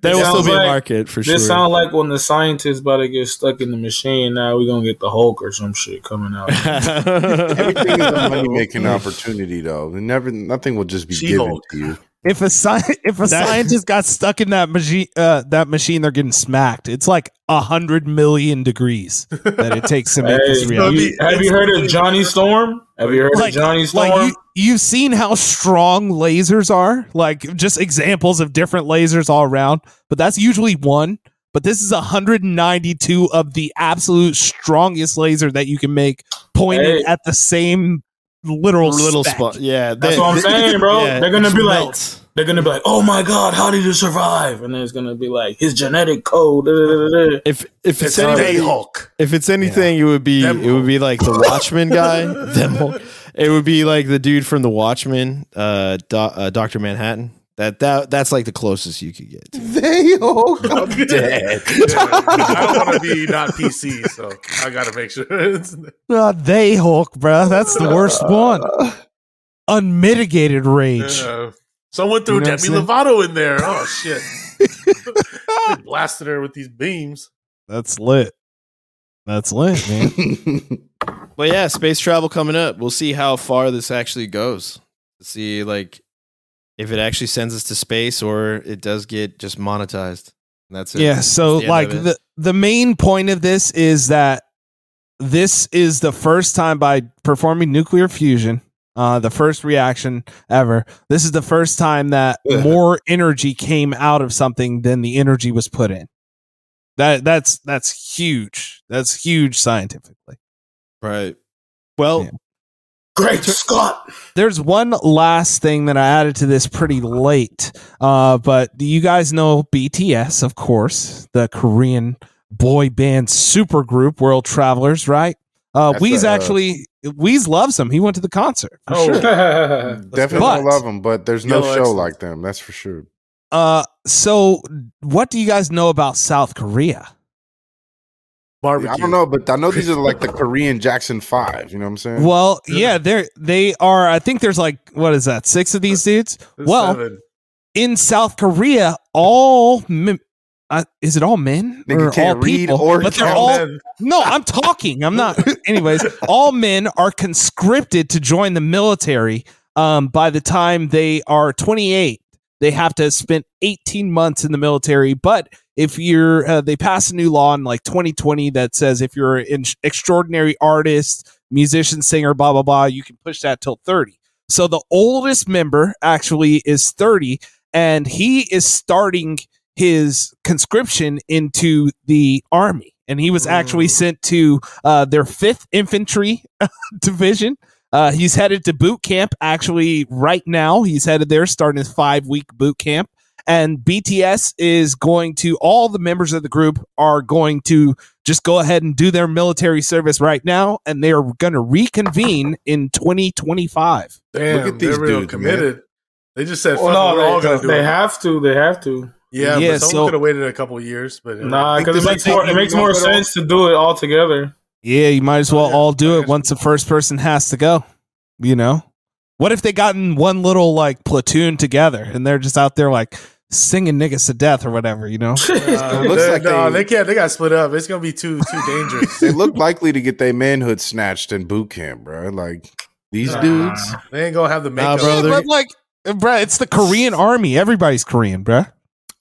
Speaker 6: There will still
Speaker 7: sounds
Speaker 6: be a
Speaker 7: like-
Speaker 6: market for sure.
Speaker 7: This sounds like when the scientists about to get stuck in the machine. Now we gonna get the Hulk or some shit coming out.
Speaker 5: Everything is a money making opportunity, though. They never, nothing will just be given
Speaker 2: She-Hulk.
Speaker 5: to you.
Speaker 3: If a sci- if a
Speaker 6: That-
Speaker 3: scientist got stuck in that machine, uh, that machine, they're getting smacked. It's like a hundred million degrees that it takes to make this
Speaker 7: Hey,
Speaker 2: That'd
Speaker 3: reality.
Speaker 2: be-
Speaker 7: you- have you heard of Johnny Storm? Have you heard
Speaker 3: Like-
Speaker 7: of Johnny Storm?
Speaker 3: Like you, you've seen how strong lasers are. Like just examples of different lasers all around, but that's usually one. But this is 192 of the absolute strongest laser that you can make pointed
Speaker 7: Hey.
Speaker 3: at the same literal
Speaker 6: little
Speaker 3: speck.
Speaker 6: spot. Yeah,
Speaker 7: That's what I'm saying, bro. They're gonna be like-
Speaker 6: melt.
Speaker 7: They're gonna be like, "Oh my God, how did you survive?" And then it's gonna be like his genetic code. da, da, da, da, da.
Speaker 6: if if
Speaker 2: it's
Speaker 6: it's
Speaker 2: a day
Speaker 6: anybody,
Speaker 2: Hulk.
Speaker 6: if it's anything, it would be
Speaker 2: Them
Speaker 6: it would be like the Watchman guy. Them whole- it would be like the dude from the Watchmen, uh, Do- uh Doctor Manhattan. That that that's like the closest you could get. To.
Speaker 5: They
Speaker 6: oh,
Speaker 5: Hulk, I'm dead.
Speaker 2: I don't want to be not PC, so I gotta make sure. It's,
Speaker 3: Uh, they Hulk, bro. That's the worst one. Unmitigated rage.
Speaker 2: uh, someone threw
Speaker 3: You know what I'm
Speaker 2: Demi
Speaker 3: saying?
Speaker 2: Lovato in there. Oh shit! They blasted her with these beams.
Speaker 3: That's lit. That's lit, man.
Speaker 6: But yeah, space travel coming up. We'll see how far this actually goes. See like if it actually sends us to space or it does get just monetized. And that's it.
Speaker 3: yeah. So,
Speaker 6: That's the end
Speaker 3: like
Speaker 6: of it.
Speaker 3: the the main point of this is that this is the first time by performing nuclear fusion, uh, the first reaction ever. This is the first time that more energy came out of something than the energy was put in. That that's that's huge. That's huge scientifically.
Speaker 6: right. Well,
Speaker 3: Yeah.
Speaker 7: Great Scott!
Speaker 3: There's one last thing that I added to this pretty late, uh, but do you guys know BTS, of course, the Korean boy band supergroup World Travelers, right? Uh,
Speaker 5: That's
Speaker 3: Weez
Speaker 5: a-
Speaker 3: actually, Weez loves them. He went to the concert. for
Speaker 2: Oh,
Speaker 3: sure.
Speaker 5: Definitely
Speaker 3: But-
Speaker 5: don't love them, but there's no
Speaker 2: Yellow
Speaker 5: show
Speaker 2: Excellence.
Speaker 5: like them. That's for sure.
Speaker 3: Uh, so, what do you guys know about South Korea?
Speaker 2: Barbecue.
Speaker 5: I don't know, but I know these are like the Korean Jackson Five. You know what I'm saying?
Speaker 3: Well, yeah, they're they are. I think there's like what is that? Six of these dudes. Well,
Speaker 2: Seven.
Speaker 3: in South Korea, all mem- uh, is it all men
Speaker 5: Nigga can't
Speaker 3: all
Speaker 5: read or
Speaker 3: but they're
Speaker 5: count.
Speaker 3: all
Speaker 2: Then-
Speaker 3: No, I'm talking. I'm not. Anyways, all men are conscripted to join the military. Um, by the time they are 28, they have to spend 18 months in the military. But if you're, uh, they pass a new law in like 2020 that says if you're an extraordinary artist, musician, singer, blah blah blah, you can push that till 30. So the oldest member actually is 30, and he is starting his conscription into the army. And he was actually sent to uh, their fifth infantry division, Uh, he's headed to boot camp actually right now. He's headed there, starting his five week boot camp. And BTS is going to, all the members of the group are going to just go ahead and do their military service right now. And they are going to reconvene in 2025.
Speaker 2: Damn,
Speaker 5: Look at these
Speaker 2: they're real
Speaker 5: dudes,
Speaker 2: committed. They just said, "Fuck,
Speaker 4: Well,
Speaker 2: we're all
Speaker 4: no,
Speaker 2: gonna
Speaker 4: they,
Speaker 2: do
Speaker 4: they
Speaker 2: it."
Speaker 4: have to. They have to.
Speaker 2: yeah,
Speaker 3: Yeah,
Speaker 2: but someone
Speaker 3: so-
Speaker 2: could have waited a couple of years, but uh,
Speaker 4: Nah,
Speaker 5: think
Speaker 4: because
Speaker 5: this
Speaker 4: it makes
Speaker 5: is
Speaker 4: more.
Speaker 5: taking
Speaker 4: It makes
Speaker 5: longer
Speaker 4: more
Speaker 5: at all.
Speaker 4: sense to do it all together.
Speaker 3: Yeah, you might as well
Speaker 2: Oh, Yeah,
Speaker 3: all do
Speaker 2: I
Speaker 3: it
Speaker 2: guess.
Speaker 3: once the first person has to go. You know? What if they gotten one little like platoon together and they're just out there like singing niggas to death or whatever, you know?
Speaker 2: uh,
Speaker 5: It looks
Speaker 2: they-
Speaker 5: like
Speaker 2: no,
Speaker 5: they-
Speaker 2: they can't. They got split up. It's gonna be too too dangerous.
Speaker 5: They look likely to get their manhood snatched in boot camp, bro. Like these
Speaker 4: Nah.
Speaker 5: dudes.
Speaker 2: they ain't gonna have the
Speaker 6: Nah,
Speaker 2: makeup.
Speaker 6: bro, they're-
Speaker 3: but like bruh, it's the Korean army. Everybody's Korean, bruh.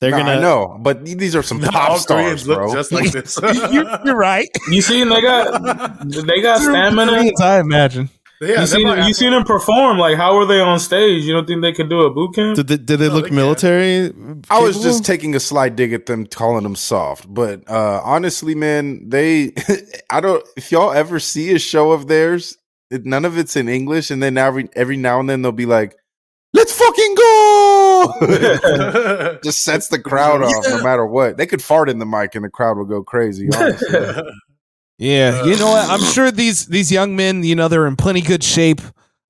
Speaker 6: They're
Speaker 5: Nah, I
Speaker 6: gonna
Speaker 5: know, but these are some
Speaker 2: Not
Speaker 5: pop
Speaker 2: all
Speaker 5: stars,
Speaker 2: Koreans
Speaker 5: bro.
Speaker 2: look just like this.
Speaker 3: you're, you're right.
Speaker 4: You see, they got they got
Speaker 3: They're
Speaker 4: stamina.
Speaker 3: Koreans, I imagine.
Speaker 2: yeah,
Speaker 4: you seen
Speaker 2: they're
Speaker 4: you seen them perform. Like, how were they on stage? You don't think they could do a boot camp?
Speaker 6: Did they, did they
Speaker 2: No,
Speaker 6: look
Speaker 2: they can't.
Speaker 6: military?
Speaker 5: I was
Speaker 6: capable?
Speaker 5: just taking a slight dig at them, calling them soft. But uh, honestly, man, they, I don't, if y'all ever see a show of theirs, it, none of it's in English. And then every, every now and then they'll be like, let's fucking go.
Speaker 2: probably-
Speaker 5: just sets the crowd off no matter what. They could fart in the mic and the crowd will go crazy. honestly.
Speaker 2: Uh,
Speaker 3: Yeah. you know what? I'm sure these these young men, you know, they're in plenty good shape.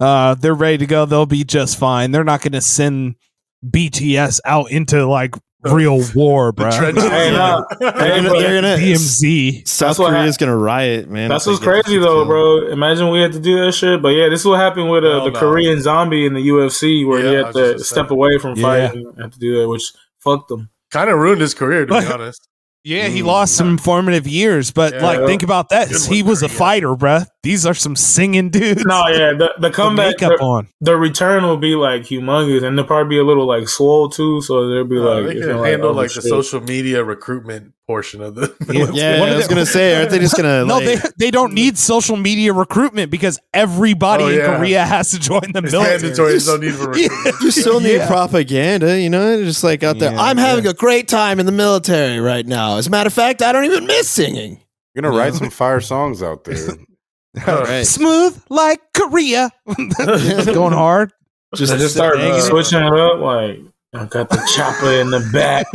Speaker 3: Uh they're ready to go. They'll be just fine. They're not gonna send BTS out into like real war,
Speaker 2: Uh, The
Speaker 3: bruh.
Speaker 2: trenches.
Speaker 4: Hey, nah.
Speaker 6: They're
Speaker 4: Hey,
Speaker 6: gonna,
Speaker 4: but
Speaker 6: they're gonna-
Speaker 3: DMZ.
Speaker 6: South
Speaker 4: That's what
Speaker 6: Korea's gonna riot, man.
Speaker 4: That's
Speaker 6: if
Speaker 4: what's
Speaker 6: they get
Speaker 4: crazy though,
Speaker 6: killed.
Speaker 4: bro. Imagine we had to do that shit. But yeah, this is what happened with uh,
Speaker 2: Hell
Speaker 4: the
Speaker 2: no.
Speaker 4: Korean zombie in the UFC, where
Speaker 2: Yeah,
Speaker 4: he
Speaker 2: I
Speaker 4: had
Speaker 2: was just
Speaker 4: to
Speaker 2: gonna
Speaker 4: step
Speaker 2: say.
Speaker 4: away from
Speaker 3: Yeah.
Speaker 4: fighting and to do that, which fucked them.
Speaker 2: kind of ruined his career to be
Speaker 3: Like-
Speaker 2: honest.
Speaker 3: Yeah, he lost some formative years, but
Speaker 2: Mm. Yeah.
Speaker 3: like, think about this.
Speaker 2: Good
Speaker 3: He
Speaker 2: one
Speaker 3: was a
Speaker 2: there, yeah.
Speaker 3: fighter, bruh. These are some singing dudes.
Speaker 4: No, yeah, the, the
Speaker 3: Put
Speaker 4: comeback,
Speaker 3: makeup
Speaker 4: the,
Speaker 3: on.
Speaker 4: the return will be like humongous, and they'll probably be a little like swole too. So they'll be
Speaker 2: Uh,
Speaker 4: like,
Speaker 2: they
Speaker 4: it's
Speaker 2: could
Speaker 4: not
Speaker 2: handle
Speaker 4: oh,
Speaker 2: like the
Speaker 4: shit.
Speaker 2: social media recruitment portion of the.
Speaker 6: Yeah,
Speaker 3: What
Speaker 6: I
Speaker 3: are
Speaker 6: was
Speaker 3: they-
Speaker 6: gonna say, aren't they just gonna?
Speaker 3: No,
Speaker 6: like,
Speaker 3: they they don't need social media recruitment because everybody
Speaker 2: Oh,
Speaker 3: in
Speaker 2: yeah.
Speaker 3: Korea has to join the
Speaker 2: It's
Speaker 3: military.
Speaker 2: mandatory. There's no need for recruitment.
Speaker 6: You still need
Speaker 3: Yeah.
Speaker 6: propaganda, you know, just like out there.
Speaker 3: Yeah,
Speaker 6: I'm having a great time in the military right now. As a matter of fact, I don't even miss singing.
Speaker 5: You're going to write some fire songs out there.
Speaker 6: Right.
Speaker 3: Smooth like Korea, going hard.
Speaker 4: Just, just start uh,
Speaker 6: hanging
Speaker 2: Uh,
Speaker 6: out.
Speaker 4: switching it up. Like, I got the chopper in the back.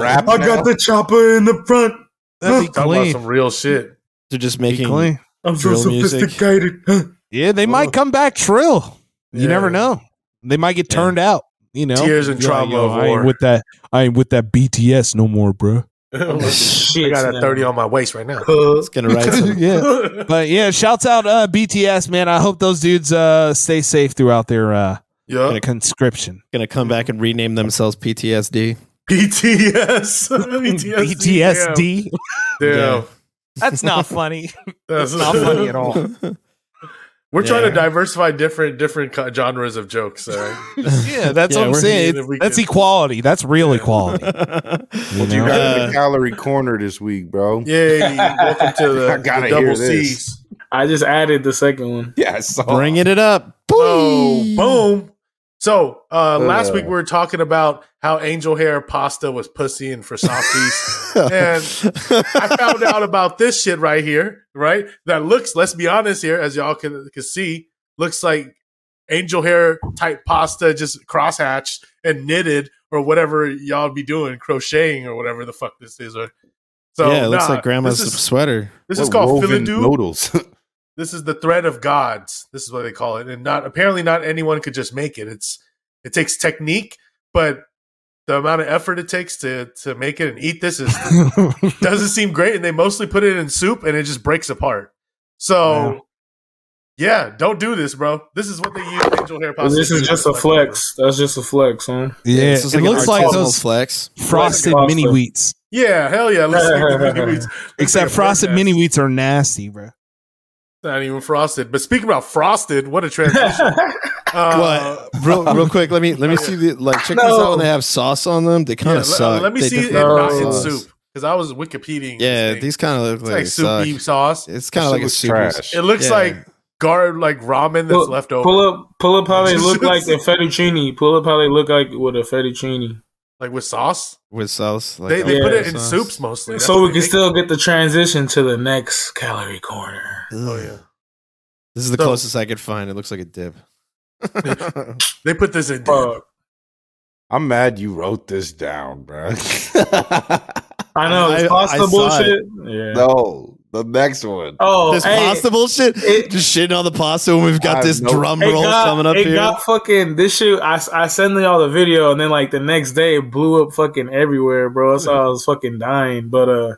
Speaker 5: rap
Speaker 4: I
Speaker 5: now?
Speaker 4: got the chopper in the front.
Speaker 3: That'd be
Speaker 2: Talk about
Speaker 3: clean.
Speaker 2: some real shit.
Speaker 6: They're just
Speaker 3: Be
Speaker 6: making.
Speaker 3: clean.
Speaker 4: I'm so
Speaker 6: Drill music.
Speaker 4: sophisticated.
Speaker 3: Yeah, they might come back trill. You
Speaker 2: Yeah.
Speaker 3: never know. They might get
Speaker 6: Yeah.
Speaker 3: turned out. You know,
Speaker 2: Tears and
Speaker 3: Be like,
Speaker 2: trauma
Speaker 3: "Yo,
Speaker 2: of
Speaker 3: I
Speaker 2: war."
Speaker 3: ain't with that. I ain't with that BTS no more, bro.
Speaker 2: I
Speaker 4: Shit,
Speaker 2: got a
Speaker 4: man.
Speaker 2: thirty on my waist right now.
Speaker 6: It's gonna write some.
Speaker 3: yeah. But yeah, shouts out uh, BTS, man. I hope those dudes uh, stay safe throughout their uh,
Speaker 2: yeah,
Speaker 3: conscription.
Speaker 6: Gonna come back and rename themselves PTSD.
Speaker 2: BTS, BTSD.
Speaker 3: BTSD.
Speaker 2: Damn.
Speaker 6: Yeah.
Speaker 3: That's not funny.
Speaker 2: That's
Speaker 3: not Oh, funny at all.
Speaker 2: We're trying
Speaker 6: Yeah.
Speaker 2: to diversify different different co- genres of jokes. all right?
Speaker 3: yeah, that's
Speaker 6: Yeah,
Speaker 3: what I'm
Speaker 6: we're-
Speaker 3: saying.
Speaker 2: if we
Speaker 3: That's
Speaker 2: could-
Speaker 3: equality. That's real equality. You
Speaker 5: You
Speaker 3: know?
Speaker 5: got in
Speaker 6: Uh,
Speaker 5: the calorie corner this week, bro.
Speaker 2: Yay! Welcome to the,
Speaker 5: I gotta
Speaker 2: the double
Speaker 5: hear this.
Speaker 2: C's.
Speaker 4: I just added the second one.
Speaker 5: Yeah, I saw.
Speaker 6: Bringing it up.
Speaker 2: Oh,
Speaker 6: Boing.
Speaker 2: boom. So uh, last
Speaker 5: Uh.
Speaker 2: week we were talking about how angel hair pasta was pussy and for softies. and I found out about this shit right here, right? That looks, let's be honest here, as y'all can, can see, looks like angel hair type pasta just crosshatched and knitted or whatever y'all be doing, crocheting or whatever the fuck this is. Or, so
Speaker 6: yeah, it looks
Speaker 2: nah,
Speaker 6: like grandma's
Speaker 2: This is,
Speaker 6: sweater.
Speaker 2: this is
Speaker 5: What
Speaker 2: called
Speaker 5: woven
Speaker 2: Philidoo.
Speaker 5: noodles.
Speaker 2: this is the thread of gods this is what they call it and not apparently not anyone could just make it it's it takes technique but the amount of effort it takes to to make it and eat this is doesn't seem great and they mostly put it in soup and it just breaks apart so yeah don't do this bro this is what they use angel hair pasta
Speaker 4: This
Speaker 2: to
Speaker 4: is
Speaker 2: do.
Speaker 4: just a flex. That's just a flex, huh?
Speaker 3: yeah,
Speaker 6: This is
Speaker 3: it
Speaker 6: an
Speaker 3: looks like
Speaker 6: artisanal
Speaker 3: those
Speaker 6: flex.
Speaker 3: frosted
Speaker 4: Frosted.
Speaker 3: mini wheats.
Speaker 2: yeah hell yeah let's make the mini wheats. Looks
Speaker 3: Except
Speaker 2: like a
Speaker 3: frosted
Speaker 2: bread
Speaker 3: mini
Speaker 2: basket.
Speaker 3: wheats are nasty, bro.
Speaker 2: not even frosted but speaking about frosted what a transition Uh,
Speaker 6: What? real, real quick. Let me let me see the like. Check this out. When they have sauce on them, they kind
Speaker 2: Yeah,
Speaker 6: of
Speaker 2: le- uh,
Speaker 6: suck.
Speaker 2: Let me
Speaker 6: They
Speaker 2: see it
Speaker 6: definitely
Speaker 2: not
Speaker 6: have
Speaker 2: in
Speaker 6: sauce.
Speaker 2: soup because I was Wikipediaing.
Speaker 6: Yeah,
Speaker 2: this thing.
Speaker 6: these kind of look
Speaker 2: it's
Speaker 6: like,
Speaker 2: like
Speaker 6: they
Speaker 2: soupy
Speaker 6: suck.
Speaker 2: sauce.
Speaker 6: It's kind of like a
Speaker 5: Looks
Speaker 6: soup.
Speaker 5: trash.
Speaker 2: It looks
Speaker 6: Yeah.
Speaker 2: like guard like ramen that's
Speaker 4: Pull-
Speaker 2: left over,
Speaker 4: Pull up, pull up how they look like in fettuccine. Pull up how they look like with a fettuccine,
Speaker 2: like with sauce.
Speaker 6: with sauce. Like
Speaker 2: they they
Speaker 4: yeah,
Speaker 2: put it in
Speaker 6: sauce.
Speaker 2: soups mostly. That's
Speaker 4: so
Speaker 2: what
Speaker 4: we
Speaker 2: they
Speaker 4: can
Speaker 2: make.
Speaker 4: still get the transition to the next calorie corner.
Speaker 2: Oh yeah.
Speaker 6: This is the
Speaker 2: So-
Speaker 6: closest I could find. It looks like a dip.
Speaker 2: They put this in.
Speaker 7: Bro,
Speaker 5: I'm mad you wrote this down, bro.
Speaker 7: I know
Speaker 6: I-
Speaker 7: it's
Speaker 6: I
Speaker 7: pasta
Speaker 6: saw
Speaker 7: bullshit. Yeah.
Speaker 5: no, the next one.
Speaker 7: Oh,
Speaker 6: this
Speaker 7: hey,
Speaker 6: pasta bullshit.
Speaker 7: it-
Speaker 6: Just shitting on the pasta when we've
Speaker 5: I
Speaker 6: got
Speaker 5: have
Speaker 6: this
Speaker 5: no-
Speaker 6: drum
Speaker 7: it
Speaker 6: roll
Speaker 7: got,
Speaker 6: coming up
Speaker 7: it
Speaker 6: here.
Speaker 7: got fucking this shit. I, I sent y'all the video, and then like the next day, it blew up fucking everywhere, bro. That's how I was fucking dying. But uh,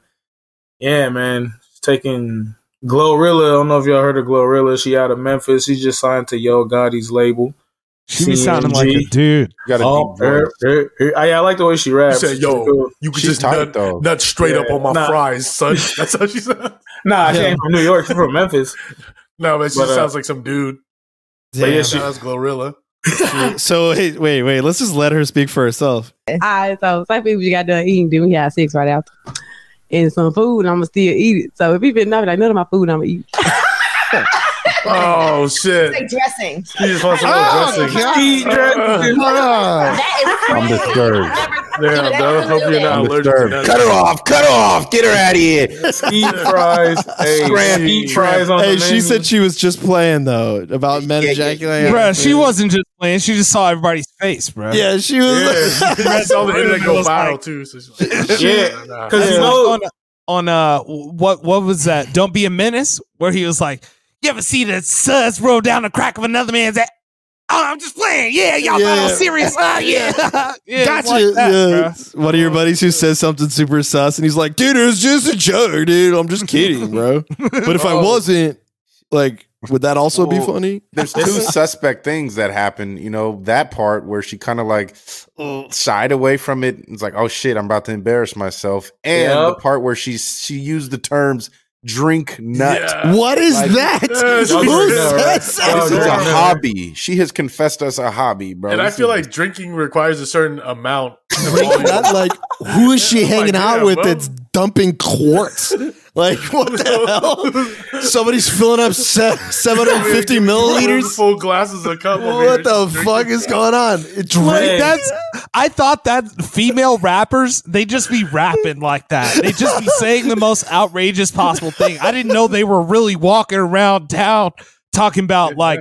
Speaker 7: yeah, man, She's taking Glorilla. I don't know if y'all heard of Glorilla. She out of Memphis. She just signed to Yo Gotti's label.
Speaker 3: She be sounding like a
Speaker 7: CMG.
Speaker 3: dude.
Speaker 5: You got a
Speaker 7: Oh,
Speaker 5: deep voice.
Speaker 7: er, er, er. I, I like the way she
Speaker 2: You
Speaker 7: raps.
Speaker 2: said,
Speaker 7: She's
Speaker 2: "Yo,
Speaker 7: cool.
Speaker 2: you could
Speaker 5: She's
Speaker 2: just
Speaker 5: tight,
Speaker 2: nut,
Speaker 5: though.
Speaker 2: nut straight up
Speaker 7: Yeah,
Speaker 2: on my
Speaker 7: nah.
Speaker 2: fries, son." That's how she sounds.
Speaker 7: Nah, I
Speaker 6: Yeah.
Speaker 7: came from New York. She's from Memphis.
Speaker 2: No, but she
Speaker 7: But,
Speaker 2: just
Speaker 7: uh,
Speaker 2: sounds like some dude.
Speaker 7: But yeah,
Speaker 6: Damn.
Speaker 7: she-
Speaker 2: Shout out to Glorilla.
Speaker 6: so wait, wait, wait. Let's just let her speak for herself.
Speaker 8: I so some people you got done eating, then we had sex right after. And some food, I'ma still eat it. So if he been up, like none of my food, I'ma eat.
Speaker 2: Oh shit!
Speaker 9: Like dressing.
Speaker 2: She just wants some
Speaker 5: Oh,
Speaker 2: little dressing.
Speaker 5: God.
Speaker 7: She dressing.
Speaker 5: Ah, I'm
Speaker 9: That is crazy.
Speaker 5: disturbed.
Speaker 9: I've never-
Speaker 2: Damn, dog. Hope you're not
Speaker 5: I'm
Speaker 2: allergic to
Speaker 5: disturbed. Cut her
Speaker 2: nuts.
Speaker 5: off. Cut her off. Get her out of here.
Speaker 7: Deep fries. Hey,
Speaker 5: Scram,
Speaker 7: deep
Speaker 5: scram.
Speaker 7: fries
Speaker 2: Oh,
Speaker 7: on
Speaker 6: Hey,
Speaker 7: the
Speaker 6: she
Speaker 7: menu.
Speaker 6: said she was just playing though about men
Speaker 5: Yeah, yeah,
Speaker 6: ejaculating.
Speaker 3: Bruh, she wasn't just playing. She just saw everybody's face, bruh.
Speaker 6: Yeah, she was.
Speaker 2: Yeah, that's all the internet go
Speaker 3: It was
Speaker 2: viral
Speaker 3: like-
Speaker 2: too. So she's like,
Speaker 7: Yeah.
Speaker 2: nah.
Speaker 7: Cause
Speaker 3: Like
Speaker 7: you know,
Speaker 3: on, on uh what what was that? Don't be a menace, where he was like, You ever see the suds roll down the crack of another man's ass? Oh, I'm just playing. Yeah, y'all thought I
Speaker 6: Yeah.
Speaker 3: was serious. Oh, yeah. yeah
Speaker 6: Gotcha.
Speaker 3: like that,
Speaker 6: yeah.
Speaker 3: bruh.
Speaker 6: One of your buddies who says something super sus, and he's like, "Dude, it was just a joke, dude. I'm just kidding, bro. But if I
Speaker 5: Oh.
Speaker 6: wasn't, like, would that also be
Speaker 5: Well,
Speaker 6: funny?
Speaker 5: There's two suspect things that happen. You know that part where she kind of like uh, shied away from it. It's like, oh shit, I'm about to embarrass myself. And the
Speaker 7: Yep.
Speaker 5: part where she she used the terms "drink nut."
Speaker 2: Yeah.
Speaker 6: what is
Speaker 5: Like-
Speaker 6: that?
Speaker 2: Yeah, she-
Speaker 6: Who
Speaker 2: Yeah, right.
Speaker 6: says
Speaker 7: Oh,
Speaker 5: This is
Speaker 6: that?
Speaker 5: a
Speaker 7: yeah.
Speaker 5: hobby. She has confessed us a hobby, bro.
Speaker 2: And I
Speaker 5: This is-
Speaker 2: feel like drinking requires a certain amount. of
Speaker 6: Drink
Speaker 2: volume.
Speaker 6: nut? Like, who is she
Speaker 2: Yeah,
Speaker 6: hanging
Speaker 2: Oh, like,
Speaker 6: out
Speaker 2: yeah,
Speaker 6: with
Speaker 2: bro.
Speaker 6: that's dumping quarts? Like, what the hell? Somebody's filling up se- 750 milliliters.
Speaker 2: full glasses a cup. over
Speaker 6: What
Speaker 2: here.
Speaker 6: the
Speaker 2: Drinking-
Speaker 6: fuck is going on? It
Speaker 3: Like,
Speaker 6: drink.
Speaker 3: that's I thought that female rappers they just be rapping like that. They just be saying the most outrageous possible thing. I didn't know they were really walking around town talking about like,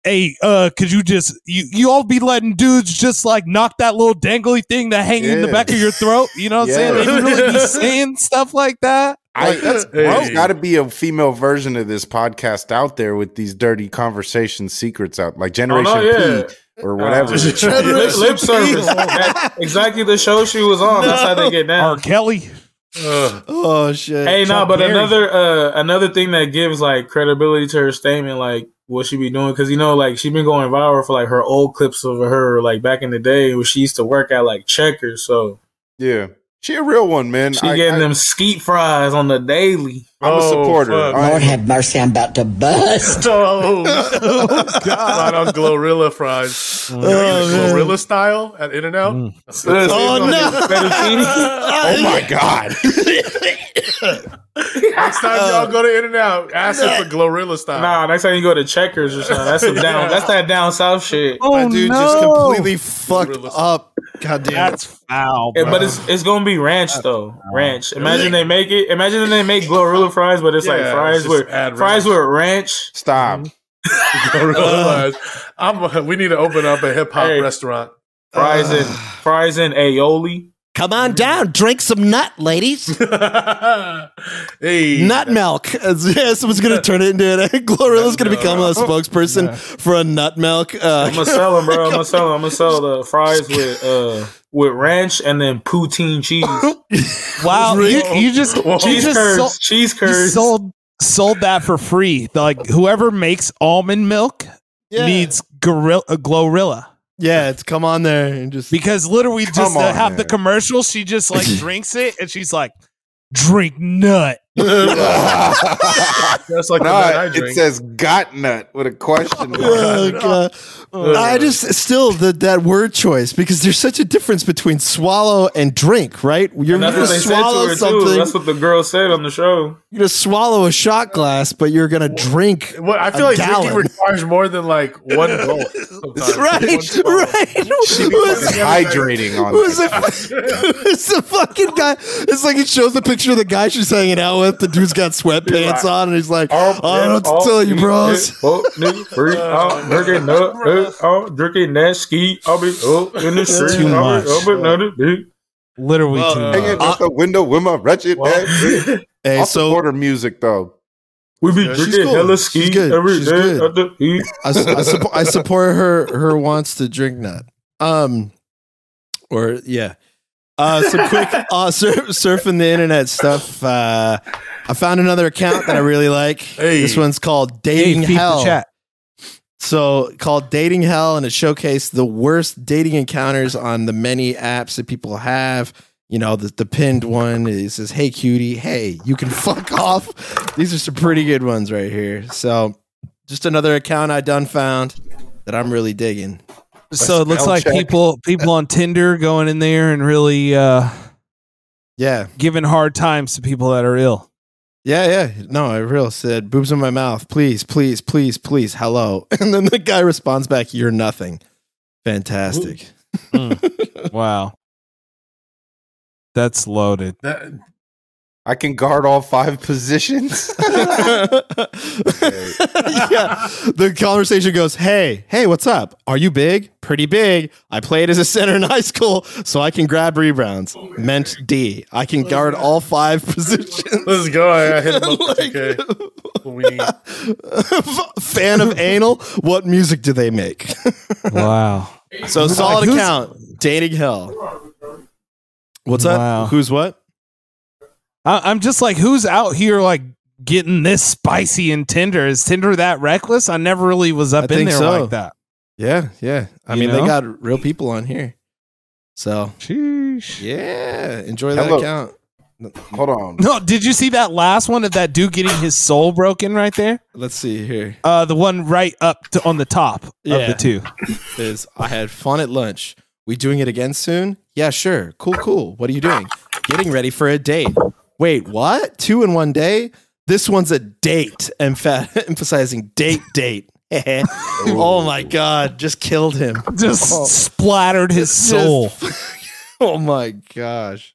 Speaker 3: hey, uh, could you just you you all be letting dudes just like knock that little dangly thing that hang in the
Speaker 5: Yeah.
Speaker 3: back of your throat? You know what I'm saying? They
Speaker 5: Yeah.
Speaker 3: really be saying stuff like that.
Speaker 5: I, that's
Speaker 2: Hey.
Speaker 5: There's got to be a female version of this podcast out there with these dirty conversation secrets out, like Generation
Speaker 7: yeah.
Speaker 5: P or whatever.
Speaker 2: Uh,
Speaker 7: lip, lip service. That- exactly the show she was on. That's how they get
Speaker 3: R.
Speaker 7: down.
Speaker 3: Kelly.
Speaker 2: Ugh.
Speaker 6: Oh shit.
Speaker 7: Hey, no,
Speaker 3: Chuck
Speaker 7: but
Speaker 3: Berry.
Speaker 7: another uh, another thing that gives like credibility to her statement, like what she be doing, because you know, like she been going viral for like her old clips of her, like back in the day where she used to work at like Checkers. So
Speaker 5: yeah, she a real one, man.
Speaker 7: she
Speaker 5: I,
Speaker 7: getting
Speaker 5: I,
Speaker 7: them skeet fries on the daily.
Speaker 5: I'm a
Speaker 2: Oh,
Speaker 5: supporter.
Speaker 2: fuck.
Speaker 5: I-
Speaker 10: Lord have mercy, I'm about to bust.
Speaker 2: Oh, God. Right on Glorilla fries.
Speaker 6: man.
Speaker 2: Glorilla style at In and Out.
Speaker 6: Oh,
Speaker 7: Fettuccine.
Speaker 5: oh my god!
Speaker 2: Next time y'all go to In and Out, ask them for Glorilla style.
Speaker 7: nah, next time you go to Checkers or something, that's some down. That's that down south shit.
Speaker 6: My dude just
Speaker 3: no.
Speaker 6: completely fucked up. God damn.
Speaker 3: That's foul.
Speaker 7: Yeah,
Speaker 3: bro.
Speaker 7: Eh, but it's it's gonna be ranch though. Ranch. Imagine they make it. Imagine they make Glorilla fries, but it's
Speaker 2: Yeah,
Speaker 7: like fries
Speaker 2: just
Speaker 7: with
Speaker 2: add
Speaker 7: fries with ranch.
Speaker 5: Stop.
Speaker 2: Glorilla fries. I'm, we need to open up a hip hop
Speaker 7: Hey.
Speaker 2: restaurant.
Speaker 7: Fries
Speaker 6: Uh.
Speaker 7: and fries and aioli.
Speaker 6: Come on down, drink some nut, ladies.
Speaker 2: hey.
Speaker 6: nut milk. Yeah, someone's gonna turn it into it. Glorilla's gonna become a spokesperson for a nut milk.
Speaker 7: I'm
Speaker 6: Uh,
Speaker 7: gonna sell them, bro. I'm gonna sell them. I'm gonna sell the fries with uh with ranch and then poutine cheese,
Speaker 3: wow. You, you just you
Speaker 7: cheese
Speaker 3: just
Speaker 7: curds,
Speaker 3: sold-
Speaker 7: cheese
Speaker 3: You
Speaker 7: curds.
Speaker 3: sold sold that for free. Like whoever makes almond milk
Speaker 6: yeah.
Speaker 3: needs gorilla uh, Glorilla
Speaker 6: yeah, it's come on there and just
Speaker 3: because literally just
Speaker 5: Come
Speaker 3: to
Speaker 5: on,
Speaker 3: have the
Speaker 5: man.
Speaker 3: commercial, she just like drinks it and she's like, "Drink nut."
Speaker 2: That's like the nut I
Speaker 5: Nah, it
Speaker 2: drink.
Speaker 5: says "got nut" with a question mark.
Speaker 6: Oh, God. I just still the, that word choice because there's such a difference between swallow and drink, right? You're
Speaker 7: And that's
Speaker 6: gonna
Speaker 7: what they said to
Speaker 6: swallow
Speaker 7: her too. That's
Speaker 6: something.
Speaker 7: what the girl said on the show.
Speaker 6: You're gonna swallow a shot glass, but you're gonna drink.
Speaker 2: Well, I feel
Speaker 6: A
Speaker 2: like
Speaker 6: gallon.
Speaker 2: drinking requires more than like one gulp. sometimes.
Speaker 6: Right, right. Who's-
Speaker 5: It's hydrating on
Speaker 6: Who's
Speaker 5: it.
Speaker 6: the, who's the fucking guy? It's like it shows the picture of the guy she's hanging out mullet. The dude's got sweatpants on, and he's like,
Speaker 7: Oh,
Speaker 6: I don't know what to tell you, bros.
Speaker 7: Oh, nigga, free. Oh, drinking nut. uh, Oh, drinking that ski. I'll be oh in the street.
Speaker 3: too
Speaker 7: I'll
Speaker 3: much.
Speaker 7: be up another bitch.
Speaker 3: Literally
Speaker 6: Well,
Speaker 3: too
Speaker 6: uh,
Speaker 3: much.
Speaker 5: Hanging out the window with my wretched
Speaker 7: Well,
Speaker 5: ass.
Speaker 6: Hey,
Speaker 5: I'll
Speaker 6: so
Speaker 5: support her music though.
Speaker 7: We be
Speaker 5: Yeah, she's
Speaker 7: drinking
Speaker 6: cool.
Speaker 7: hella
Speaker 6: She's
Speaker 7: ski
Speaker 6: good.
Speaker 7: every
Speaker 6: She's
Speaker 7: day
Speaker 6: good.
Speaker 7: at the heat.
Speaker 6: I, su- I, suppo- I support her her wants to drink nut. Um, or yeah. Uh, some quick uh, sur- surfing the internet stuff. Uh, I found another account that I really like.
Speaker 2: Hey.
Speaker 6: This one's called
Speaker 3: Hey,
Speaker 6: Dating
Speaker 3: peep the
Speaker 6: Hell.
Speaker 3: chat.
Speaker 6: So called Dating Hell, and it showcased the worst dating encounters on the many apps that people have. You know, the, the pinned one is says, Hey cutie, hey, you can fuck off. These are some pretty good ones right here. So just another account I done found that I'm really digging.
Speaker 3: So it looks like
Speaker 5: check.
Speaker 3: people people on Tinder going in there and really uh
Speaker 6: Yeah.
Speaker 3: giving hard times to people that are ill.
Speaker 6: Yeah, yeah. No, I real said boobs in my mouth. Please, please, please, please. Hello. And then the guy responds back, You're nothing. Fantastic.
Speaker 3: Wow. That's loaded.
Speaker 2: That,
Speaker 5: I can guard all five positions.
Speaker 6: yeah. The conversation goes, Hey, hey, what's up? Are you big? Pretty big. I played as a center in high school, so I can grab rebounds. Meant D. I can guard all five positions.
Speaker 2: let's go. I, I hit him up.
Speaker 6: Like-
Speaker 2: Okay. We need.
Speaker 6: Fan of anal? What music do they make?
Speaker 3: Wow.
Speaker 6: so solid
Speaker 3: who's-
Speaker 6: account. Dating hell. What's up?
Speaker 3: Wow.
Speaker 6: Who's what?
Speaker 3: I, I'm just like, who's out here like getting this spicy in Tinder? Is Tinder that reckless? I never really was up
Speaker 6: I
Speaker 3: in
Speaker 6: think
Speaker 3: there
Speaker 6: so.
Speaker 3: like that.
Speaker 6: Yeah, yeah. I
Speaker 3: You
Speaker 6: mean, they
Speaker 3: know?
Speaker 6: got real people on here. So
Speaker 3: Sheesh.
Speaker 6: yeah, enjoy that
Speaker 5: Hello.
Speaker 6: account.
Speaker 5: Hold on.
Speaker 3: No, did you see that last one of that dude getting his soul broken right there?
Speaker 6: Let's see here.
Speaker 3: Uh, the one right up to, on the top of
Speaker 6: Yeah.
Speaker 3: the two.
Speaker 6: is I had fun at lunch. We doing it again soon? Yeah, sure. Cool, cool. What are you doing? Getting ready for a date. Wait, what? Two in one day? This one's a date, emph- emphasizing date, date. oh my God, just killed him.
Speaker 3: Just
Speaker 6: Oh.
Speaker 3: splattered his soul.
Speaker 6: oh my gosh.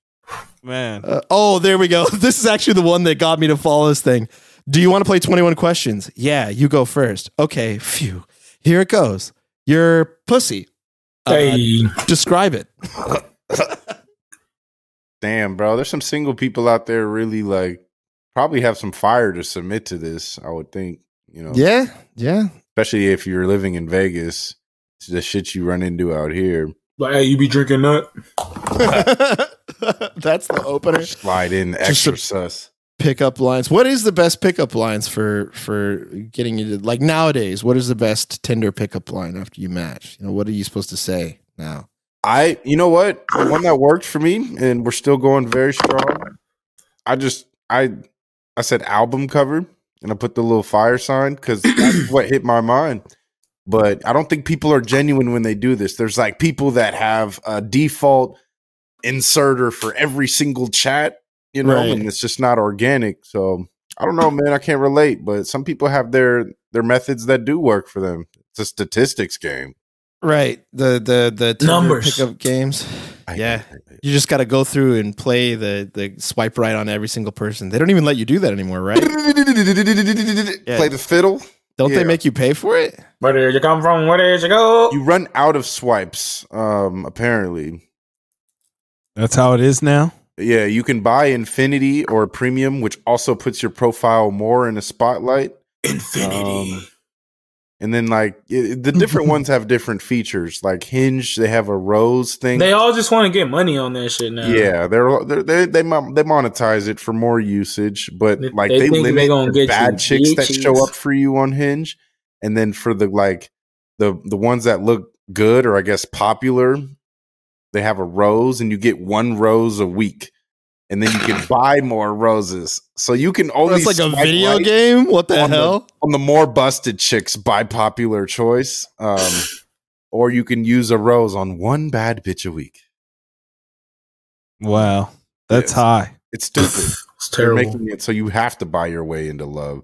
Speaker 3: Man.
Speaker 6: Uh, oh, there we go. This is actually the one that got me to follow this thing. Do you want to play 21 questions? Yeah, you go first. Okay, phew. Here it goes. Your pussy. Uh,
Speaker 7: Hey,
Speaker 6: Describe it.
Speaker 5: Damn, bro. There's some single people out there really like probably have some fire to submit to this, I would think. You know,
Speaker 6: Oh. Yeah, yeah.
Speaker 5: especially if you're living in Vegas. It's the shit you run into out here.
Speaker 7: like hey, you be drinking nut.
Speaker 6: That's the opener.
Speaker 5: Slide in the
Speaker 6: Just a-
Speaker 5: extra sus.
Speaker 6: Pickup lines. What is the best pickup lines for for getting you to like nowadays? What is the best Tinder pickup line after you match? You know, what are you supposed to say now?
Speaker 5: I you know what? The one that worked for me and we're still going very strong. I just I I said album cover and I put the little fire sign because that's what hit my mind. But I don't think people are genuine when they do this. There's like people that have a default inserter for every single chat, you know,
Speaker 6: Right.
Speaker 5: and it's just not organic. So I don't know, man. I can't relate, but some people have their their methods that do work for them. It's a statistics game.
Speaker 6: Right. The the the Tinder
Speaker 7: Numbers.
Speaker 6: pickup games. Yeah. You just got to go through and play the the swipe right on every single person. They don't even let you do that anymore, right?
Speaker 5: Play the fiddle.
Speaker 6: Don't
Speaker 5: Yeah.
Speaker 6: they make you pay for it?
Speaker 7: Where did you come from? Where did you go?
Speaker 5: You run out of swipes, um, apparently.
Speaker 3: That's how it is now.
Speaker 5: Yeah, you can buy Infinity or Premium, which also puts your profile more in the spotlight.
Speaker 7: Infinity.
Speaker 5: Um, and then, like, it, the different ones have different features. Like Hinge, they have a rose thing.
Speaker 7: They all just want to get money on that shit now.
Speaker 5: yeah, they're, they're they they mon- they monetize it for more usage, but
Speaker 7: They-
Speaker 5: like
Speaker 7: they
Speaker 5: they,
Speaker 7: think they
Speaker 5: limit
Speaker 7: gonna
Speaker 5: the
Speaker 7: get you
Speaker 5: bad chicks that show
Speaker 7: bitches.
Speaker 5: up for you on Hinge, and then for the like the the ones that look good or I guess popular, they have a rose, and you get one rose a week, and then you can buy more roses. So you can only
Speaker 6: That's like a
Speaker 5: Oh, swipe
Speaker 6: video
Speaker 5: right
Speaker 6: game. What the
Speaker 5: on the-
Speaker 6: hell?
Speaker 5: on the more busted chicks by popular choice, um, or you can use a rose on one bad bitch a week.
Speaker 3: Wow. That's
Speaker 5: Yes.
Speaker 3: high.
Speaker 5: It's stupid.
Speaker 7: It's
Speaker 5: They're
Speaker 7: terrible.
Speaker 5: making it so you have to buy your way into love.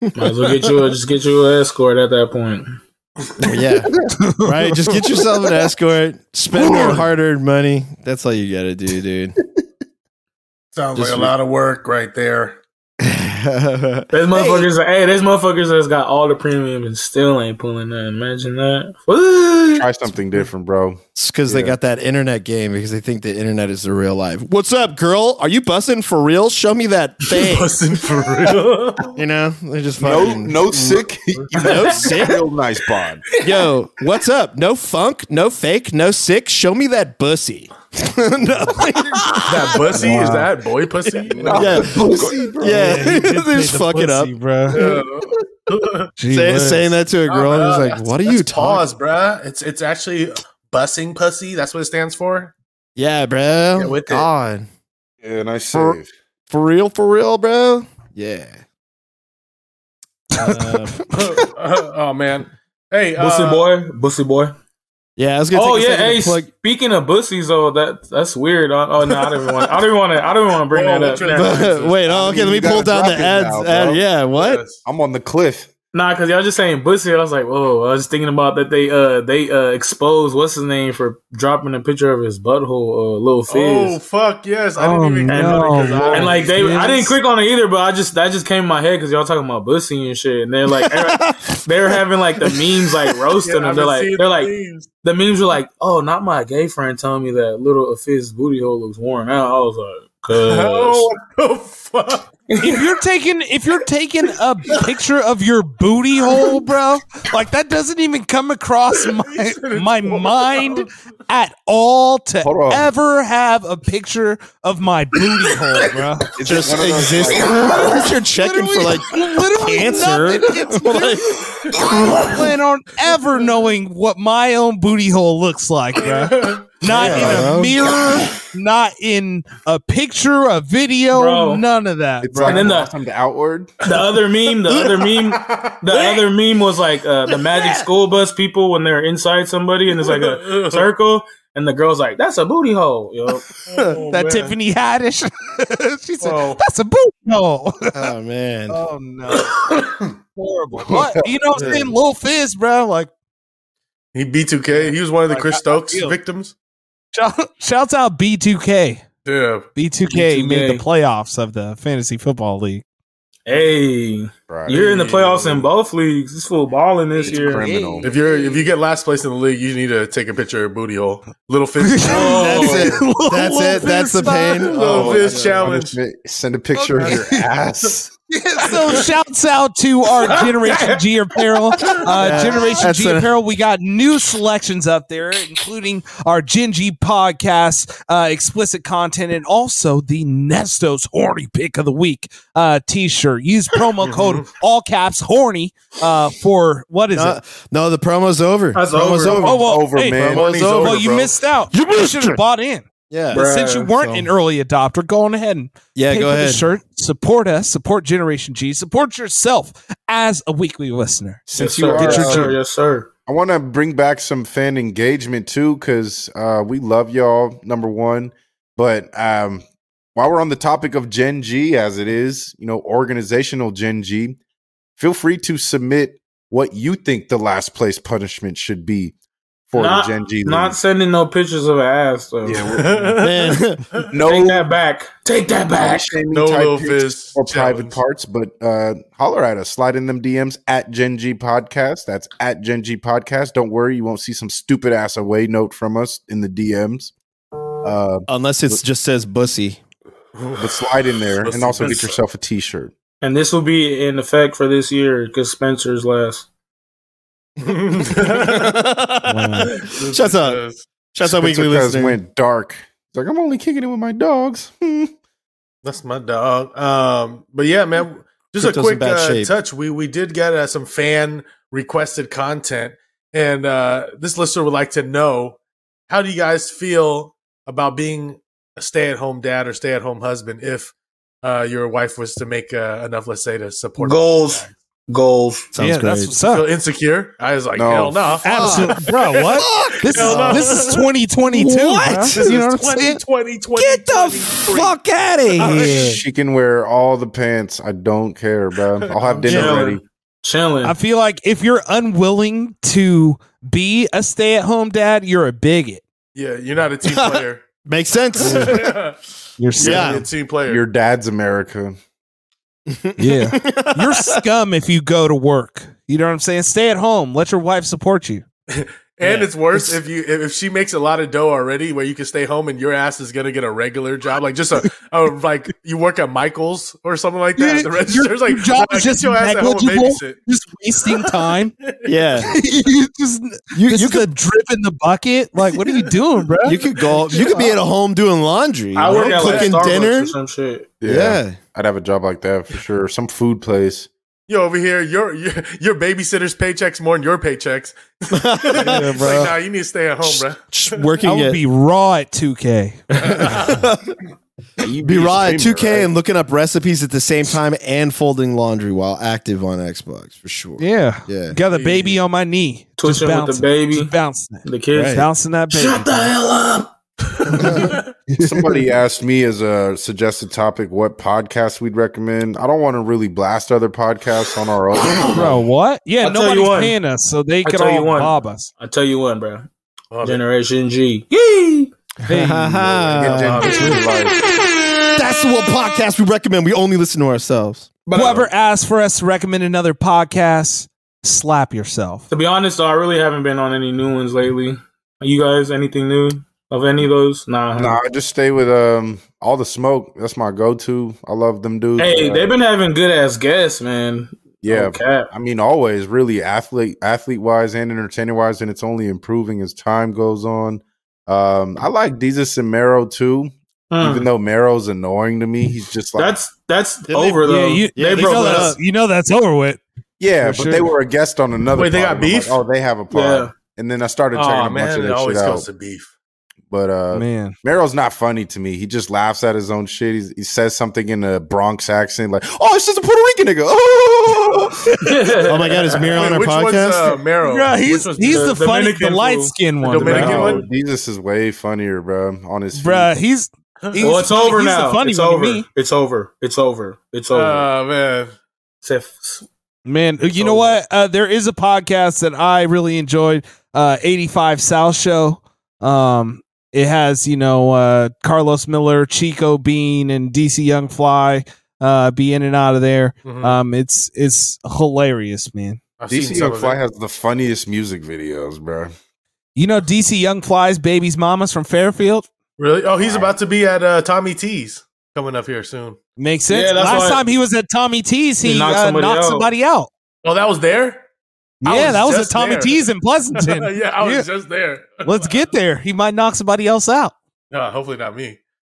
Speaker 7: Might as well get you a, just get you an escort at that point.
Speaker 6: Oh, yeah. Right? Just get yourself an escort, spend your hard earned money. That's all you got to do, dude.
Speaker 2: Sounds
Speaker 6: Just
Speaker 2: like a
Speaker 6: re-
Speaker 2: lot of work right there.
Speaker 7: There's motherfuckers. Hey. there's motherfuckers that's got all the premium and still ain't pulling that. Imagine that. What?
Speaker 5: Try something different, bro.
Speaker 6: It's because they
Speaker 5: Yeah.
Speaker 6: got that internet game because they think the internet is the real life. What's up, girl? Are you bussing for real? Show me that thing.
Speaker 2: Busting for real.
Speaker 6: you know, they just
Speaker 5: No,
Speaker 6: fucking
Speaker 5: no sick. You
Speaker 6: No sick?
Speaker 5: Real nice bod.
Speaker 6: Yo, what's up? No funk, no fake, no sick. Show me that bussy. No.
Speaker 2: that pussy is that boy pussy?
Speaker 6: Yeah,
Speaker 5: Pussy, bro.
Speaker 6: yeah,
Speaker 3: he
Speaker 6: they
Speaker 3: did play
Speaker 6: just
Speaker 3: the
Speaker 6: fuck it up.
Speaker 3: pussy, bro. Gee
Speaker 6: Say,
Speaker 3: whiz.
Speaker 6: saying that to a girl, and
Speaker 2: Nah,
Speaker 6: it's
Speaker 2: bro,
Speaker 6: like,
Speaker 2: that's-
Speaker 6: "What are
Speaker 2: that's
Speaker 6: you talking?"
Speaker 2: pause, bruh? It's it's actually bussing pussy. That's what it stands for.
Speaker 6: Yeah, bro.
Speaker 2: Get with it.
Speaker 6: God,
Speaker 5: Yeah, nice save.
Speaker 6: for real, for real, bro. Yeah.
Speaker 2: oh man. Hey, uh,
Speaker 7: Bussy boy, bussy boy.
Speaker 6: Yeah, I was gonna.
Speaker 7: Oh
Speaker 6: take a
Speaker 7: yeah,
Speaker 6: second to
Speaker 7: hey.
Speaker 6: plug-
Speaker 7: Speaking of bussies, though, that that's weird. Oh, oh no, I don't even want. I don't even want to. I don't even want to bring
Speaker 2: Whoa,
Speaker 7: that up.
Speaker 2: what's your-
Speaker 7: Never mind.
Speaker 6: Wait, oh,
Speaker 5: I
Speaker 6: okay.
Speaker 5: mean,
Speaker 6: Let me
Speaker 5: you gotta
Speaker 6: pull down the
Speaker 5: drop it
Speaker 6: ads.
Speaker 5: now,
Speaker 6: ad,
Speaker 5: bro.
Speaker 6: yeah, what?
Speaker 2: yes.
Speaker 5: I'm on the cliff.
Speaker 7: Nah, cause y'all just saying bussy. I was like, whoa. I was thinking about that they uh they uh exposed what's his name for dropping a picture of his butthole, uh, little
Speaker 2: Oh
Speaker 7: fizz.
Speaker 2: fuck yes! I didn't
Speaker 3: Oh,
Speaker 2: even
Speaker 3: no,
Speaker 2: know because I
Speaker 7: and like they, I didn't
Speaker 3: Fizz.
Speaker 7: click on it either, but I just that just came in my head because y'all talking about bussy and shit, and they're like they're having like the memes like roasting
Speaker 2: Yeah,
Speaker 7: them.
Speaker 2: I've
Speaker 7: They're
Speaker 2: been
Speaker 7: like
Speaker 2: seeing
Speaker 7: they're like
Speaker 2: things.
Speaker 7: the memes were like, oh, not my gay friend telling me that little Fizz booty hole looks worn out. I was like,
Speaker 2: oh
Speaker 7: cause
Speaker 2: what the fuck!
Speaker 3: if you're taking if you're taking a picture of your booty hole, bro, like that doesn't even come across my my mind at all to
Speaker 5: Hold on.
Speaker 3: ever have a picture of my booty hole, bro.
Speaker 5: It's
Speaker 6: Just
Speaker 5: one of those,
Speaker 6: exist.
Speaker 5: like,
Speaker 6: You're checking for like
Speaker 3: literally nothing.
Speaker 6: cancer.
Speaker 3: It's I plan on ever knowing what my own booty hole looks like, bro. Not in
Speaker 6: bro.
Speaker 3: a mirror, not in a picture, a video,
Speaker 7: Bro.
Speaker 3: none of that.
Speaker 5: it's
Speaker 3: bro.
Speaker 5: like
Speaker 7: And then the-
Speaker 5: awesome to outward.
Speaker 7: the other meme, the other meme, the other meme was like uh, the Magic School Bus people when they're inside somebody and it's like a circle, and the girl's like, that's a booty hole, yo.
Speaker 2: Oh,
Speaker 3: that
Speaker 2: man. Oh.
Speaker 3: Tiffany Haddish. she said,
Speaker 2: Whoa.
Speaker 3: "That's a boot hole."
Speaker 6: Oh man.
Speaker 3: oh no, horrible. But you know, what I'm saying Lil Fizz, bro. Like,
Speaker 2: He B2K. He was one of the Chris Stokes victims.
Speaker 3: shout, shouts out B2K.
Speaker 2: Yeah,
Speaker 3: B2K made the
Speaker 7: B2K.
Speaker 3: playoffs of the fantasy football league.
Speaker 7: Hey,
Speaker 5: Right.
Speaker 7: you're in the playoffs in both leagues. This fool balling this
Speaker 5: It's
Speaker 7: year.
Speaker 5: criminal.
Speaker 2: if you're if you get last place in the league, you need to take a picture of booty hole. Little fist. Oh.
Speaker 6: That's it. That's
Speaker 3: Lil
Speaker 6: it. That's the
Speaker 3: Fizz,
Speaker 6: pain.
Speaker 3: son.
Speaker 2: Lil
Speaker 6: Oh,
Speaker 2: Fizz
Speaker 6: that's-
Speaker 2: challenge.
Speaker 5: Send a picture of your ass.
Speaker 3: Yeah, so shouts out to our Generation G apparel. Uh,
Speaker 6: Yeah,
Speaker 3: Generation
Speaker 6: that's
Speaker 3: G
Speaker 6: a-
Speaker 3: apparel. We got new selections up there, including our Gen G podcast, uh, explicit content, and also the Nesto's horny pick of the week uh, T-shirt. Use promo code
Speaker 6: Mm-hmm.
Speaker 3: all caps horny uh, for what is
Speaker 6: No,
Speaker 3: it?
Speaker 6: no, the promo's over.
Speaker 7: That's
Speaker 6: promo's over.
Speaker 7: over.
Speaker 3: Oh well,
Speaker 5: over,
Speaker 3: hey,
Speaker 5: man.
Speaker 6: Promo's
Speaker 5: Money's
Speaker 6: over.
Speaker 3: well, Oh, you
Speaker 5: bro.
Speaker 3: missed out. You, should have bought in.
Speaker 6: Yeah.
Speaker 3: But since you weren't
Speaker 6: So-
Speaker 3: an early adopter, go on ahead and
Speaker 6: Yeah,
Speaker 3: pay
Speaker 6: go
Speaker 3: for the
Speaker 6: ahead.
Speaker 3: shirt. Support us. Support Generation G. Support yourself as a weekly listener.
Speaker 5: Since
Speaker 7: yes,
Speaker 5: you are,
Speaker 7: sir. Yes,
Speaker 5: uh,
Speaker 7: sir. Yes, sir.
Speaker 5: I want to bring back some fan engagement too, because uh, we love y'all. Number one, but um, while we're on the topic of Gen G, as it is, you know, organizational Gen G, feel free to submit what you think the last place punishment should be for
Speaker 7: Not-
Speaker 5: the Gen G.
Speaker 7: Not
Speaker 5: league.
Speaker 7: sending no pictures of an ass though.
Speaker 6: Man.
Speaker 7: Take
Speaker 5: no
Speaker 7: that back. Take that back.
Speaker 5: shaming
Speaker 2: No
Speaker 5: type
Speaker 2: little
Speaker 5: pics
Speaker 2: fist
Speaker 5: or private
Speaker 2: challenge.
Speaker 5: parts, but uh, holler at us. Slide in them DMs at Gen G Podcast. That's at Gen G Podcast. Don't worry, you won't see some stupid ass away note from us in the DMs. Uh,
Speaker 6: Unless it just says bussy.
Speaker 5: but slide in there and also get yourself a T-shirt.
Speaker 7: And this will be in effect for this year because Spencer's last.
Speaker 6: Shut up. Shut up,
Speaker 5: Spencer Cuz
Speaker 6: weekly listener.
Speaker 5: went dark. It's like I'm only kicking it with my dogs. Hmm.
Speaker 2: That's my dog. Um, but yeah, man, just a
Speaker 6: Crypto's in
Speaker 2: quick
Speaker 6: bad
Speaker 2: uh,
Speaker 6: shape.
Speaker 2: touch. We we did get uh, some fan requested content, and uh, this listener would like to know how do you guys feel about being a stay at home dad or stay at home husband if uh, your wife was to make uh, enough, let's say, to support
Speaker 7: Goals. Goals.
Speaker 6: Sounds
Speaker 3: yeah,
Speaker 6: great.
Speaker 3: that's what's
Speaker 2: Feel
Speaker 3: up.
Speaker 2: insecure? I was like,
Speaker 5: No.
Speaker 2: hell no.
Speaker 3: Absolutely, bro. What? This
Speaker 2: Hell no.
Speaker 3: is this is 2022.
Speaker 6: What?
Speaker 3: bruh.
Speaker 6: This
Speaker 3: You know what I'm saying?
Speaker 2: 2020,
Speaker 6: Get the
Speaker 2: 2023.
Speaker 6: fuck out of
Speaker 2: Oh,
Speaker 6: here.
Speaker 5: She can wear all the pants. I don't care, bro. I'll have dinner
Speaker 7: Chilling.
Speaker 5: ready.
Speaker 7: Chilling.
Speaker 3: I feel like if you're unwilling to be a stay-at-home dad, you're a bigot.
Speaker 2: Yeah, you're not a team player.
Speaker 6: Makes sense.
Speaker 3: You're
Speaker 6: Yeah.
Speaker 3: scum.
Speaker 2: You're a team player.
Speaker 5: Your dad's America.
Speaker 3: Yeah. You're scum if you go to work. You know what I'm saying? Stay at home. Let your wife support you.
Speaker 2: and it's worse if you if if she makes a lot of dough already, where you can stay home and your ass is gonna get a regular job, like just a, a like you work at Michael's or something like that.
Speaker 3: Your-
Speaker 2: the
Speaker 3: your
Speaker 2: register's like,
Speaker 3: job
Speaker 2: "Nah,
Speaker 3: is
Speaker 2: get
Speaker 3: just
Speaker 2: your ass at home and
Speaker 3: negligible.
Speaker 2: babysit."
Speaker 3: Just wasting time.
Speaker 6: yeah.
Speaker 3: you just
Speaker 6: You,
Speaker 3: this is
Speaker 6: you
Speaker 3: a
Speaker 6: could
Speaker 3: drip in the bucket. Like, what are you doing, bro?
Speaker 6: you could go you could be at a home doing laundry,
Speaker 7: I
Speaker 6: you
Speaker 7: work
Speaker 6: know,
Speaker 7: at like
Speaker 6: cooking
Speaker 7: Starbucks
Speaker 6: dinner.
Speaker 7: or some shit.
Speaker 6: Yeah.
Speaker 5: I'd have a job like that for sure. Some food place.
Speaker 2: Yo, over here, your your, your babysitter's paychecks more than your paychecks.
Speaker 6: Yeah,
Speaker 2: It's
Speaker 6: bro.
Speaker 2: like, nah, you need to stay at home, bro.
Speaker 6: Sh-
Speaker 3: I
Speaker 6: Working
Speaker 3: would
Speaker 6: at
Speaker 3: be raw at 2K.
Speaker 5: You'd
Speaker 6: be raw
Speaker 5: a
Speaker 6: at 2K
Speaker 5: streamer,
Speaker 6: and looking up recipes at the same time and folding laundry while active on Xbox for sure.
Speaker 3: Yeah.
Speaker 6: Yeah.
Speaker 3: Got the baby on my knee.
Speaker 7: Twitching with the
Speaker 3: bouncing.
Speaker 7: baby.
Speaker 3: Just bouncing it.
Speaker 7: The kids.
Speaker 6: Right.
Speaker 3: Bouncing that baby.
Speaker 7: Shut the hell up.
Speaker 5: right? Somebody asked me as a suggested topic what podcast we'd recommend. I don't want to really blast other podcasts on our own.
Speaker 3: Bro, what? Yeah,
Speaker 7: I'll tell you
Speaker 3: nobody's
Speaker 7: one.
Speaker 3: paying us, so they could
Speaker 7: tell you
Speaker 3: all
Speaker 7: one.
Speaker 3: bob us.
Speaker 7: I tell you one, bro.
Speaker 2: Love it.
Speaker 7: Generation G. Yee!
Speaker 3: Hey,
Speaker 5: Get
Speaker 3: uh,
Speaker 5: down to it, like,
Speaker 6: That's what podcast we recommend. We only listen to ourselves.
Speaker 7: uh,
Speaker 3: whoever asked for us to recommend another podcast, slap yourself.
Speaker 7: To be honest, though, I really haven't been on any new ones lately. Are you guys anything new of any of those? Nah.
Speaker 5: nah, I just stay with um all the smoke. That's my go-to. I love them dudes.
Speaker 7: Hey,
Speaker 5: Uh,
Speaker 7: they've been having good ass guests, man.
Speaker 5: yeah.
Speaker 7: No cap.
Speaker 5: I mean, always really athlete, athlete wise and entertainer wise, and it's only improving as time goes on. Um, I like Jesus and Mero too,
Speaker 7: Hmm.
Speaker 5: even though Mero's annoying to me. He's just like,
Speaker 7: That's that's
Speaker 6: Did they-
Speaker 7: over though.
Speaker 3: yeah, you,
Speaker 7: they
Speaker 6: yeah,
Speaker 3: you
Speaker 7: broke
Speaker 3: know
Speaker 6: that
Speaker 7: up.
Speaker 3: that's, you know that's over with.
Speaker 5: yeah,
Speaker 3: for
Speaker 5: but
Speaker 3: sure.
Speaker 5: they were a guest on another.
Speaker 2: Wait, they got
Speaker 5: pod, and I'm like,
Speaker 2: beef?
Speaker 5: oh, they have a pod.
Speaker 7: Yeah.
Speaker 5: And then I started checking
Speaker 2: Oh
Speaker 5: a bunch
Speaker 2: man,
Speaker 5: of that
Speaker 2: it
Speaker 5: shit
Speaker 2: always
Speaker 5: out.
Speaker 2: goes to beef.
Speaker 5: But uh,
Speaker 3: Man.
Speaker 5: Mero's not funny to me. He just laughs at his own shit. He's, he says something in a Bronx accent, like, "Oh, it's just a Puerto Rican nigga." Oh,
Speaker 6: Oh my god, is Mira on
Speaker 2: Wait,
Speaker 6: our
Speaker 2: which one's
Speaker 6: podcast?
Speaker 2: uh, Mero?
Speaker 3: Yeah,
Speaker 2: Which
Speaker 3: he's
Speaker 2: one's-
Speaker 3: he's the, funny, the
Speaker 7: Dominican
Speaker 3: light
Speaker 7: fool.
Speaker 3: skinned
Speaker 2: The
Speaker 3: one.
Speaker 2: Dominican
Speaker 3: Bruh,
Speaker 2: one?
Speaker 5: No, Jesus is way funnier, bro. On his feet.
Speaker 3: Bruh, he's he's-
Speaker 7: well, it's over
Speaker 3: he's the
Speaker 7: now.
Speaker 3: funny
Speaker 7: it's
Speaker 3: one to
Speaker 7: over.
Speaker 3: me.
Speaker 7: It's over. It's over. It's over.
Speaker 2: Oh man,
Speaker 7: It's if-
Speaker 3: Man,
Speaker 7: It's
Speaker 3: you know
Speaker 7: over.
Speaker 3: what? Uh, there is a podcast that I really enjoyed, uh, 85 South Show. Um, it has, you know, uh, Carlos Miller, Chico Bean, and DC Young Fly uh, be in and out of there.
Speaker 2: Mhm.
Speaker 3: Um, it's it's hilarious, man.
Speaker 2: I've
Speaker 5: DC
Speaker 2: seen some
Speaker 5: Young
Speaker 2: of
Speaker 5: Fly
Speaker 2: it.
Speaker 5: has the funniest music videos, bro.
Speaker 3: You know, DC Young Fly's baby's mama's from Fairfield.
Speaker 2: Really? Oh, he's about to be at uh, Tommy T's coming up here soon.
Speaker 3: Makes sense.
Speaker 7: Yeah, that's
Speaker 3: Last
Speaker 7: why-
Speaker 3: time he was at Tommy T's, he,
Speaker 7: He knocked
Speaker 3: uh,
Speaker 7: somebody
Speaker 3: knocked
Speaker 7: out.
Speaker 3: somebody out.
Speaker 2: Oh, that was there. I
Speaker 3: yeah,
Speaker 2: was
Speaker 3: that was at
Speaker 2: just
Speaker 3: Tommy
Speaker 2: there.
Speaker 3: T's in Pleasanton.
Speaker 2: yeah, I was
Speaker 3: Yeah.
Speaker 2: just there.
Speaker 3: Let's get there. He might knock somebody else out.
Speaker 2: No, hopefully not me.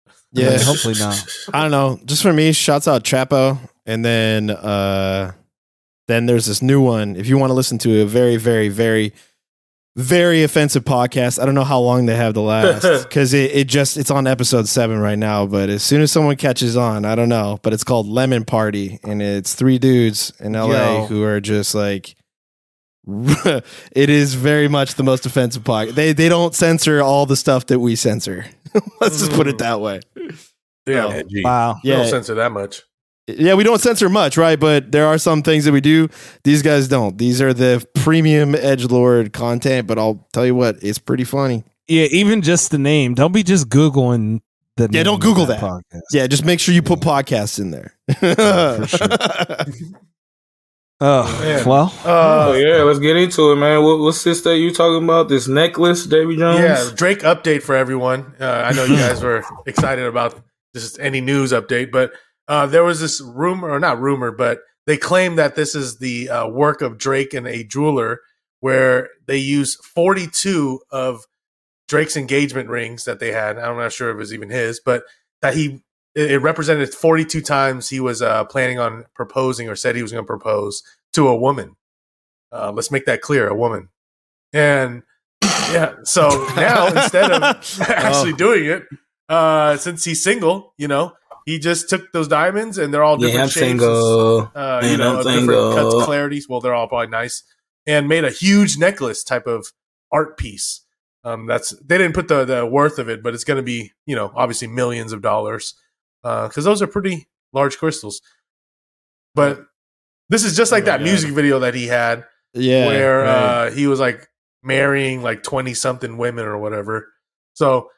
Speaker 3: Oh,
Speaker 6: yeah.
Speaker 3: hopefully not.
Speaker 6: I don't know. Just for me, shouts out Chapo. And then uh then there's this new one. If you want to listen to a very, very, very, very offensive podcast, I don't know how long they have to last. Cause it, it just it's on episode seven right now. But as soon as someone catches on, I don't know. But it's called Lemon Party, and it's three dudes in LA
Speaker 3: Yo.
Speaker 6: who are just like it is very much the most offensive podcast. They they don't censor all the stuff that we censor. Let's just put it that way.
Speaker 2: Yeah,
Speaker 5: Edgy.
Speaker 3: Wow.
Speaker 2: Mm. they don't
Speaker 6: Yeah,
Speaker 2: censor that much.
Speaker 6: yeah, we don't censor much, right? But there are some things that we do. These guys don't. These are the premium edge lord content. But I'll tell you what, it's pretty funny.
Speaker 3: Yeah, even just the name. Don't be just googling the.
Speaker 6: Yeah,
Speaker 3: name
Speaker 6: don't
Speaker 3: of
Speaker 6: Google that.
Speaker 3: podcast.
Speaker 6: Yeah, just make sure you put podcasts in there.
Speaker 3: Yeah, for Oh
Speaker 7: Man.
Speaker 3: well,
Speaker 7: oh
Speaker 2: Uh,
Speaker 7: yeah, let's get into it, man. What, what's this that you talking about? This necklace, Davy Jones.
Speaker 2: yeah, Drake update for everyone. Uh, I know you
Speaker 3: Hmm.
Speaker 2: guys were excited about just any news update, but uh, there was this rumor, or not rumor, but they claim that this is the uh, work of Drake and a jeweler, where they use 42 of Drake's engagement rings that they had. I'm not sure if it was even his, but that he it it represented 42 times he was uh, planning on proposing or said he was going to propose to a woman. Uh, let's make that clear, a woman. And yeah, so now instead of
Speaker 6: Oh.
Speaker 2: actually doing it, uh, since he's single, you know, he just took those diamonds and they're all different
Speaker 7: Yeah, I'm
Speaker 2: shapes. and
Speaker 7: single.
Speaker 2: uh,
Speaker 7: Man, uh,
Speaker 2: you know,
Speaker 7: I'm
Speaker 2: of different
Speaker 7: single.
Speaker 2: cuts, clarities. Well, they're all probably nice, and made a huge necklace type of art piece. Um, that's they didn't put the the worth of it, but it's going to be you know obviously millions of dollars because those are pretty large crystals. But this is just
Speaker 6: Oh
Speaker 2: like
Speaker 6: my
Speaker 2: that
Speaker 6: God.
Speaker 2: music video that he had
Speaker 6: yeah,
Speaker 2: where
Speaker 6: right.
Speaker 2: uh, he was like marrying like 20 something women or whatever. So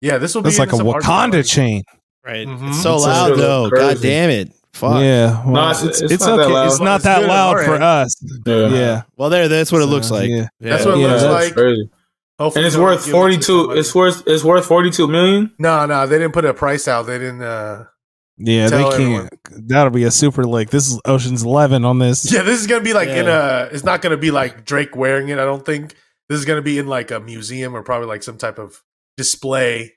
Speaker 2: Yeah, this will
Speaker 3: That's
Speaker 2: be
Speaker 3: like a
Speaker 2: some hard
Speaker 3: Wakanda
Speaker 2: fight.
Speaker 3: chain.
Speaker 6: Right.
Speaker 2: Mhm.
Speaker 6: It's so
Speaker 7: It's
Speaker 6: loud
Speaker 7: just
Speaker 6: though.
Speaker 7: crazy.
Speaker 6: God damn it. Fuck.
Speaker 3: Yeah, well,
Speaker 7: No, it's-
Speaker 3: it's, it's,
Speaker 7: it's not that
Speaker 3: okay.
Speaker 7: loud.
Speaker 3: It's not
Speaker 2: It's
Speaker 3: that
Speaker 2: good on
Speaker 3: loud
Speaker 2: our
Speaker 3: for
Speaker 2: end.
Speaker 3: us. Yeah,
Speaker 6: Well, there. That's what it
Speaker 3: So,
Speaker 6: looks like.
Speaker 3: yeah.
Speaker 2: That's what it
Speaker 3: Yeah,
Speaker 2: looks
Speaker 3: that's
Speaker 2: like.
Speaker 7: crazy.
Speaker 2: Hopefully
Speaker 7: And it's
Speaker 2: they'll
Speaker 7: worth
Speaker 2: give it to
Speaker 7: forty two.
Speaker 2: somebody.
Speaker 7: It's worth it's worth forty two million.
Speaker 2: no, no. They didn't put a price out. They didn't. uh
Speaker 3: yeah they
Speaker 2: Tell
Speaker 3: can't.
Speaker 2: everyone.
Speaker 3: That'll be a super lick. This is Ocean's Eleven on this.
Speaker 2: Yeah, this is gonna be like in
Speaker 6: Yeah.
Speaker 2: a. It's not gonna be like Drake wearing it. I don't think this is gonna be in like a museum or probably like some type of display.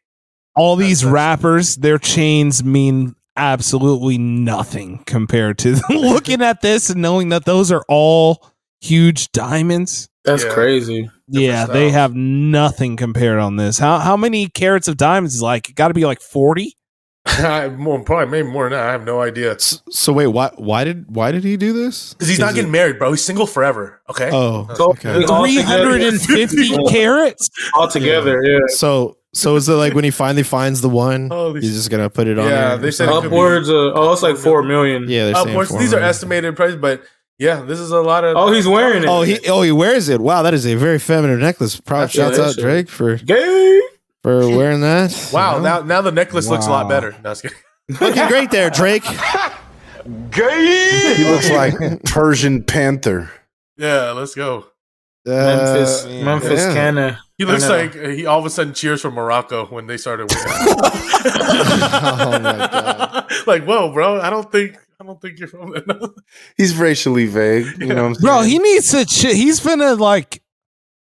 Speaker 3: All these
Speaker 2: That's-
Speaker 3: rappers, their chains mean absolutely nothing compared to looking at this and knowing that those are all huge diamonds.
Speaker 7: That's
Speaker 2: Yeah.
Speaker 7: crazy.
Speaker 3: yeah,
Speaker 2: Different
Speaker 3: they
Speaker 2: styles.
Speaker 3: have nothing compared on this. How how many carats of diamonds is like? Got to be like forty.
Speaker 2: more probably maybe more than that. I have no idea
Speaker 6: S- So wait, why why did why did he do this?
Speaker 2: because he's not
Speaker 6: Is
Speaker 2: getting
Speaker 6: it-
Speaker 2: married, bro. He's single forever. Okay.
Speaker 6: Oh,
Speaker 7: So
Speaker 6: okay.
Speaker 7: we all
Speaker 3: Three hundred and fifty
Speaker 7: together-
Speaker 3: carats.
Speaker 7: all together. Yeah,
Speaker 6: So so is it like when he finally finds the one,
Speaker 2: Holy
Speaker 6: he's just gonna put it on?
Speaker 2: Oh, Yeah,
Speaker 6: there?
Speaker 2: they said it could be-
Speaker 7: upwards. Of, oh, it's like four million.
Speaker 6: Yeah, they're saying
Speaker 2: upwards.
Speaker 6: four
Speaker 2: uh, These are
Speaker 6: million.
Speaker 2: estimated prices, but yeah, this is a lot of.
Speaker 7: Oh, he's wearing it.
Speaker 6: Oh, he oh he wears it. Wow, that is a very feminine necklace. Props
Speaker 7: Yeah,
Speaker 6: shouts
Speaker 7: that
Speaker 6: out
Speaker 7: shit.
Speaker 6: Drake for
Speaker 7: gay.
Speaker 6: for wearing that. You
Speaker 2: wow.
Speaker 6: know?
Speaker 2: Now, now the necklace looks a lot
Speaker 3: Wow.
Speaker 2: better. No, I was kidding.
Speaker 6: looking great there, Drake. Uh,
Speaker 5: He looks like Persian Panther.
Speaker 2: yeah, let's go.
Speaker 7: Memphis,
Speaker 6: Uh,
Speaker 7: Memphis,
Speaker 6: yeah.
Speaker 7: Canada.
Speaker 2: He looks
Speaker 7: I know.
Speaker 2: like he all of a sudden cheers for Morocco when they started winning.
Speaker 6: Oh my god.
Speaker 2: like, whoa, bro! I don't think I don't think you're from that.
Speaker 5: He's racially vague. You know what I'm saying?
Speaker 3: Bro, he needs to. Ch- he's finna like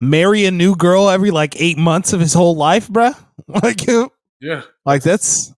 Speaker 3: marry a new girl every like eight months of his whole life, bruh. Like, you-
Speaker 2: yeah.
Speaker 3: like that's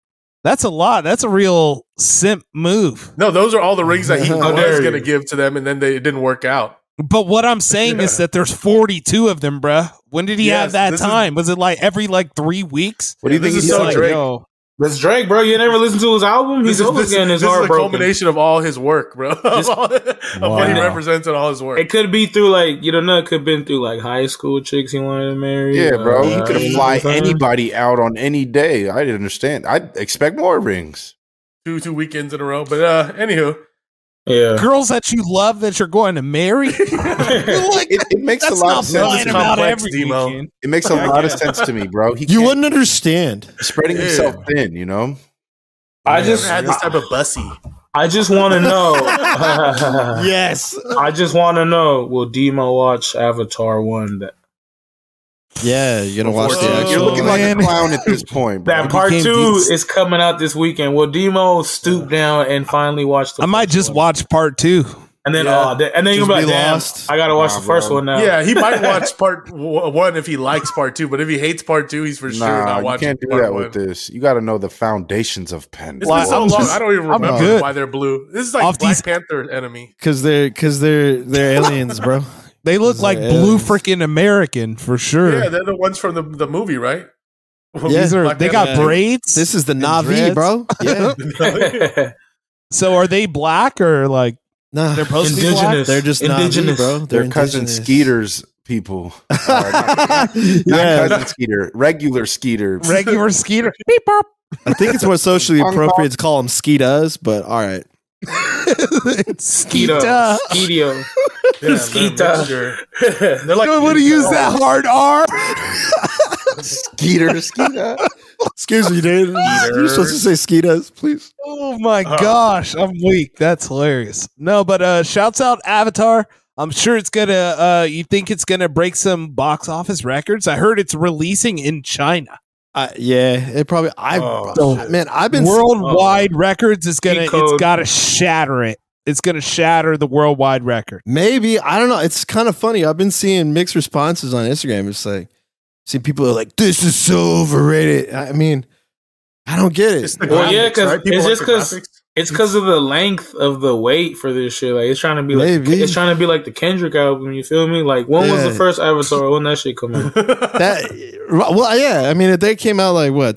Speaker 3: that's a lot. That's a real simp move.
Speaker 2: No, those are all the rings that he
Speaker 6: How
Speaker 2: was
Speaker 7: dare
Speaker 2: going to
Speaker 7: you.
Speaker 2: give to them, and then they, it didn't work out.
Speaker 3: But what I'm saying is
Speaker 2: Yeah.
Speaker 3: that there's 42 of them, bruh. When did he
Speaker 2: Yes,
Speaker 3: have that
Speaker 2: this is-
Speaker 3: time? Was it like every like three weeks?
Speaker 5: what do you
Speaker 2: This
Speaker 5: think?
Speaker 2: is
Speaker 5: He's
Speaker 2: so
Speaker 5: like,
Speaker 2: Drake.
Speaker 3: yo,
Speaker 7: That's Drake, bro. You never listened to his album.
Speaker 2: This
Speaker 7: He's
Speaker 2: is,
Speaker 7: always
Speaker 2: this,
Speaker 7: getting his
Speaker 2: this is
Speaker 7: heart
Speaker 2: the
Speaker 7: broken.
Speaker 2: culmination of all his work, bro. of,
Speaker 7: This-
Speaker 2: all, of what he
Speaker 3: Wow.
Speaker 2: represents and all his work.
Speaker 7: It could be through like you don't know. It could have been through like high school chicks he wanted to marry.
Speaker 5: yeah, bro.
Speaker 7: uh,
Speaker 5: He could
Speaker 7: you know
Speaker 5: fly
Speaker 7: what I'm saying?
Speaker 5: anybody out on any day. I didn't understand. I expect more rings.
Speaker 2: two two weekends in a row. But uh anywho,
Speaker 7: Yeah.
Speaker 3: girls that you love that you're going to marry. You're like,
Speaker 5: It, it makes a
Speaker 3: that's
Speaker 5: lot
Speaker 3: not
Speaker 5: of sense. To
Speaker 3: flying
Speaker 2: lying
Speaker 5: me.
Speaker 3: about
Speaker 2: complex,
Speaker 3: every
Speaker 2: Demo.
Speaker 3: weekend.
Speaker 5: It makes a lot of sense to me, bro. He
Speaker 6: You
Speaker 5: can't-
Speaker 6: wouldn't understand.
Speaker 5: spreading
Speaker 2: Yeah.
Speaker 5: himself thin. You know,
Speaker 7: I
Speaker 2: Yeah,
Speaker 7: just,
Speaker 2: never had this
Speaker 7: I,
Speaker 2: type of bussy.
Speaker 7: I just want to know.
Speaker 6: Yes.
Speaker 7: I just want to know. Will Demo watch Avatar one? That,
Speaker 6: Yeah, you're gonna watch the
Speaker 2: Unfortunately,
Speaker 6: actual.
Speaker 5: you're looking
Speaker 3: man.
Speaker 5: like a clown at this point, bro.
Speaker 7: that part
Speaker 3: became
Speaker 7: two
Speaker 3: beast.
Speaker 7: is coming out this weekend. Will Demo stoop down and finally watch the?
Speaker 3: I might
Speaker 7: first
Speaker 3: just
Speaker 7: one?
Speaker 3: watch part two.
Speaker 7: and then
Speaker 2: Yeah.
Speaker 7: oh, th- and then you're
Speaker 6: Just
Speaker 7: gonna be
Speaker 6: be
Speaker 7: like, damn,
Speaker 6: lost.
Speaker 7: I gotta watch
Speaker 5: Nah,
Speaker 7: the first
Speaker 5: bro.
Speaker 7: one now.
Speaker 2: Yeah, he might watch part w- one if he likes part two, but if he hates part two, he's for sure
Speaker 5: nah,
Speaker 2: not
Speaker 5: you
Speaker 2: watching
Speaker 5: can't do
Speaker 2: part
Speaker 5: that
Speaker 2: one.
Speaker 5: with this. You got to know the foundations of pen.
Speaker 2: It's been so
Speaker 3: I'm
Speaker 2: long.
Speaker 3: just-
Speaker 2: I don't even
Speaker 3: I'm
Speaker 2: remember
Speaker 3: good.
Speaker 2: why they're blue. This is like
Speaker 3: Off
Speaker 2: Black
Speaker 3: these-
Speaker 2: Panther enemy.
Speaker 6: Cause they're cause they're they're aliens, bro.
Speaker 3: They look
Speaker 6: Those
Speaker 3: like
Speaker 6: are
Speaker 3: blue
Speaker 6: aliens.
Speaker 3: freaking American for sure.
Speaker 2: Yeah, they're the ones from the, the movie, right?
Speaker 6: Yeah.
Speaker 3: These are
Speaker 2: Black
Speaker 3: they
Speaker 2: Panther
Speaker 3: got
Speaker 6: Yeah.
Speaker 3: braids.
Speaker 6: This is the Navi,
Speaker 3: dreads.
Speaker 6: bro. Yeah.
Speaker 3: so are they black or like
Speaker 6: Nah.
Speaker 3: they're supposed to be black?
Speaker 7: indigenous.
Speaker 6: They're just
Speaker 7: indigenous,
Speaker 6: indigenous, bro. They're
Speaker 5: Their cousin
Speaker 6: indigenous.
Speaker 5: Skeeter's people. Or not- not
Speaker 6: yeah,
Speaker 5: cousin Skeeter, regular Skeeter.
Speaker 3: Regular Skeeter. Beep, burp.
Speaker 6: I think it's more socially appropriate to call them skeetas, but all right.
Speaker 3: Skeeta.
Speaker 7: Skeeto, Skeeto.
Speaker 2: Yeah, they're a
Speaker 7: Skeeta.
Speaker 2: mixture.
Speaker 7: They're like,
Speaker 3: Don't want to use that hard R.
Speaker 5: Skeeter, Skeeter.
Speaker 6: Excuse me, dude. You're supposed to say skeetas, please.
Speaker 3: Oh my
Speaker 2: Uh.
Speaker 3: gosh, I'm weak. That's hilarious. No, but uh shouts out Avatar. I'm sure it's gonna uh you think it's gonna break some box office records. I heard it's releasing in China.
Speaker 6: Uh, yeah, it probably. I
Speaker 2: Oh,
Speaker 6: don't- man, I've been
Speaker 3: worldwide records is gonna
Speaker 7: Decode.
Speaker 3: it's gotta shatter it. It's gonna shatter the worldwide record.
Speaker 6: maybe I don't know. It's kind of funny. I've been seeing mixed responses on Instagram. It's like see people are like, "This is so overrated." I mean, I don't get
Speaker 2: It's
Speaker 6: it.
Speaker 2: the
Speaker 7: Well,
Speaker 2: graphics,
Speaker 7: yeah, 'cause
Speaker 2: right? People
Speaker 7: it's
Speaker 2: like
Speaker 7: just
Speaker 2: the
Speaker 7: 'cause-
Speaker 2: graphics.
Speaker 7: It's because of the length of the wait for this shit. Like it's trying to be like
Speaker 6: Maybe.
Speaker 7: it's trying to be like the Kendrick album. You feel me? Like when was the
Speaker 6: Yeah.
Speaker 7: first Avatar? When that shit come out?
Speaker 6: That well, yeah. I mean, if they came out like what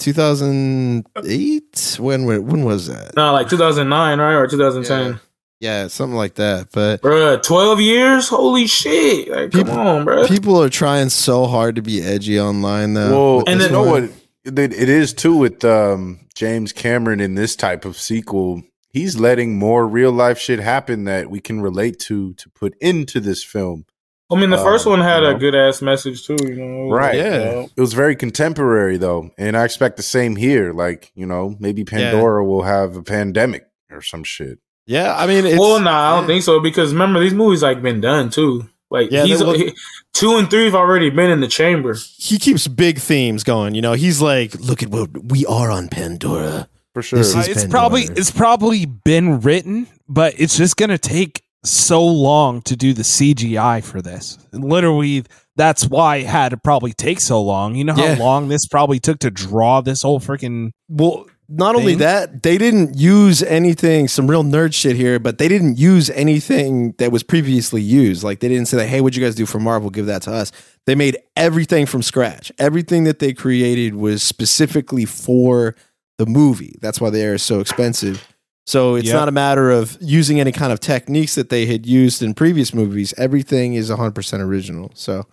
Speaker 6: 2008? When when when was that?
Speaker 7: no, like 2009, right or 2010?
Speaker 6: Yeah, something like that. But
Speaker 7: Bruh, 12 years? Holy shit! Like
Speaker 6: People-
Speaker 7: come on, bruh.
Speaker 6: people are trying so hard to be edgy online though.
Speaker 5: Well,
Speaker 6: with
Speaker 7: And
Speaker 5: and
Speaker 6: this
Speaker 5: you know
Speaker 6: one.
Speaker 5: what? It, it is too with um, James Cameron in this type of sequel. He's letting more real life shit happen that we can relate to to put into this film.
Speaker 7: I mean, the
Speaker 5: Uh,
Speaker 7: first one had
Speaker 5: you
Speaker 7: a
Speaker 5: know.
Speaker 7: good ass message too. You know,
Speaker 5: Right.
Speaker 6: Yeah.
Speaker 5: It was very contemporary though, and I expect the same here. Like you know, maybe Pandora will have a pandemic or some shit.
Speaker 6: Yeah, I mean, it's,
Speaker 7: Well, no, nah, I don't think so because remember these movies like been done too. Like
Speaker 6: Yeah,
Speaker 7: he's
Speaker 6: they look-
Speaker 7: he- two and three have already been in the chamber.
Speaker 6: he keeps big themes going. You know, he's like, look at what we are on Pandora.
Speaker 5: For sure.
Speaker 6: This is-
Speaker 3: Uh, it's
Speaker 6: Pandora.
Speaker 3: probably it's probably been written, but it's just gonna take so long to do the CGI for this. Literally, that's why it had to probably take so long. You know how
Speaker 6: Yeah.
Speaker 3: long this probably took to draw this whole freaking.
Speaker 6: Well, not only
Speaker 3: Thing?
Speaker 6: that, they didn't use anything, some real nerd shit here, but they didn't use anything that was previously used. Like they didn't say, like, hey, what'd you guys do for Marvel? Give that to us. They made everything from scratch. Everything that they created was specifically for the movie. That's why they are so expensive. So it's
Speaker 3: Yep.
Speaker 6: not a matter of using any kind of techniques that they had used in previous movies. Everything is 100% original. So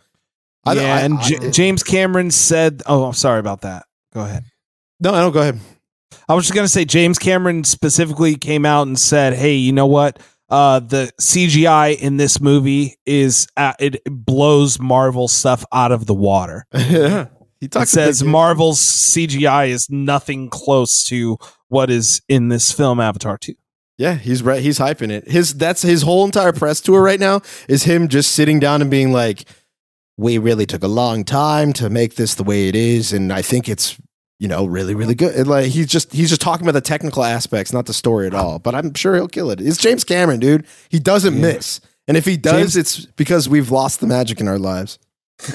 Speaker 3: yeah, and J- James Cameron said, "Oh, I'm sorry about that." Go ahead.
Speaker 6: no, I don't go ahead.
Speaker 3: I was just gonna say James Cameron specifically came out and said, "Hey, you know what? Uh, the CGI in this movie is uh, it blows Marvel stuff out of the water."
Speaker 6: he
Speaker 3: It
Speaker 6: talks
Speaker 3: says
Speaker 6: about-
Speaker 3: Marvel's CGI is nothing close to what is in this film Avatar 2.
Speaker 6: Yeah, he's right. He's hyping it. His that's his whole entire press tour right now is him just sitting down and being like, "We really took a long time to make this the way it is, and I think it's you know really really good." And, like he's just he's just talking about the technical aspects, not the story at all. But I'm sure he'll kill it. It's James Cameron, dude. He doesn't miss, and if he does,
Speaker 3: James-
Speaker 6: it's because we've lost the magic in our lives.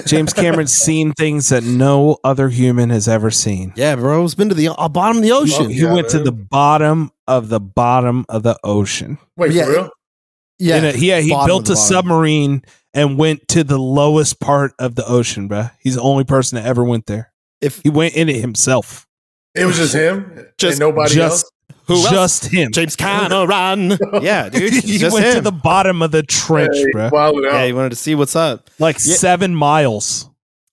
Speaker 3: James Cameron's seen things that no other human has ever seen.
Speaker 6: Yeah, bro, it's been to the uh, bottom of the ocean.
Speaker 3: He went to the bottom of the bottom of the ocean.
Speaker 2: Wait,
Speaker 6: Yeah.
Speaker 2: for real?
Speaker 6: yeah,
Speaker 3: In a- yeah, he
Speaker 6: bottom of
Speaker 3: built
Speaker 6: the
Speaker 3: a
Speaker 6: bottom.
Speaker 3: submarine and went to the lowest part of the ocean, bruh. He's the only person that ever went there.
Speaker 6: If-
Speaker 3: he went in it himself,
Speaker 2: It was just him
Speaker 6: Just-
Speaker 2: and nobody
Speaker 3: just
Speaker 6: Who else?
Speaker 3: just him.
Speaker 6: James Cameron. yeah, dude, it's
Speaker 3: he
Speaker 6: just
Speaker 3: went to
Speaker 6: him.
Speaker 3: the bottom of the trench,
Speaker 2: else. Hey,
Speaker 3: bruh.
Speaker 2: wild it out.
Speaker 6: yeah, he wanted to see what's up.
Speaker 3: Like
Speaker 6: Yeah.
Speaker 3: seven miles.
Speaker 6: Uh,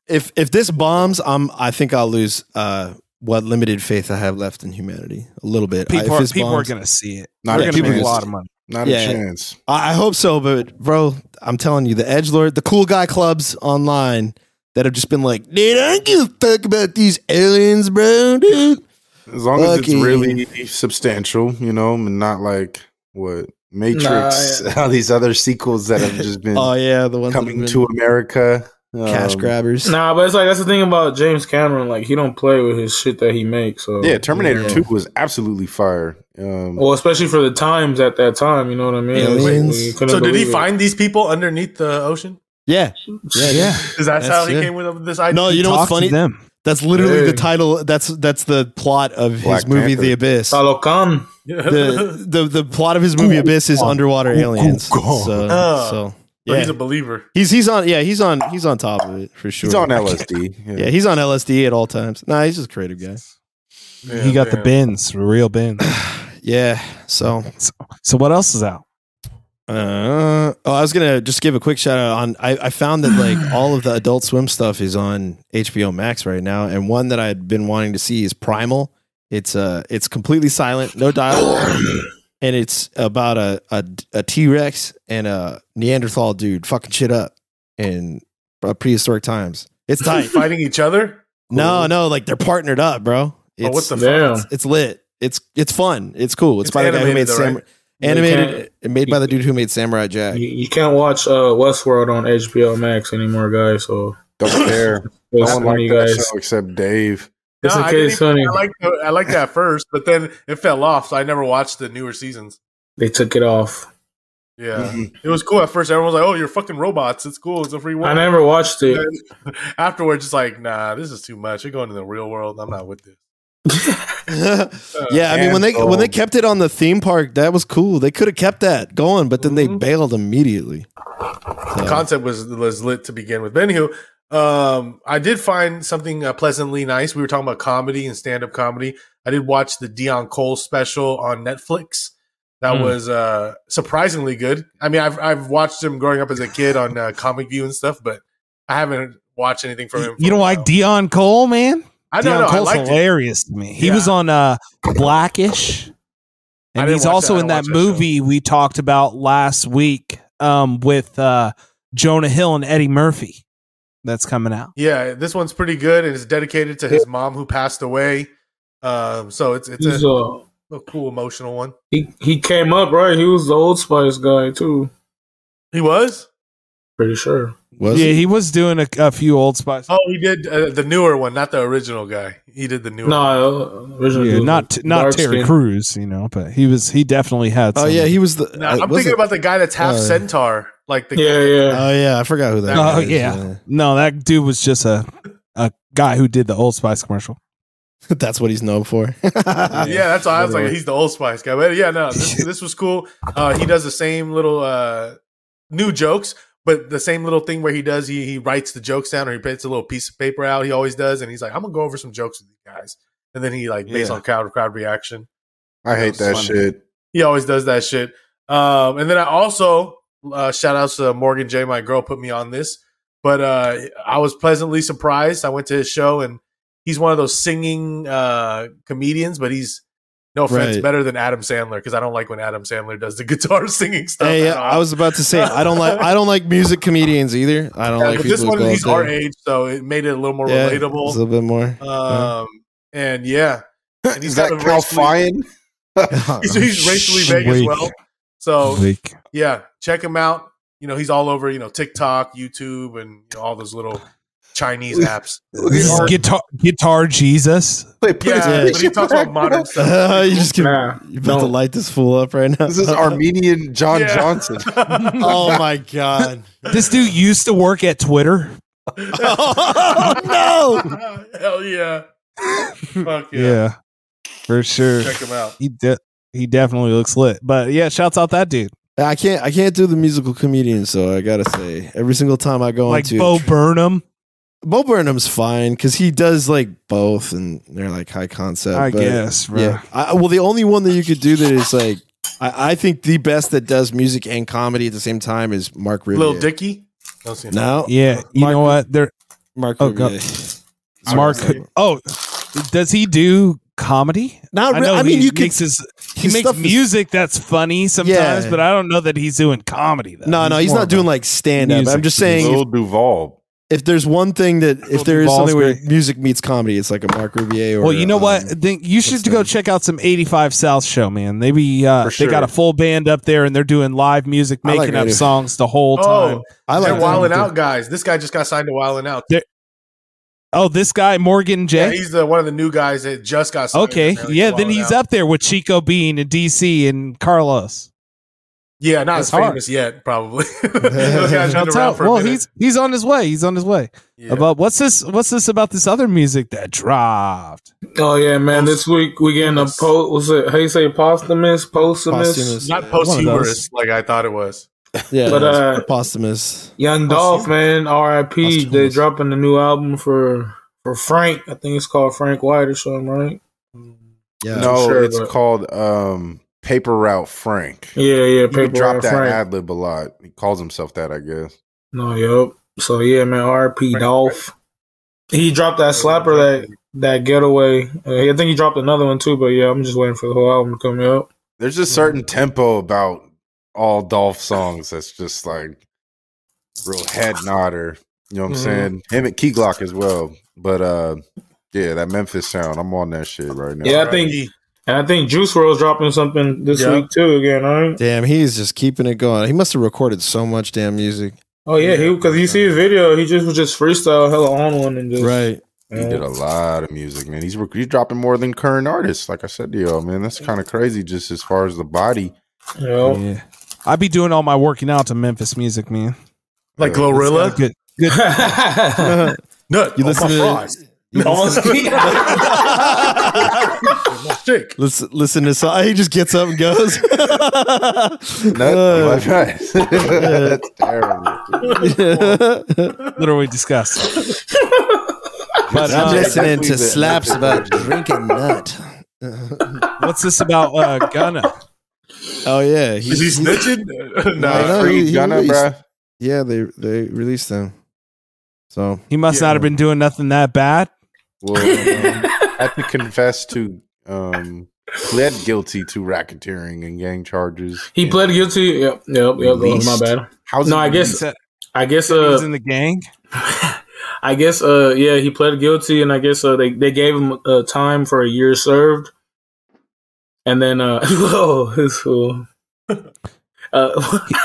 Speaker 6: if if this bombs, I'm I think I'll lose uh what limited faith I have left in humanity a little bit. I,
Speaker 3: People,
Speaker 6: if
Speaker 3: are,
Speaker 6: this
Speaker 3: people are
Speaker 6: bombs-
Speaker 3: gonna see it.
Speaker 5: Not
Speaker 3: They're
Speaker 5: a
Speaker 3: gonna make a
Speaker 5: chance.
Speaker 3: lot of money.
Speaker 5: Not
Speaker 6: Yeah.
Speaker 5: a chance.
Speaker 6: I, I hope so, but bro, I'm telling you, the edge lord, the cool guy clubs online that have just been like, dude, I don't give a fuck about these aliens, bro, dude.
Speaker 5: As long as it's
Speaker 6: Fucking-
Speaker 5: really substantial, you know, and not like what Matrix, all these other sequels that have just been
Speaker 6: Oh yeah, the ones that have
Speaker 5: Mm. coming
Speaker 6: been
Speaker 5: to America.
Speaker 6: cash
Speaker 5: Um,
Speaker 6: grabbers.
Speaker 7: Nah, but it's like that's the thing about James Cameron. Like he don't play with his shit that he makes. So
Speaker 5: Yeah, Terminator
Speaker 6: Yeah.
Speaker 5: 2 was absolutely fire. Um,
Speaker 7: Well, especially for the times at that time, you know what I mean.
Speaker 6: Aliens.
Speaker 7: we couldn't
Speaker 2: So did he
Speaker 7: believe it.
Speaker 2: find these people underneath the ocean?
Speaker 6: Yeah, yeah, yeah.
Speaker 2: Is that
Speaker 6: That's
Speaker 2: how he
Speaker 6: it.
Speaker 2: came with this idea?
Speaker 6: No, you know
Speaker 3: Talk
Speaker 6: what's
Speaker 3: to
Speaker 6: funny?
Speaker 3: Them.
Speaker 6: That's literally the
Speaker 7: Hey.
Speaker 6: title. That's that's the plot of
Speaker 5: Black
Speaker 6: his movie,
Speaker 5: Panther.
Speaker 6: The Abyss.
Speaker 3: Oh.
Speaker 7: Salo Khan?
Speaker 6: the, the the plot of his movie Abyss is underwater aliens.
Speaker 3: Gone.
Speaker 6: So,
Speaker 2: Oh.
Speaker 6: so
Speaker 2: But
Speaker 6: yeah,
Speaker 2: He's a believer.
Speaker 6: he's he's on yeah he's on he's on top of it for sure.
Speaker 5: he's on LSD. Yeah.
Speaker 6: Yeah, he's on LSD at all times. Nah, he's just a creative guy.
Speaker 3: he got the
Speaker 2: man.
Speaker 3: bins, the real bins.
Speaker 6: Yeah. So,
Speaker 3: So what else is out?
Speaker 6: uh, oh, I was gonna just give a quick shout out on. I, I found that like all of the Adult Swim stuff is on HBO Max right now, and one that I'd been wanting to see is Primal. It's uh, it's completely silent, no dialogue, and it's about a a, a T Rex and a Neanderthal dude fucking shit up in uh, prehistoric times. It's tight.
Speaker 2: Fighting each other?
Speaker 6: no, no, like they're partnered up, bro.
Speaker 2: Oh, what
Speaker 6: It's-
Speaker 2: the
Speaker 7: Damn.
Speaker 2: fuck?
Speaker 6: it's, it's lit. It's it's fun. It's cool. It's,
Speaker 2: It's
Speaker 6: by the guy who
Speaker 2: animated
Speaker 6: made
Speaker 2: though,
Speaker 6: Samurai.
Speaker 7: They
Speaker 6: Animated,
Speaker 7: can't-
Speaker 6: uh, made by the dude who made Samurai Jack.
Speaker 7: You, you can't watch uh, Westworld on HBO Max anymore, guys. So
Speaker 5: Don't care.
Speaker 7: it's
Speaker 5: no one
Speaker 7: funny,
Speaker 5: liked that
Speaker 7: guys.
Speaker 5: show except Dave.
Speaker 7: It's
Speaker 2: No, I
Speaker 7: okay,
Speaker 2: didn't even-
Speaker 7: Sonny.
Speaker 2: I like I like that first, but then it fell off, so I never watched the newer seasons.
Speaker 7: They took it off.
Speaker 2: Yeah, it was cool at first. Everyone was like, "Oh, you're fucking robots. It's cool. It's a free world."
Speaker 7: I never watched it.
Speaker 2: And then afterwards, it's like, nah, this is too much. You're going to the real world. I'm not with this.
Speaker 6: yeah, I mean when they when they
Speaker 5: Cancelled.
Speaker 6: kept it on the theme park, that was cool. They could have kept that going, but then they
Speaker 2: Mhm.
Speaker 6: bailed immediately.
Speaker 2: The
Speaker 3: Uh-huh.
Speaker 2: concept was was lit to begin with. But anywho, um, I did find something uh, pleasantly nice. We were talking about comedy and stand up comedy. I did watch the Dion Cole special on Netflix. That
Speaker 4: Hmm.
Speaker 2: was uh, surprisingly good. I mean, I've I've watched him growing up as a kid on uh, Comic View and stuff, but I haven't watched anything from him. for
Speaker 3: You
Speaker 2: a
Speaker 3: don't
Speaker 2: while.
Speaker 3: like Dion Cole, man?
Speaker 2: I don't
Speaker 3: Dion
Speaker 2: know. I
Speaker 3: Cole's
Speaker 2: liked it.
Speaker 3: hilarious to me. He
Speaker 2: Yeah.
Speaker 3: was on uh Blackish.
Speaker 2: I
Speaker 3: And
Speaker 2: didn't
Speaker 3: he's
Speaker 2: watch
Speaker 3: also
Speaker 2: that. I
Speaker 3: in that
Speaker 2: watched that show.
Speaker 3: movie we talked about last week um with uh Jonah Hill and Eddie Murphy. That's coming out.
Speaker 2: Yeah, this one's pretty good, and it's dedicated to his mom who passed away. Um, so it's it's
Speaker 7: He's,
Speaker 2: a,
Speaker 7: uh,
Speaker 2: a cool emotional one.
Speaker 7: he he came up right. He was the Old Spice guy too.
Speaker 2: He was.
Speaker 7: Pretty sure.
Speaker 6: Was
Speaker 3: yeah,
Speaker 6: it?
Speaker 3: he was doing a, a few old spice.
Speaker 2: Oh, he did uh, the newer one, not the original guy. He did the newer.
Speaker 7: No,
Speaker 2: one.
Speaker 7: uh, originally
Speaker 3: yeah,
Speaker 7: he was
Speaker 3: not not
Speaker 7: dark
Speaker 3: Terry
Speaker 7: skin.
Speaker 3: Crews, you know, but he was he definitely had.
Speaker 6: Oh
Speaker 3: some-
Speaker 6: yeah, he was the.
Speaker 2: No,
Speaker 6: uh,
Speaker 2: I'm
Speaker 6: was
Speaker 2: thinking
Speaker 6: it-
Speaker 2: about the guy that's half
Speaker 6: uh,
Speaker 2: centaur, like the guy
Speaker 7: Yeah,
Speaker 2: that-
Speaker 3: Uh,
Speaker 7: yeah.
Speaker 6: Oh yeah, I forgot who that.
Speaker 3: Oh,
Speaker 6: was,
Speaker 3: yeah. no, that dude was just a a guy who did the Old Spice commercial.
Speaker 6: that's what he's known for.
Speaker 2: yeah, that's why I was like, he's the Old Spice guy. But yeah, no, this, this was cool. Uh, he does the same little uh, new jokes, but the same little thing where he does, he, he writes the jokes down or he puts a little piece of paper out. He always does. And he's like, I'm going to go over some jokes with you guys. And then he, like, based
Speaker 3: Yeah.
Speaker 2: on crowd crowd reaction,
Speaker 5: I hate
Speaker 2: That
Speaker 5: that
Speaker 2: was funny.
Speaker 5: shit.
Speaker 2: he always does that shit. Um, and then I also uh, shout outs to Morgan J, my girl, put me on this, but uh, I was pleasantly surprised. I went to his show, and he's one of those singing uh, comedians, but he's no offense,
Speaker 6: Right.
Speaker 2: better than Adam Sandler because I don't like when Adam Sandler does the guitar singing stuff.
Speaker 6: Hey,
Speaker 2: at all.
Speaker 6: I was about to say I don't like I don't like music comedians either. I don't
Speaker 2: Yeah,
Speaker 6: like
Speaker 2: but
Speaker 6: people
Speaker 2: this
Speaker 6: who
Speaker 2: one
Speaker 6: go
Speaker 2: he's
Speaker 6: out
Speaker 2: our
Speaker 6: there.
Speaker 2: age, so it made it a little more
Speaker 6: Yeah,
Speaker 2: relatable.
Speaker 6: It's a uh-huh. little bit more.
Speaker 2: um, and yeah, And he's
Speaker 5: Is that
Speaker 2: got a
Speaker 5: Cal
Speaker 2: racially-
Speaker 5: Fine?
Speaker 2: he's, he's racially
Speaker 3: Shh,
Speaker 2: vague as
Speaker 3: weak.
Speaker 2: well.
Speaker 6: Oh.
Speaker 2: So
Speaker 3: Like,
Speaker 2: yeah, check him out. You know, he's all over, you know, TikTok, YouTube, and you know, all those little Chinese apps.
Speaker 3: this is guitar guitar Jesus.
Speaker 5: Wait, put his Uh-huh.
Speaker 2: Yeah, but he
Speaker 5: picture
Speaker 2: talks about
Speaker 5: back
Speaker 2: modern
Speaker 5: up.
Speaker 2: stuff.
Speaker 6: you just can,
Speaker 7: Nah,
Speaker 6: you about to
Speaker 7: don't.
Speaker 6: light this fool up right now.
Speaker 5: This is Armenian John
Speaker 2: Yeah.
Speaker 5: Johnson.
Speaker 6: oh my god.
Speaker 3: This dude used to work at Twitter.
Speaker 6: oh no.
Speaker 2: Hell yeah. Fuck yeah.
Speaker 3: for sure.
Speaker 2: Check him out.
Speaker 3: He de- he definitely looks lit. But yeah, shouts out that dude.
Speaker 6: I can't I can't do the musical comedian, so I gotta say every single time I go
Speaker 3: like
Speaker 6: into
Speaker 3: Bo Burnham.
Speaker 6: Bo Burnham's fine because he does like both and they're like high concept.
Speaker 3: I
Speaker 6: but-
Speaker 3: guess, bro.
Speaker 6: Yeah. I, well, the only one that you could do that is like, I, I think the best that does music and comedy at the same time is Mark Riviere.
Speaker 2: Little Dicky. Don't see him.
Speaker 6: No,
Speaker 3: Yeah, you
Speaker 6: Mark-
Speaker 3: know what? There,
Speaker 6: Mark
Speaker 3: Oh, God.
Speaker 6: Riviere.
Speaker 3: Mark. Oh, does he do comedy?
Speaker 6: Not
Speaker 3: I
Speaker 6: re-
Speaker 3: know.
Speaker 6: I mean,
Speaker 3: he
Speaker 6: you could-
Speaker 3: makes his, he
Speaker 6: his
Speaker 3: makes
Speaker 6: stuff is-
Speaker 3: music that's funny sometimes,
Speaker 6: Yeah.
Speaker 3: but I don't know that he's doing comedy. Though.
Speaker 6: No, no, he's
Speaker 3: more
Speaker 6: not
Speaker 3: of
Speaker 6: doing
Speaker 3: a-
Speaker 6: like stand up. I'm
Speaker 3: music.
Speaker 6: just saying, if,
Speaker 5: Lil Duval.
Speaker 6: if there's one thing that, if there is
Speaker 3: Duval's
Speaker 6: something where
Speaker 3: great.
Speaker 6: music meets comedy, it's like a Mark Riviere. Or,
Speaker 3: Well, you know what?
Speaker 6: um,
Speaker 3: Then you should
Speaker 6: what's
Speaker 3: go
Speaker 6: that?
Speaker 3: check out some '85 South show, man. Maybe uh,
Speaker 2: For
Speaker 3: they got
Speaker 2: sure.
Speaker 3: a full band up there and they're doing live music,
Speaker 6: I like
Speaker 3: making up
Speaker 6: 85.
Speaker 3: songs the whole time.
Speaker 2: Oh,
Speaker 6: I
Speaker 2: they're
Speaker 6: like
Speaker 2: wilding
Speaker 6: that.
Speaker 2: out guys. This guy just got signed to Wildin' Out.
Speaker 3: Oh, this guy Morgan
Speaker 2: Yeah,
Speaker 3: J.
Speaker 2: he's the one of the new guys that just got signed.
Speaker 3: okay,
Speaker 2: They're like
Speaker 3: yeah.
Speaker 2: Wildin'
Speaker 3: Then he's
Speaker 2: Out.
Speaker 3: up there with Chico Bean and DC and Carlos.
Speaker 2: Yeah, not
Speaker 3: It's
Speaker 2: as
Speaker 3: hard.
Speaker 2: famous yet, probably. Those guys been
Speaker 3: That's
Speaker 2: around
Speaker 3: how-
Speaker 2: for a
Speaker 3: well,
Speaker 2: minute.
Speaker 3: he's he's on his way. He's on his way.
Speaker 2: Yeah.
Speaker 3: About what's this? What's this about this other music that dropped?
Speaker 7: Oh yeah, man! This week we getting a post. What's it? How you say posthumous? Posthumous.
Speaker 6: Posthumous.
Speaker 2: not
Speaker 6: Yeah, one of
Speaker 2: post
Speaker 6: those.
Speaker 2: humorous like I thought it was.
Speaker 6: Yeah,
Speaker 7: But, uh,
Speaker 6: posthumous.
Speaker 7: Young Dolph, man. R.I.P. They
Speaker 6: Posthumous.
Speaker 7: dropping a new album for for Frank. I think it's called Frank White or something, right?
Speaker 6: Yeah.
Speaker 5: no,
Speaker 7: sure,
Speaker 5: it's
Speaker 7: but-
Speaker 5: called um, Paper Route Frank.
Speaker 7: Yeah, yeah.
Speaker 5: He would
Speaker 7: Paper
Speaker 5: drop
Speaker 7: Route
Speaker 5: that
Speaker 7: Frank.
Speaker 5: ad lib a lot. He calls himself that, I guess.
Speaker 7: No, yep. So yeah, man. R.I.P. Dolph. He dropped that slapper that that getaway. Uh, I think he dropped another one too. But yeah, I'm just waiting for the whole album to come out.
Speaker 5: There's a certain tempo about all Dolph songs that's just like real head nodder. You know what I'm
Speaker 7: Mhm.
Speaker 5: saying? Him at Key Glock as well. But uh yeah, that Memphis sound. I'm on that shit right now.
Speaker 7: Yeah, I think. And I think Juice WRLD's dropping something this
Speaker 2: Yeah.
Speaker 7: week too again, right?
Speaker 6: Damn, he's just keeping it going. He must have recorded so much damn music.
Speaker 7: Oh yeah, he because you see his video, he just was just freestyle hella on one and just
Speaker 6: Right.
Speaker 5: He did a lot of music, man. He's he's dropping more than current artists. Like I said to y'all, man, that's kind of crazy. Just as far as the body,
Speaker 7: you know.
Speaker 3: Yeah, I be doing all my working out to Memphis music, man.
Speaker 2: Like
Speaker 5: Uh,
Speaker 2: Glorilla?
Speaker 3: Good.
Speaker 2: Nut. Oh,
Speaker 6: You
Speaker 2: You
Speaker 6: listen
Speaker 2: listen
Speaker 6: to- You
Speaker 7: Almost-
Speaker 2: Chick.
Speaker 6: Listen, listen to song. He just gets up and goes.
Speaker 5: Nut,
Speaker 6: Uh,
Speaker 5: my God. that's terrible.
Speaker 3: Literally disgusting.
Speaker 6: but
Speaker 3: uh,
Speaker 6: I'm listening
Speaker 5: Exactly
Speaker 6: to
Speaker 5: the-
Speaker 6: slaps about drinking nut.
Speaker 3: What's this about uh, Gunna?
Speaker 6: oh yeah,
Speaker 2: Is he
Speaker 6: he's-
Speaker 2: snitching?
Speaker 6: I
Speaker 2: no.
Speaker 6: know,
Speaker 5: Free
Speaker 6: he- he
Speaker 5: Gunna,
Speaker 6: released-
Speaker 5: bruh.
Speaker 6: Yeah, they they released him. So
Speaker 3: He must
Speaker 2: Yeah.
Speaker 3: not have been doing nothing that bad.
Speaker 5: Well, um, had to confess to um, pled guilty to racketeering and gang charges.
Speaker 7: he
Speaker 5: And
Speaker 7: pled guilty. Yep, yep, yep. oh, my
Speaker 5: Released.
Speaker 7: bad.
Speaker 5: How's
Speaker 7: No,
Speaker 5: it
Speaker 7: I guess-
Speaker 5: released?
Speaker 7: I guess
Speaker 3: He was
Speaker 7: uh,
Speaker 3: in the gang.
Speaker 7: I guess uh, yeah, he pled guilty, and I guess uh, they they gave him uh, time for a year served, and then uh, whoa, this fool. Uh,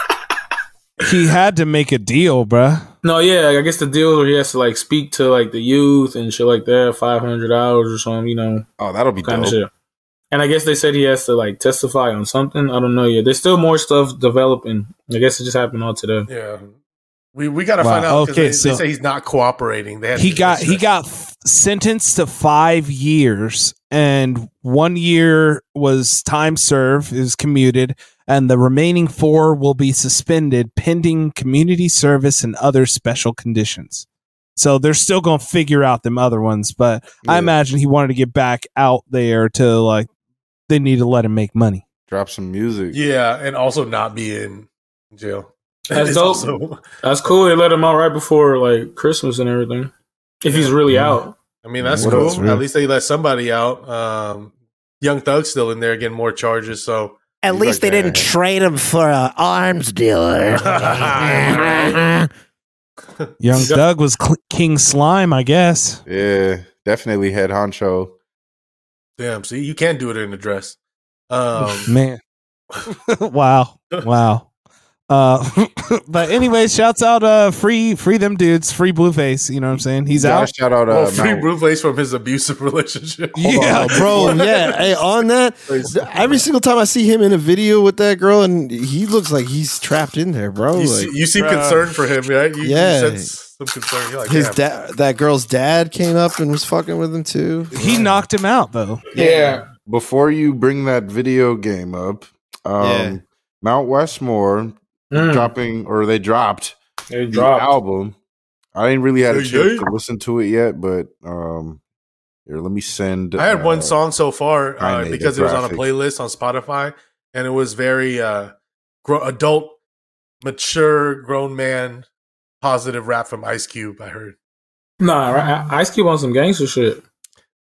Speaker 3: He had to make a deal, bruh.
Speaker 7: no, yeah, I guess the deal where he has to like speak to like the youth and shit like that, five hundred hours or something, you know,
Speaker 5: Oh, that'll be
Speaker 7: kind
Speaker 5: dope.
Speaker 7: of shit. And I guess they said he has to like testify on something. I don't know yet. There's still more stuff developing. I guess it just happened all today.
Speaker 2: Yeah. We, we got to
Speaker 3: Wow,
Speaker 2: find out because
Speaker 3: okay,
Speaker 2: they,
Speaker 3: so-
Speaker 2: they say he's not cooperating. They had
Speaker 3: He
Speaker 2: to-
Speaker 3: got he got f- sentenced to five years, and one year was time served, is commuted, and the remaining four will be suspended pending community service and other special conditions. So they're still gonna figure out them other ones, but I
Speaker 5: Yeah.
Speaker 3: imagine he wanted to get back out there to like they need to let him make money.
Speaker 5: Drop some music.
Speaker 2: Yeah, and also not be in jail.
Speaker 7: That's
Speaker 2: It's
Speaker 7: dope.
Speaker 2: also-
Speaker 7: That's cool. They let him out right before like Christmas and everything. If he's really out,
Speaker 2: I mean, that's
Speaker 5: What
Speaker 2: cool.
Speaker 5: else,
Speaker 2: At least they let somebody out. Um, Young Thug's still in there getting more charges. So
Speaker 10: At
Speaker 5: He's
Speaker 10: least
Speaker 5: like,
Speaker 10: they didn't
Speaker 5: "Eh."
Speaker 10: trade him for an arms dealer.
Speaker 3: Young
Speaker 7: Yeah.
Speaker 3: Doug was cl- King Slime, I guess.
Speaker 5: Yeah, definitely head honcho.
Speaker 2: damn, see, you can do it in a dress. Um,
Speaker 3: man wow wow uh but anyway shouts out uh free free them dudes free blueface you know what i'm saying he's
Speaker 5: Gotta
Speaker 3: out
Speaker 5: Shout out, uh,
Speaker 2: well, Oh, free
Speaker 5: Mount-
Speaker 2: Blueface from his abusive relationship. Oh,
Speaker 6: Yeah, bro. Yeah. Hey, on that, every single time I see him in a video with that girl, and he looks like he's trapped in there, bro.
Speaker 2: You,
Speaker 6: Like
Speaker 2: see, you seem
Speaker 5: bruh.
Speaker 2: concerned for him, right? You, you
Speaker 6: Yeah.
Speaker 2: sense some concern. You're like,
Speaker 6: his
Speaker 2: damn.
Speaker 6: dad, that girl's dad came up and was fucking with him too.
Speaker 3: he knocked him out though
Speaker 7: yeah,
Speaker 5: before you bring that video game up, um,
Speaker 6: Yeah.
Speaker 5: Mount Westmore
Speaker 2: Hmm.
Speaker 7: Mm,
Speaker 5: dropping or they dropped
Speaker 7: they
Speaker 5: the
Speaker 7: dropped.
Speaker 5: album. I didn't really had a
Speaker 2: Yeah,
Speaker 5: chance
Speaker 2: yeah.
Speaker 5: to listen to it yet, but um, here let me send.
Speaker 2: I had
Speaker 5: uh,
Speaker 2: one song so far
Speaker 5: I
Speaker 2: uh,
Speaker 5: made
Speaker 2: because
Speaker 5: the
Speaker 2: it was on a
Speaker 5: graphic.
Speaker 2: playlist on Spotify, and it was very uh, gro- adult, mature, grown man, positive rap from Ice Cube. I heard.
Speaker 7: Nah, right, I- Ice Cube on some gangster shit.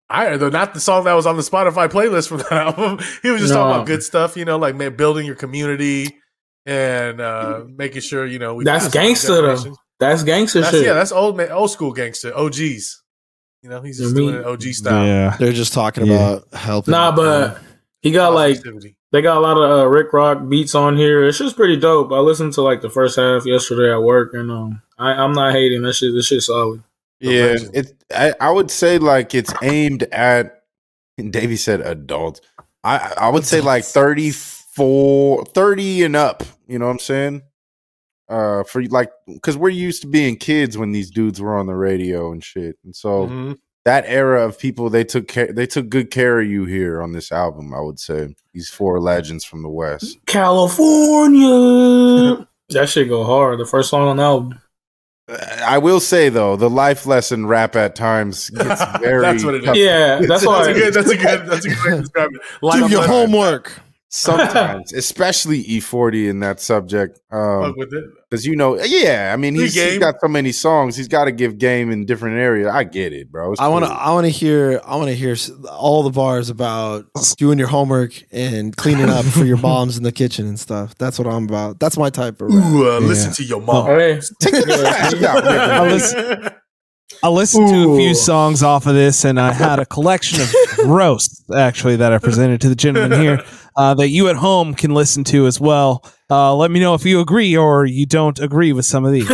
Speaker 2: I though not the song that was on the Spotify playlist from that album. He was just talking
Speaker 7: No.
Speaker 2: about good stuff, you know, like ma- building your community and uh, making sure you know we
Speaker 7: That's
Speaker 2: pass on
Speaker 7: gangster, though.
Speaker 2: generations.
Speaker 7: That's gangster
Speaker 2: That's,
Speaker 7: shit.
Speaker 2: yeah, that's old man, old school gangster, OGs. You know, he's just
Speaker 7: You
Speaker 2: doing
Speaker 7: mean-
Speaker 2: it OG style.
Speaker 3: yeah
Speaker 6: They're just talking
Speaker 3: Yeah.
Speaker 6: about helping.
Speaker 7: nah, but he got like
Speaker 2: Positivity.
Speaker 7: they got a lot of uh, Rick Rock beats on here. It's just pretty dope. I listened to like the first half yesterday at work, and um, I, I'm not hating that shit. This shit solid.
Speaker 5: Yeah,
Speaker 2: Amazing.
Speaker 5: it. I, I would say like it's aimed at. Davey said adults. I I would say like 34, 30 and up. You know what I'm saying? Uh, for like, because we're used to being kids when these dudes were on the radio and shit, and so
Speaker 2: Mhm.
Speaker 5: that era of people they took care, they took good care of you here on this album. I would say these four legends from the
Speaker 2: Mm-hmm.
Speaker 5: west.
Speaker 7: California. that shit go hard. The first song on the album.
Speaker 5: I will say though, the life lesson rap at times gets very.
Speaker 2: That's what it is.
Speaker 5: tough.
Speaker 7: Yeah, that's
Speaker 2: That's a
Speaker 7: why.
Speaker 2: good. That's a good. That's a good way to describe it.
Speaker 6: do
Speaker 2: Life
Speaker 6: your
Speaker 2: lesson.
Speaker 6: homework.
Speaker 5: sometimes, especially E40 in that subject.
Speaker 2: Fuck
Speaker 5: Um,
Speaker 2: with it.
Speaker 5: because you know, yeah, I mean,
Speaker 2: Free
Speaker 5: he's, he's
Speaker 2: game.
Speaker 5: got so many songs, he's got to give game in different areas. I get it, bro. It's
Speaker 6: I want to.
Speaker 5: cool.
Speaker 6: I want to hear. I want to hear s- all the bars about doing your homework and cleaning up for your moms in the kitchen and stuff. That's what I'm about. That's my type of. Rap.
Speaker 2: Ooh, uh, listen
Speaker 6: Yeah.
Speaker 2: to your mom.
Speaker 7: Hey,
Speaker 5: Yeah,
Speaker 3: I listen- i listened to a few
Speaker 7: Ooh.
Speaker 3: songs off of this and i had a collection of roasts actually that i presented to the gentleman here uh that you at home can listen to as well uh let me know if you agree or you don't agree with some of these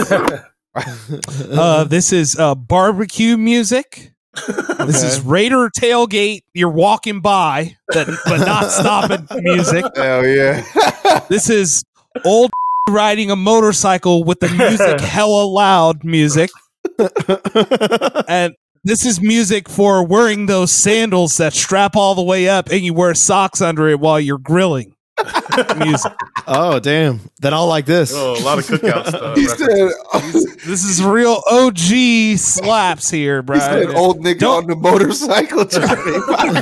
Speaker 3: uh this is uh barbecue music This is Raider tailgate. You're walking by, that, but not stopping music.
Speaker 5: Hell yeah.
Speaker 3: This is old riding a motorcycle with the music hella loud music. and this is music for wearing those sandals that strap all the way up and you wear socks under it while you're grilling. music.
Speaker 6: oh damn! Then I'll like this.
Speaker 2: Oh, a lot of cookouts. Uh,
Speaker 5: he said,
Speaker 3: This is real OG slaps here, bro.
Speaker 5: he said old nigga
Speaker 3: Don't-
Speaker 5: on the motorcycle driving. by.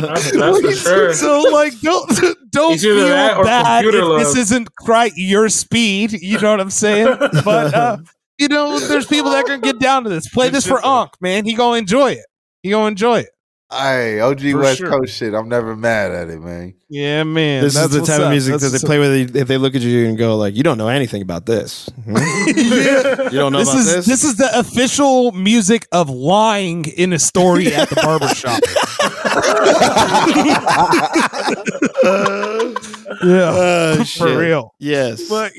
Speaker 7: that's, that's for sure.
Speaker 3: So like don't don't
Speaker 7: It's either
Speaker 3: feel
Speaker 7: that or
Speaker 3: bad
Speaker 7: computer
Speaker 3: if this
Speaker 7: love.
Speaker 3: isn't quite your speed. You know what I'm saying? But uh, you know, there's people that can get down to this. Play
Speaker 2: Good
Speaker 3: this
Speaker 2: shit,
Speaker 3: for
Speaker 2: though.
Speaker 3: Ankh, man. He gonna enjoy it. He gonna enjoy it.
Speaker 5: Hey, OG
Speaker 3: For
Speaker 5: West
Speaker 3: sure.
Speaker 5: Coast shit. I'm never mad at it, man.
Speaker 3: Yeah, man.
Speaker 6: This is
Speaker 3: that's
Speaker 6: the
Speaker 3: what's
Speaker 6: type of
Speaker 3: up.
Speaker 6: music
Speaker 3: That's
Speaker 6: that they
Speaker 3: what's up.
Speaker 6: play where they, if they look at you and go like, "You don't know anything about this. Hmm? You don't know
Speaker 3: This
Speaker 6: about
Speaker 3: is
Speaker 6: this."
Speaker 3: this? is the official music of lying in a story at the barbershop. yeah,
Speaker 6: Oh, shit.
Speaker 3: for real.
Speaker 6: Yes.
Speaker 3: But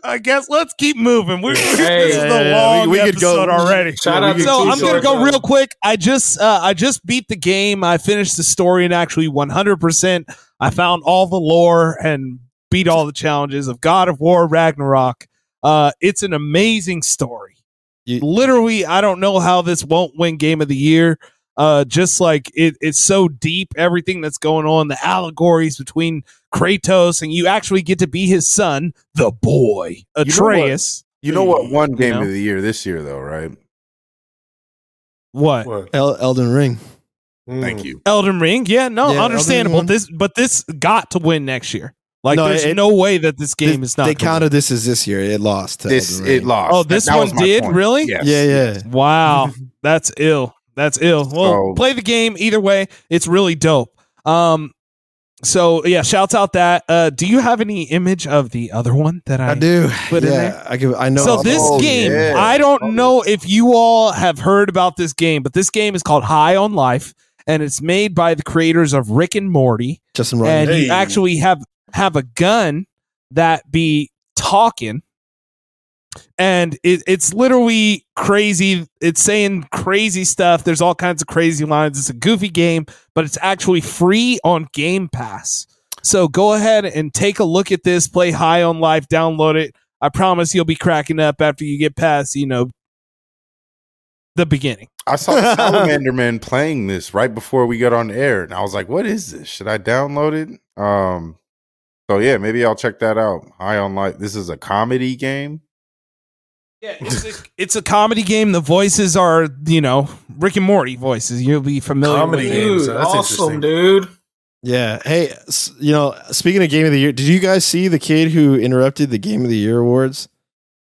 Speaker 3: I guess let's keep moving. We're,
Speaker 7: Hey,
Speaker 3: this is
Speaker 6: yeah,
Speaker 3: the
Speaker 6: yeah,
Speaker 3: long
Speaker 6: we- we could go-
Speaker 3: episode already.
Speaker 7: Shout out to
Speaker 3: so I'm
Speaker 7: T-Short,
Speaker 3: gonna go
Speaker 7: man.
Speaker 3: real quick. I just uh, I just beat the game. I finished the story and actually 100. percent I found all the lore and beat all the challenges of God of War Ragnarok. Uh, it's an amazing story.
Speaker 6: You-
Speaker 3: Literally, I don't know how this won't win Game of the Year. Uh, just like it, it's so deep, everything that's going on, the allegories between Kratos and you actually get to be his son, the boy
Speaker 5: what?
Speaker 3: Atreus.
Speaker 5: You know what? One game
Speaker 3: know?
Speaker 5: of the year this year, though, right?
Speaker 3: what?
Speaker 2: What?
Speaker 6: El- Elden Ring.
Speaker 5: Thank
Speaker 2: Mm.
Speaker 5: you.
Speaker 3: Elden Ring, yeah, no,
Speaker 6: Yeah,
Speaker 3: understandable.
Speaker 6: Elden Ring
Speaker 3: This, but this got to win next year. Like,
Speaker 6: No,
Speaker 3: there's
Speaker 6: it-
Speaker 3: no way that this game
Speaker 6: This-
Speaker 3: is not.
Speaker 6: They
Speaker 3: gonna
Speaker 6: counted this as this year. It lost. to
Speaker 5: This
Speaker 6: Elden Ring.
Speaker 5: it lost.
Speaker 3: Oh, this
Speaker 5: That was
Speaker 3: one
Speaker 5: my
Speaker 3: did?
Speaker 5: point.
Speaker 3: Really?
Speaker 5: Yes.
Speaker 6: Yeah, yeah.
Speaker 3: win. Wow, that's ill. That's ill. Well,
Speaker 5: So-
Speaker 3: play the game either way. It's really dope. Um, so yeah, shouts out that. Uh, do you have any image of the other one that I?
Speaker 6: I do.
Speaker 3: Put
Speaker 6: yeah,
Speaker 3: in there?
Speaker 6: I give. I know.
Speaker 3: so this
Speaker 5: Oh,
Speaker 3: game,
Speaker 5: yeah.
Speaker 3: I don't know if you all have heard about this game, but this game is called High on Life, and it's made by the creators of Rick and Morty.
Speaker 6: Justin Roiland.
Speaker 3: and you actually have have a gun that be talking and it, it's literally crazy it's saying crazy stuff there's all kinds of crazy lines it's a goofy game but it's actually free on game pass so go ahead and take a look at this play high on life download it i promise you'll be cracking up after you get past you know the beginning
Speaker 5: I saw Salamander Man playing this right before we got on air, and I was like, "What is this? Should I download it?" Um, so yeah, maybe I'll check that out. High on Life. This is a comedy game.
Speaker 3: Yeah, it's a, it's a comedy game. The voices are, you know, Rick and Morty voices. You'll be familiar
Speaker 2: Comedy
Speaker 3: with it.
Speaker 2: game.
Speaker 7: Dude,
Speaker 2: so that's
Speaker 7: awesome,
Speaker 2: interesting.
Speaker 7: dude.
Speaker 6: Yeah. Hey, s- you know, speaking of game of the year, did you guys see the kid who interrupted the game of the year awards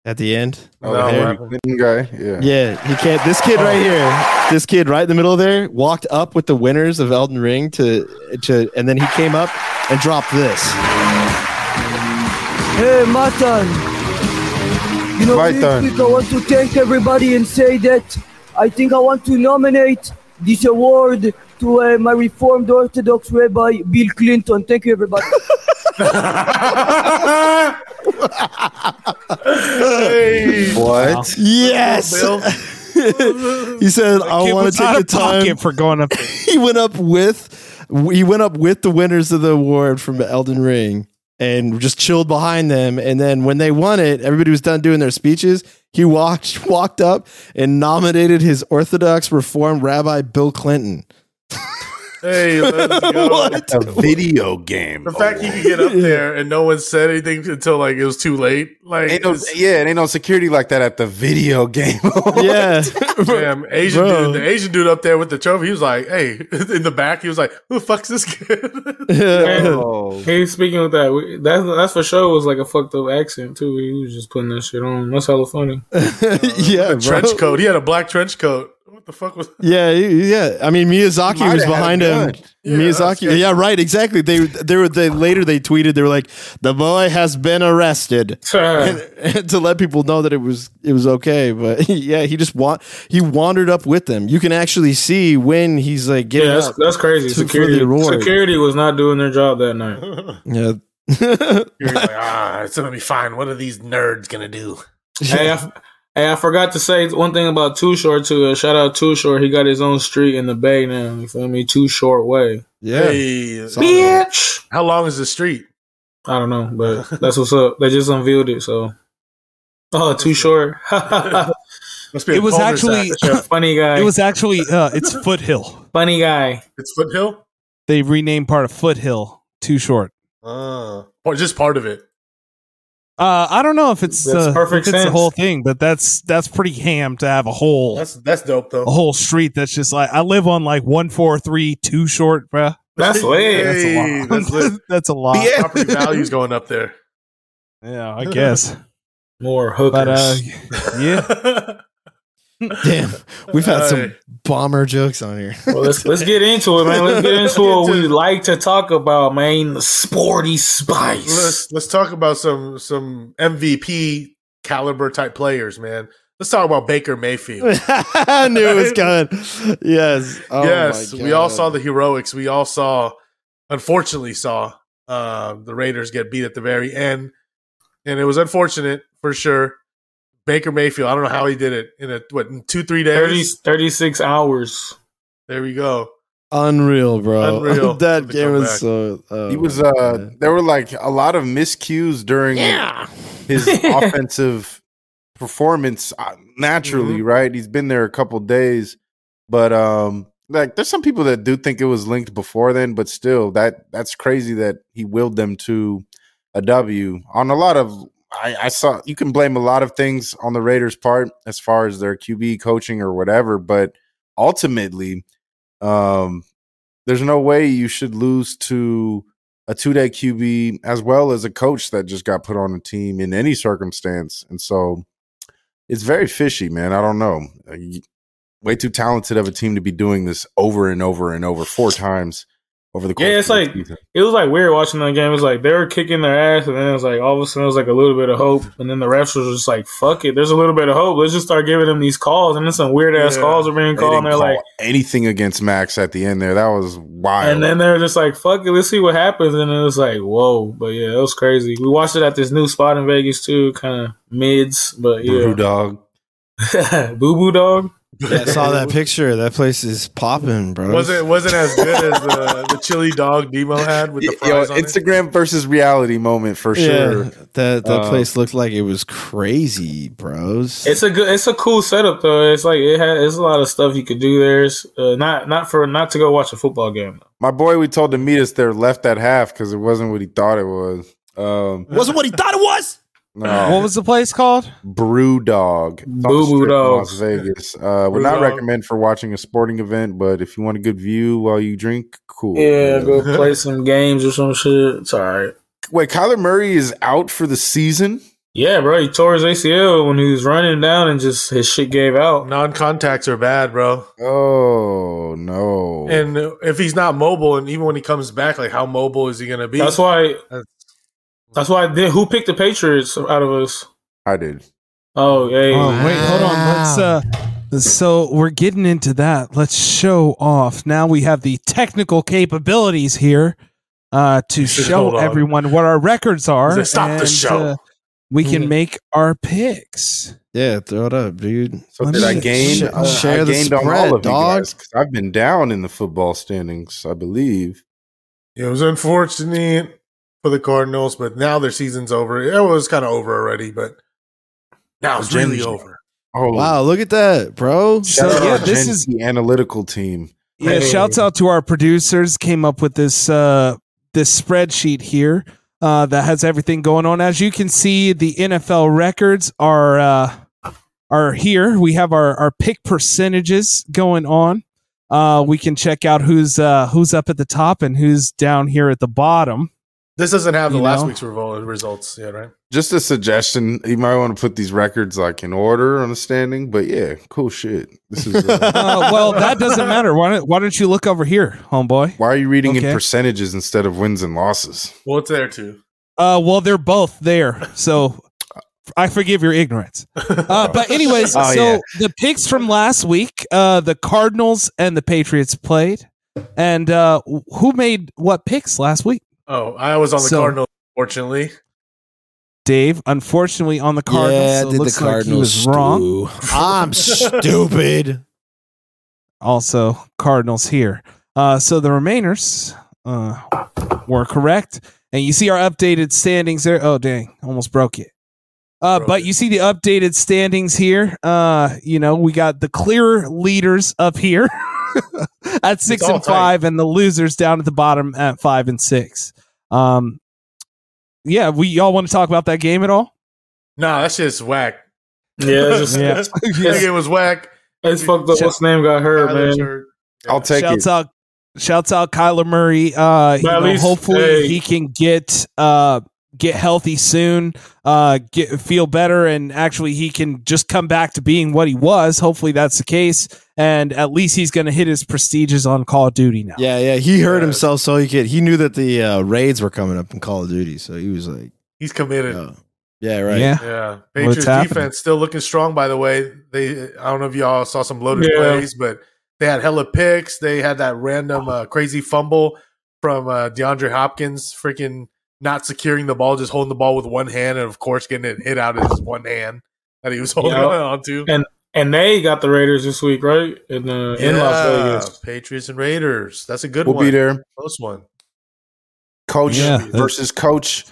Speaker 6: at the end?
Speaker 5: Oh,
Speaker 2: No,
Speaker 5: the Hillary
Speaker 2: what
Speaker 5: Clinton guy. Yeah.
Speaker 6: Yeah, he can't. This kid
Speaker 3: Oh.
Speaker 6: right here, this kid right in the middle there, walked up with the winners of Elden Ring to to, and then he came up and dropped this.
Speaker 9: Hey, Matan. You know,
Speaker 5: My
Speaker 9: real
Speaker 5: turn.
Speaker 9: quick, I want to thank everybody and say that I think I want to nominate this award to uh, my Reformed Orthodox Rabbi Bill Clinton. Thank you, everybody.
Speaker 5: What?
Speaker 6: Yes. he said, "I
Speaker 3: Kid
Speaker 6: want
Speaker 3: was
Speaker 6: to take
Speaker 3: out
Speaker 6: the
Speaker 3: of pocket
Speaker 6: time."
Speaker 3: for going up. there.
Speaker 6: he went up with he went up with the winners of the award from Elden Ring and just chilled behind them. And then when they won it, everybody was done doing their speeches. He walked walked up and nominated his Orthodox Reformed Rabbi Bill Clinton.
Speaker 2: Hey, let's go.
Speaker 6: What?
Speaker 5: A video game. Oh,
Speaker 2: The fact you
Speaker 5: award.
Speaker 2: could get up there and no one said anything until like it was too late. Like,
Speaker 5: Ain't no,
Speaker 2: it's-
Speaker 5: yeah, it ain't no security like that at the video game.
Speaker 6: Yeah,
Speaker 2: damn, Asian
Speaker 6: Bro.
Speaker 2: dude, the Asian dude up there with the trophy, he was like, "Hey," in the back, he was like, "Who the fuck's this kid?"
Speaker 5: Oh.
Speaker 7: He was speaking with that. we- That that's for sure was like a fucked up accent too. He was just putting that shit on. That's hella funny.
Speaker 6: yeah, bro.
Speaker 2: Uh, trench coat. He had a black trench coat. What the fuck was?
Speaker 6: Yeah, he- yeah. I mean, Miyazaki
Speaker 5: Might
Speaker 6: was
Speaker 5: have had
Speaker 6: behind
Speaker 5: a
Speaker 6: him.
Speaker 5: gun.
Speaker 2: Yeah, that's
Speaker 6: Miyazaki,
Speaker 2: good.
Speaker 6: yeah, right, exactly. They, they were. They later they tweeted. They were like, "The boy has been arrested." and to let people know that it was it was okay. But yeah, he just want he wandered up with them. You can actually see when he's like getting
Speaker 7: yeah, that's,
Speaker 6: up.
Speaker 7: that's crazy.
Speaker 6: to- for the
Speaker 7: Security,
Speaker 6: award.
Speaker 7: security was not doing their job that night.
Speaker 6: Yeah.
Speaker 2: You're like, ah, it's gonna be fine. What are these nerds gonna do?
Speaker 7: hey, I, f- hey, I forgot to say one thing about Too Short too. Uh, shout out Too Short. He got his own street in the Bay now. You feel me? Too Short Way.
Speaker 6: yeah.
Speaker 2: Hey,
Speaker 6: Saw that.
Speaker 2: how long is the street?
Speaker 7: I don't know, but that's what's up. They just unveiled it. So, oh, Too Short.
Speaker 2: Must be a
Speaker 3: It was
Speaker 2: cul-de-sac.
Speaker 3: actually
Speaker 7: funny guy.
Speaker 3: it was actually uh, it's Foothill.
Speaker 7: funny guy.
Speaker 2: it's foothill.
Speaker 3: They renamed part of Foothill too short.
Speaker 2: Uh, or just part of it.
Speaker 3: Uh, I don't know if it's
Speaker 7: That's
Speaker 3: uh, if
Speaker 7: perfect
Speaker 3: it's the
Speaker 7: sense.
Speaker 3: whole thing, but that's that's pretty ham to have a whole
Speaker 2: That's that's dope though.
Speaker 3: a whole street that's just like I live on like one four three too short, bruh.
Speaker 7: That's lit.
Speaker 3: That's a lot.
Speaker 2: That's
Speaker 3: That's,
Speaker 2: lit.
Speaker 3: a lot.
Speaker 2: Yeah. Property value's going up there.
Speaker 3: Yeah, I guess. uh,
Speaker 7: More hookers.
Speaker 3: But uh, yeah,
Speaker 6: Damn, we've had
Speaker 2: Uh,
Speaker 6: some bomber jokes on here.
Speaker 7: Well, let's let's get into it, man. Let's get into what we like to talk about, man. The sporty spice.
Speaker 2: Let's let's talk about some some MVP caliber type players, man. Let's talk about Baker Mayfield.
Speaker 6: I knew it was coming. Yes. Oh
Speaker 2: yes,
Speaker 6: my
Speaker 2: we all
Speaker 6: God.
Speaker 2: saw the heroics. We all saw, unfortunately, saw uh, the Raiders get beat at the very end, and it was unfortunate for sure. Baker Mayfield, I don't know how he did it in a what in two three
Speaker 7: 30,
Speaker 2: days.
Speaker 7: 36 hours.
Speaker 2: There we go.
Speaker 6: unreal, bro.
Speaker 2: Unreal.
Speaker 6: that
Speaker 2: The
Speaker 6: game was
Speaker 2: comeback.
Speaker 6: so. oh
Speaker 5: he was
Speaker 6: my
Speaker 5: uh
Speaker 6: God.
Speaker 5: there were like a lot of miscues during his offensive performance uh, naturally right he's been there a couple days but um like there's some people that do think it was linked before then but still that that's crazy that he willed them to a w on a lot of I, I saw you can blame a lot of things on the raiders part as far as their qb coaching or whatever but ultimately um there's no way you should lose to a two day QB as well as a coach that just got put on a team in any circumstance. And so it's very fishy, man. I don't know. Uh, you- Way too talented of a team to be doing this over and over and over four times over the course.
Speaker 7: Yeah, it's
Speaker 5: of the
Speaker 7: like-
Speaker 5: season.
Speaker 7: It was like weird watching that game. It was like they were kicking their ass, and then it was like all of a sudden it was like a little bit of hope, and then the refs was just like, "Fuck it, there's a little bit of hope. Let's just start giving them these calls." And then some weird ass
Speaker 2: Yeah.
Speaker 7: calls are being
Speaker 5: They
Speaker 7: called,
Speaker 5: didn't
Speaker 7: and they're
Speaker 5: call
Speaker 7: like,
Speaker 5: anything against Max at the end there. That was wild.
Speaker 7: And then they're just like, fuck it, let's see what happens. And it was like, whoa. But yeah, it was crazy. We watched it at this new spot in Vegas too, kind of mids. But
Speaker 5: Brew
Speaker 7: yeah.
Speaker 5: dog.
Speaker 7: Boo Boo Dog.
Speaker 6: Yeah, I saw that picture. That place is popping, bro.
Speaker 2: Was it wasn't as good as the, the chili dog Demo had with the
Speaker 5: Y- yo,
Speaker 2: fries on it?
Speaker 5: Instagram versus reality moment for sure.
Speaker 6: Yeah, that that
Speaker 5: Uh,
Speaker 6: place looked like it was crazy, bros.
Speaker 7: It's a good, it's a cool setup though. It's like, it has, it's a lot of stuff you could do there. It's, uh, not, not for, not to go watch a football game.
Speaker 5: My boy, we told to meet us there, left at half because it wasn't what he thought it was. Um,
Speaker 10: Wasn't what he thought it was.
Speaker 5: no.
Speaker 3: What was the place called?
Speaker 5: Brew Dog. It's on the
Speaker 7: Boo Boo
Speaker 5: strip in
Speaker 7: Dog.
Speaker 5: Las Vegas. Uh, would
Speaker 2: Brew
Speaker 5: not
Speaker 2: Dog.
Speaker 5: recommend for watching a sporting event, but if you want a good view while you drink, cool.
Speaker 7: Yeah, go play some games or some shit. It's all right.
Speaker 5: Wait, Kyler Murray is out for the season?
Speaker 7: Yeah, bro. He tore his ACL when he was running down and just his shit gave out.
Speaker 2: Non-contacts are bad, bro.
Speaker 5: Oh, no.
Speaker 2: And if he's not mobile, and even when he comes back, like how mobile is he going to be?
Speaker 7: That's why.
Speaker 2: That's-
Speaker 7: That's why. Then who picked the Patriots out of us?
Speaker 5: I did.
Speaker 7: Oh, hey.
Speaker 3: Oh wait, hold on. Let's uh so we're getting into that. Let's show off. Now we have the technical capabilities here uh to show
Speaker 2: Hold on.
Speaker 3: everyone what our records are. uh,
Speaker 2: Is it stop the show? Mm.
Speaker 3: we can make our picks.
Speaker 6: yeah, throw it up, dude.
Speaker 5: So
Speaker 3: Let
Speaker 5: did I
Speaker 3: me
Speaker 5: gain?
Speaker 6: sh-
Speaker 5: uh,
Speaker 6: share
Speaker 5: I
Speaker 6: the
Speaker 5: gained on
Speaker 6: spread,
Speaker 5: all of
Speaker 6: dog.
Speaker 5: you guys 'cause I've been down in the football standings, I believe.
Speaker 2: It was unfortunate for the Cardinals, but now their season's over. It was kind of over already, but now it's really over.
Speaker 5: Oh,
Speaker 6: Wow, look at that, bro.
Speaker 5: shout
Speaker 3: So
Speaker 5: out
Speaker 3: yeah,
Speaker 5: to
Speaker 3: this
Speaker 5: Gen
Speaker 3: is
Speaker 5: Z analytical team.
Speaker 3: yeah, shouts out to our producers came up with this uh this spreadsheet here uh that has everything going on. As you can see, the NFL records are uh are here. We have our our pick percentages going on. Uh we can check out who's uh who's up at the top and who's down here at the bottom.
Speaker 2: This doesn't have the
Speaker 3: You
Speaker 2: last
Speaker 3: know?
Speaker 2: week's revol- results yet, right?
Speaker 5: Just a suggestion. You might want to put these records like in order on the standing, but yeah, cool shit. This is. Uh,
Speaker 3: Uh, well, that doesn't matter. Why don't why don't you look over here, homeboy?
Speaker 5: Why are you reading
Speaker 3: Okay.
Speaker 5: in percentages instead of wins and losses?
Speaker 2: Well, it's there too.
Speaker 3: Uh, well, they're both there, so I forgive your ignorance. Uh, but anyways,
Speaker 5: Oh,
Speaker 3: so
Speaker 5: yeah.
Speaker 3: the picks from last week, uh, the Cardinals and the Patriots played, and uh, who made what picks last week?
Speaker 2: Oh, I was on the
Speaker 3: So-
Speaker 2: Cardinals, fortunately.
Speaker 3: Dave, unfortunately, on the Cardinals,
Speaker 6: yeah,
Speaker 3: so it
Speaker 6: did
Speaker 3: looks
Speaker 6: the Cardinals
Speaker 3: like he was wrong.
Speaker 6: stew. I'm stupid.
Speaker 3: Also, Cardinals here. Uh, so the remainers uh, were correct, and you see our updated standings there. Oh, dang, almost broke it. Uh,
Speaker 2: Broke
Speaker 3: but
Speaker 2: it.
Speaker 3: you see the updated standings here. Uh, you know, we got the clear leaders up here at six
Speaker 2: all
Speaker 3: and five, and the losers down at the bottom at five and six. Um, yeah, we y'all want to talk about that game at all?
Speaker 2: Nah, that shit's whack.
Speaker 7: Yeah, it's just,
Speaker 3: Yeah.
Speaker 2: That game was whack.
Speaker 7: it's fucked up. What's name got hurt,
Speaker 2: Tyler's
Speaker 7: man?
Speaker 2: hurt.
Speaker 5: I'll take
Speaker 3: shouts
Speaker 5: it.
Speaker 3: out shouts out Kyler Murray. Uh you
Speaker 7: But at
Speaker 3: know,
Speaker 7: least,
Speaker 3: hopefully
Speaker 7: hey.
Speaker 3: he can get uh get healthy soon, uh, get feel better, and actually he can just come back to being what he was. Hopefully that's the case, and at least he's going to hit his prestiges on Call of Duty now.
Speaker 6: Yeah, yeah. He hurt himself so he could. He knew that the uh, raids were coming up in Call of Duty, so he was like,
Speaker 2: He's committed.
Speaker 6: oh. yeah, right.
Speaker 3: Yeah.
Speaker 2: Yeah,
Speaker 3: What's
Speaker 2: Patriots
Speaker 3: happening?
Speaker 2: defense still looking strong. By the way, they I don't know if y'all saw some loaded
Speaker 7: Yeah.
Speaker 2: plays, but they had hella picks. They had that random uh, crazy fumble from uh, DeAndre Hopkins, freaking not securing the ball, just holding the ball with one hand, and of course getting it hit out of his one hand that he was holding
Speaker 7: Yeah.
Speaker 2: on to.
Speaker 7: And they got the Raiders this week, right? In uh, in Las
Speaker 2: Yeah,
Speaker 7: Vegas.
Speaker 2: Patriots and Raiders. That's a good
Speaker 5: We'll
Speaker 2: one.
Speaker 5: be there.
Speaker 2: Close one.
Speaker 5: Coach
Speaker 3: Yeah, that's-
Speaker 5: versus coach.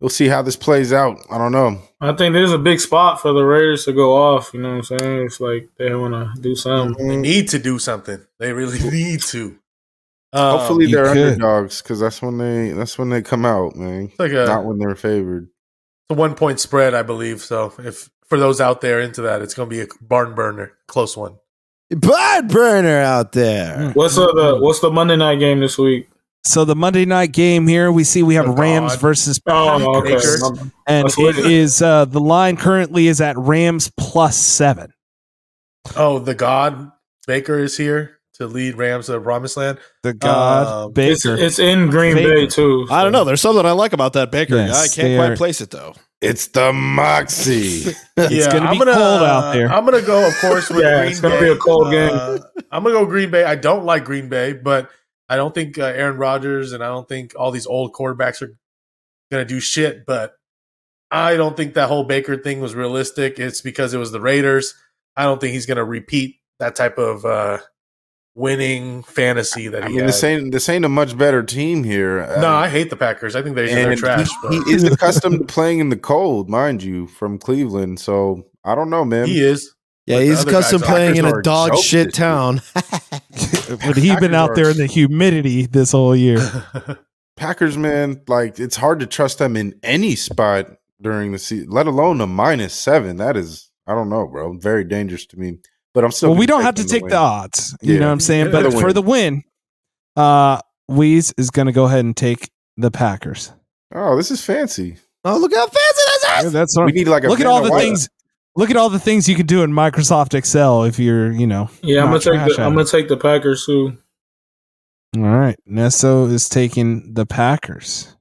Speaker 5: We'll see how this plays out. I don't know.
Speaker 7: I think there's a big spot for the Raiders to go off. You know what I'm saying? It's like they want to do something.
Speaker 2: They need to do something. They really need to. Um,
Speaker 5: Hopefully
Speaker 3: you
Speaker 5: they're
Speaker 3: could.
Speaker 5: underdogs because that's when they that's when they come out, man.
Speaker 2: Like a-
Speaker 5: Not when they're favored.
Speaker 2: It's a one point spread, I believe. So if for those out there into that, it's going to be a barn burner, close one.
Speaker 6: Blood burner out there.
Speaker 7: What's uh, the What's the Monday night game this week?
Speaker 3: So the Monday night game here, we see we have
Speaker 2: Oh,
Speaker 3: Rams
Speaker 2: God.
Speaker 3: versus
Speaker 7: Oh, okay.
Speaker 2: Packers.
Speaker 7: My-
Speaker 3: and
Speaker 7: That's
Speaker 3: it
Speaker 7: what-
Speaker 3: is uh, the line currently is at Rams plus seven.
Speaker 2: Oh, the God Baker is here to lead Rams to the promised land.
Speaker 3: The God
Speaker 2: Um,
Speaker 3: Uh, Baker.
Speaker 7: It's, it's in Green
Speaker 3: Baker.
Speaker 7: Bay too.
Speaker 6: I don't know. There's something I like about that Baker.
Speaker 3: Yes,
Speaker 6: I
Speaker 3: they
Speaker 6: can't quite
Speaker 3: are-
Speaker 6: place it though.
Speaker 5: It's the Moxie.
Speaker 3: It's gonna be cold out there.
Speaker 2: uh, I'm gonna go, of course, with
Speaker 7: Yeah,
Speaker 2: Green
Speaker 7: it's gonna
Speaker 2: Bay.
Speaker 7: be a cold game.
Speaker 2: Uh, I'm gonna go Green Bay. I don't like Green Bay, but I don't think uh, Aaron Rodgers and I don't think all these old quarterbacks are gonna do shit. But I don't think that whole Baker thing was realistic. It's because it was the Raiders. I don't think he's gonna repeat that type of uh, winning fantasy that
Speaker 5: I
Speaker 2: he
Speaker 5: mean,
Speaker 2: had.
Speaker 5: this ain't this ain't a much better team here. Uh,
Speaker 2: no, I hate the Packers. I think they, they're
Speaker 5: and
Speaker 2: trash.
Speaker 5: he-
Speaker 2: but
Speaker 5: he, is accustomed to playing in the cold, mind you, from Cleveland. So I don't know, man.
Speaker 2: he is.
Speaker 6: Yeah,
Speaker 2: But the
Speaker 6: he's
Speaker 2: other
Speaker 6: accustomed
Speaker 2: guys are-
Speaker 6: playing in
Speaker 5: Packers
Speaker 6: a
Speaker 5: are
Speaker 6: dog
Speaker 5: dope
Speaker 6: shit
Speaker 5: this year.
Speaker 6: town.
Speaker 3: but he's been out there in the humidity this whole year.
Speaker 5: Packers, man, like it's hard to trust them in any spot during the season, let alone a minus seven. That is, I don't know, bro. Very dangerous to me. But I'm still.
Speaker 3: well, we
Speaker 5: gonna
Speaker 3: don't have to
Speaker 5: them
Speaker 3: take
Speaker 5: win.
Speaker 3: the uh, odds. You
Speaker 5: Yeah.
Speaker 3: know what I'm saying?
Speaker 2: Yeah.
Speaker 3: But
Speaker 5: For the
Speaker 3: for
Speaker 5: win.
Speaker 3: the win, uh, Wheeze is going to go ahead and take the Packers.
Speaker 5: Oh, this is fancy.
Speaker 6: oh, look how fancy
Speaker 3: Yeah,
Speaker 6: this is!
Speaker 3: That's what
Speaker 5: We need like a
Speaker 3: look at all
Speaker 5: Vanna
Speaker 3: the
Speaker 5: White.
Speaker 3: things. Look at all the things you can do in Microsoft Excel if you're, you know.
Speaker 7: Yeah, I'm
Speaker 3: Not
Speaker 7: gonna
Speaker 3: trash
Speaker 7: take the,
Speaker 3: at
Speaker 7: I'm
Speaker 3: it.
Speaker 7: gonna take the Packers too.
Speaker 3: All right, Nesso is taking the Packers.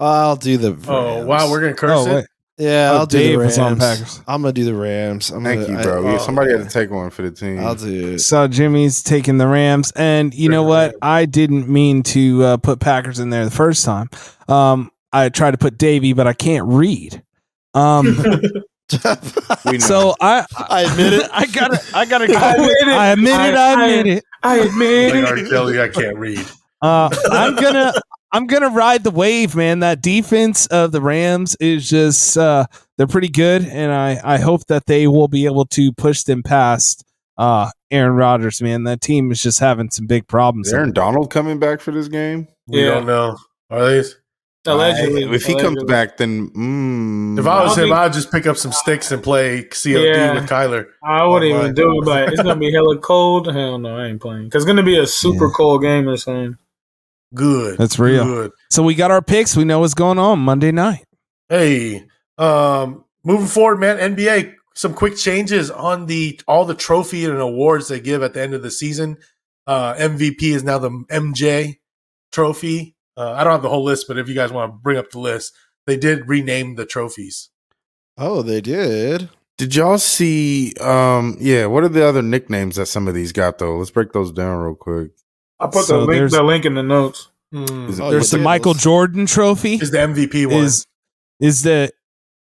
Speaker 6: I'll do the.
Speaker 2: Oh
Speaker 6: Rams.
Speaker 2: wow, we're gonna curse
Speaker 3: Oh
Speaker 2: it.
Speaker 3: wait,
Speaker 6: Yeah,
Speaker 3: Oh,
Speaker 6: I'll do
Speaker 3: Dave
Speaker 6: the
Speaker 3: was
Speaker 6: Rams.
Speaker 3: on Packers.
Speaker 6: I'm gonna do the Rams. I'm
Speaker 5: Thank
Speaker 6: gonna,
Speaker 5: you, bro.
Speaker 6: I,
Speaker 5: yeah,
Speaker 6: oh,
Speaker 5: somebody
Speaker 6: yeah.
Speaker 5: had to take one for the team.
Speaker 6: I'll do it.
Speaker 3: So Jimmy's taking the Rams, and you know what? I didn't mean to uh, put Packers in there the first time. Um, I tried to put Davy, but I can't read. Um,
Speaker 5: We know.
Speaker 3: so I,
Speaker 6: I admit it.
Speaker 3: I gotta, I gotta go.
Speaker 7: I
Speaker 3: with-
Speaker 7: admit it.
Speaker 3: I admit it. I,
Speaker 7: I-
Speaker 3: admit it.
Speaker 7: I admit.
Speaker 2: Like R. Kelly, I can't read.
Speaker 3: Uh, I'm gonna, I'm gonna ride the wave, man. That defense of the Rams is just, uh, they're pretty good, and I, I hope that they will be able to push them past. Uh, Aaron Rodgers, man, that team is just having some big problems.
Speaker 5: Is Aaron Donald coming back for this game?
Speaker 2: We
Speaker 7: Yeah.
Speaker 2: don't know. Are they?
Speaker 7: Allegedly,
Speaker 5: I- if he comes
Speaker 7: allegedly.
Speaker 5: back, then mm,
Speaker 2: If I was
Speaker 7: I'll
Speaker 2: him,
Speaker 7: be-
Speaker 2: I'd just pick up some sticks and play COD
Speaker 7: Yeah.
Speaker 2: with Kyler.
Speaker 7: I wouldn't
Speaker 2: Oh, my.
Speaker 7: even do it, but it's gonna be hella cold. Hell no, I ain't playing. Cause it's gonna be a super cold game or something.
Speaker 2: Good.
Speaker 3: That's real.
Speaker 2: Good.
Speaker 3: So we got our picks. We know what's going on Monday night.
Speaker 2: Hey, um, moving forward, man. NBA. Some quick changes on the all the trophy and awards they give at the end of the season. Uh, MVP is now the MJ trophy. Uh, I don't have the whole list, but if you guys want to bring up the list, they did rename the trophies.
Speaker 6: Oh, they did.
Speaker 5: Did y'all see? Um, yeah. What are the other nicknames that some of these got though? Let's break those down real quick.
Speaker 7: I put
Speaker 3: So
Speaker 7: the link
Speaker 3: there's-
Speaker 7: the link in the notes. Hmm.
Speaker 5: Is it-
Speaker 6: Oh,
Speaker 3: There's
Speaker 6: you
Speaker 3: the
Speaker 6: did.
Speaker 3: Michael
Speaker 6: Let's-
Speaker 3: Jordan Trophy.
Speaker 2: Is the MVP one?
Speaker 3: Is is the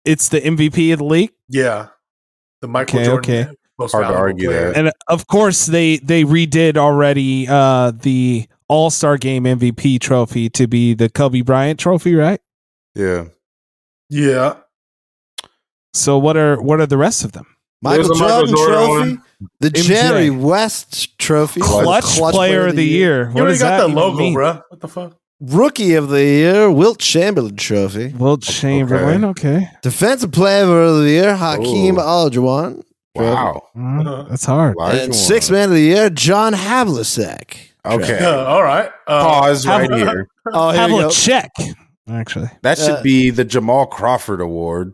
Speaker 3: it's the MVP of the league,
Speaker 2: yeah, the Michael
Speaker 3: Okay,
Speaker 2: Jordan.
Speaker 3: okay.
Speaker 2: most
Speaker 5: Hard to
Speaker 2: valuable
Speaker 5: argue
Speaker 2: player.
Speaker 5: that.
Speaker 3: and of course they they redid already uh the All Star Game MVP trophy to be the Kobe Bryant Trophy, right?
Speaker 5: Yeah.
Speaker 2: Yeah,
Speaker 3: So what are what are the rest of them?
Speaker 6: Michael
Speaker 7: There's a Michael
Speaker 6: Jordan,
Speaker 7: Jordan
Speaker 6: trophy,
Speaker 7: one.
Speaker 6: the
Speaker 3: MJ.
Speaker 6: Jerry West trophy,
Speaker 3: Clutch, player, of the year.
Speaker 2: You
Speaker 3: What
Speaker 2: already
Speaker 3: does
Speaker 2: got
Speaker 3: that
Speaker 2: the
Speaker 3: even
Speaker 2: logo,
Speaker 3: mean?
Speaker 2: bro. What the fuck?
Speaker 6: rookie of the year, Wilt Chamberlain trophy,
Speaker 3: Wilt Chamberlain. Okay,
Speaker 6: defensive player of the year, Hakeem
Speaker 5: Oh.
Speaker 6: Olajuwon,
Speaker 5: Wow.
Speaker 3: Mm, that's hard.
Speaker 5: Large one.
Speaker 6: and six man of the year, John Havlicek.
Speaker 5: Okay.
Speaker 2: Yeah, all right. Uh,
Speaker 5: Pause right
Speaker 3: Have-
Speaker 5: here.
Speaker 6: Oh, here
Speaker 3: Have
Speaker 6: we
Speaker 3: a
Speaker 6: go.
Speaker 3: check. actually.
Speaker 5: That should
Speaker 6: Uh,
Speaker 5: be the Jamal Crawford Award.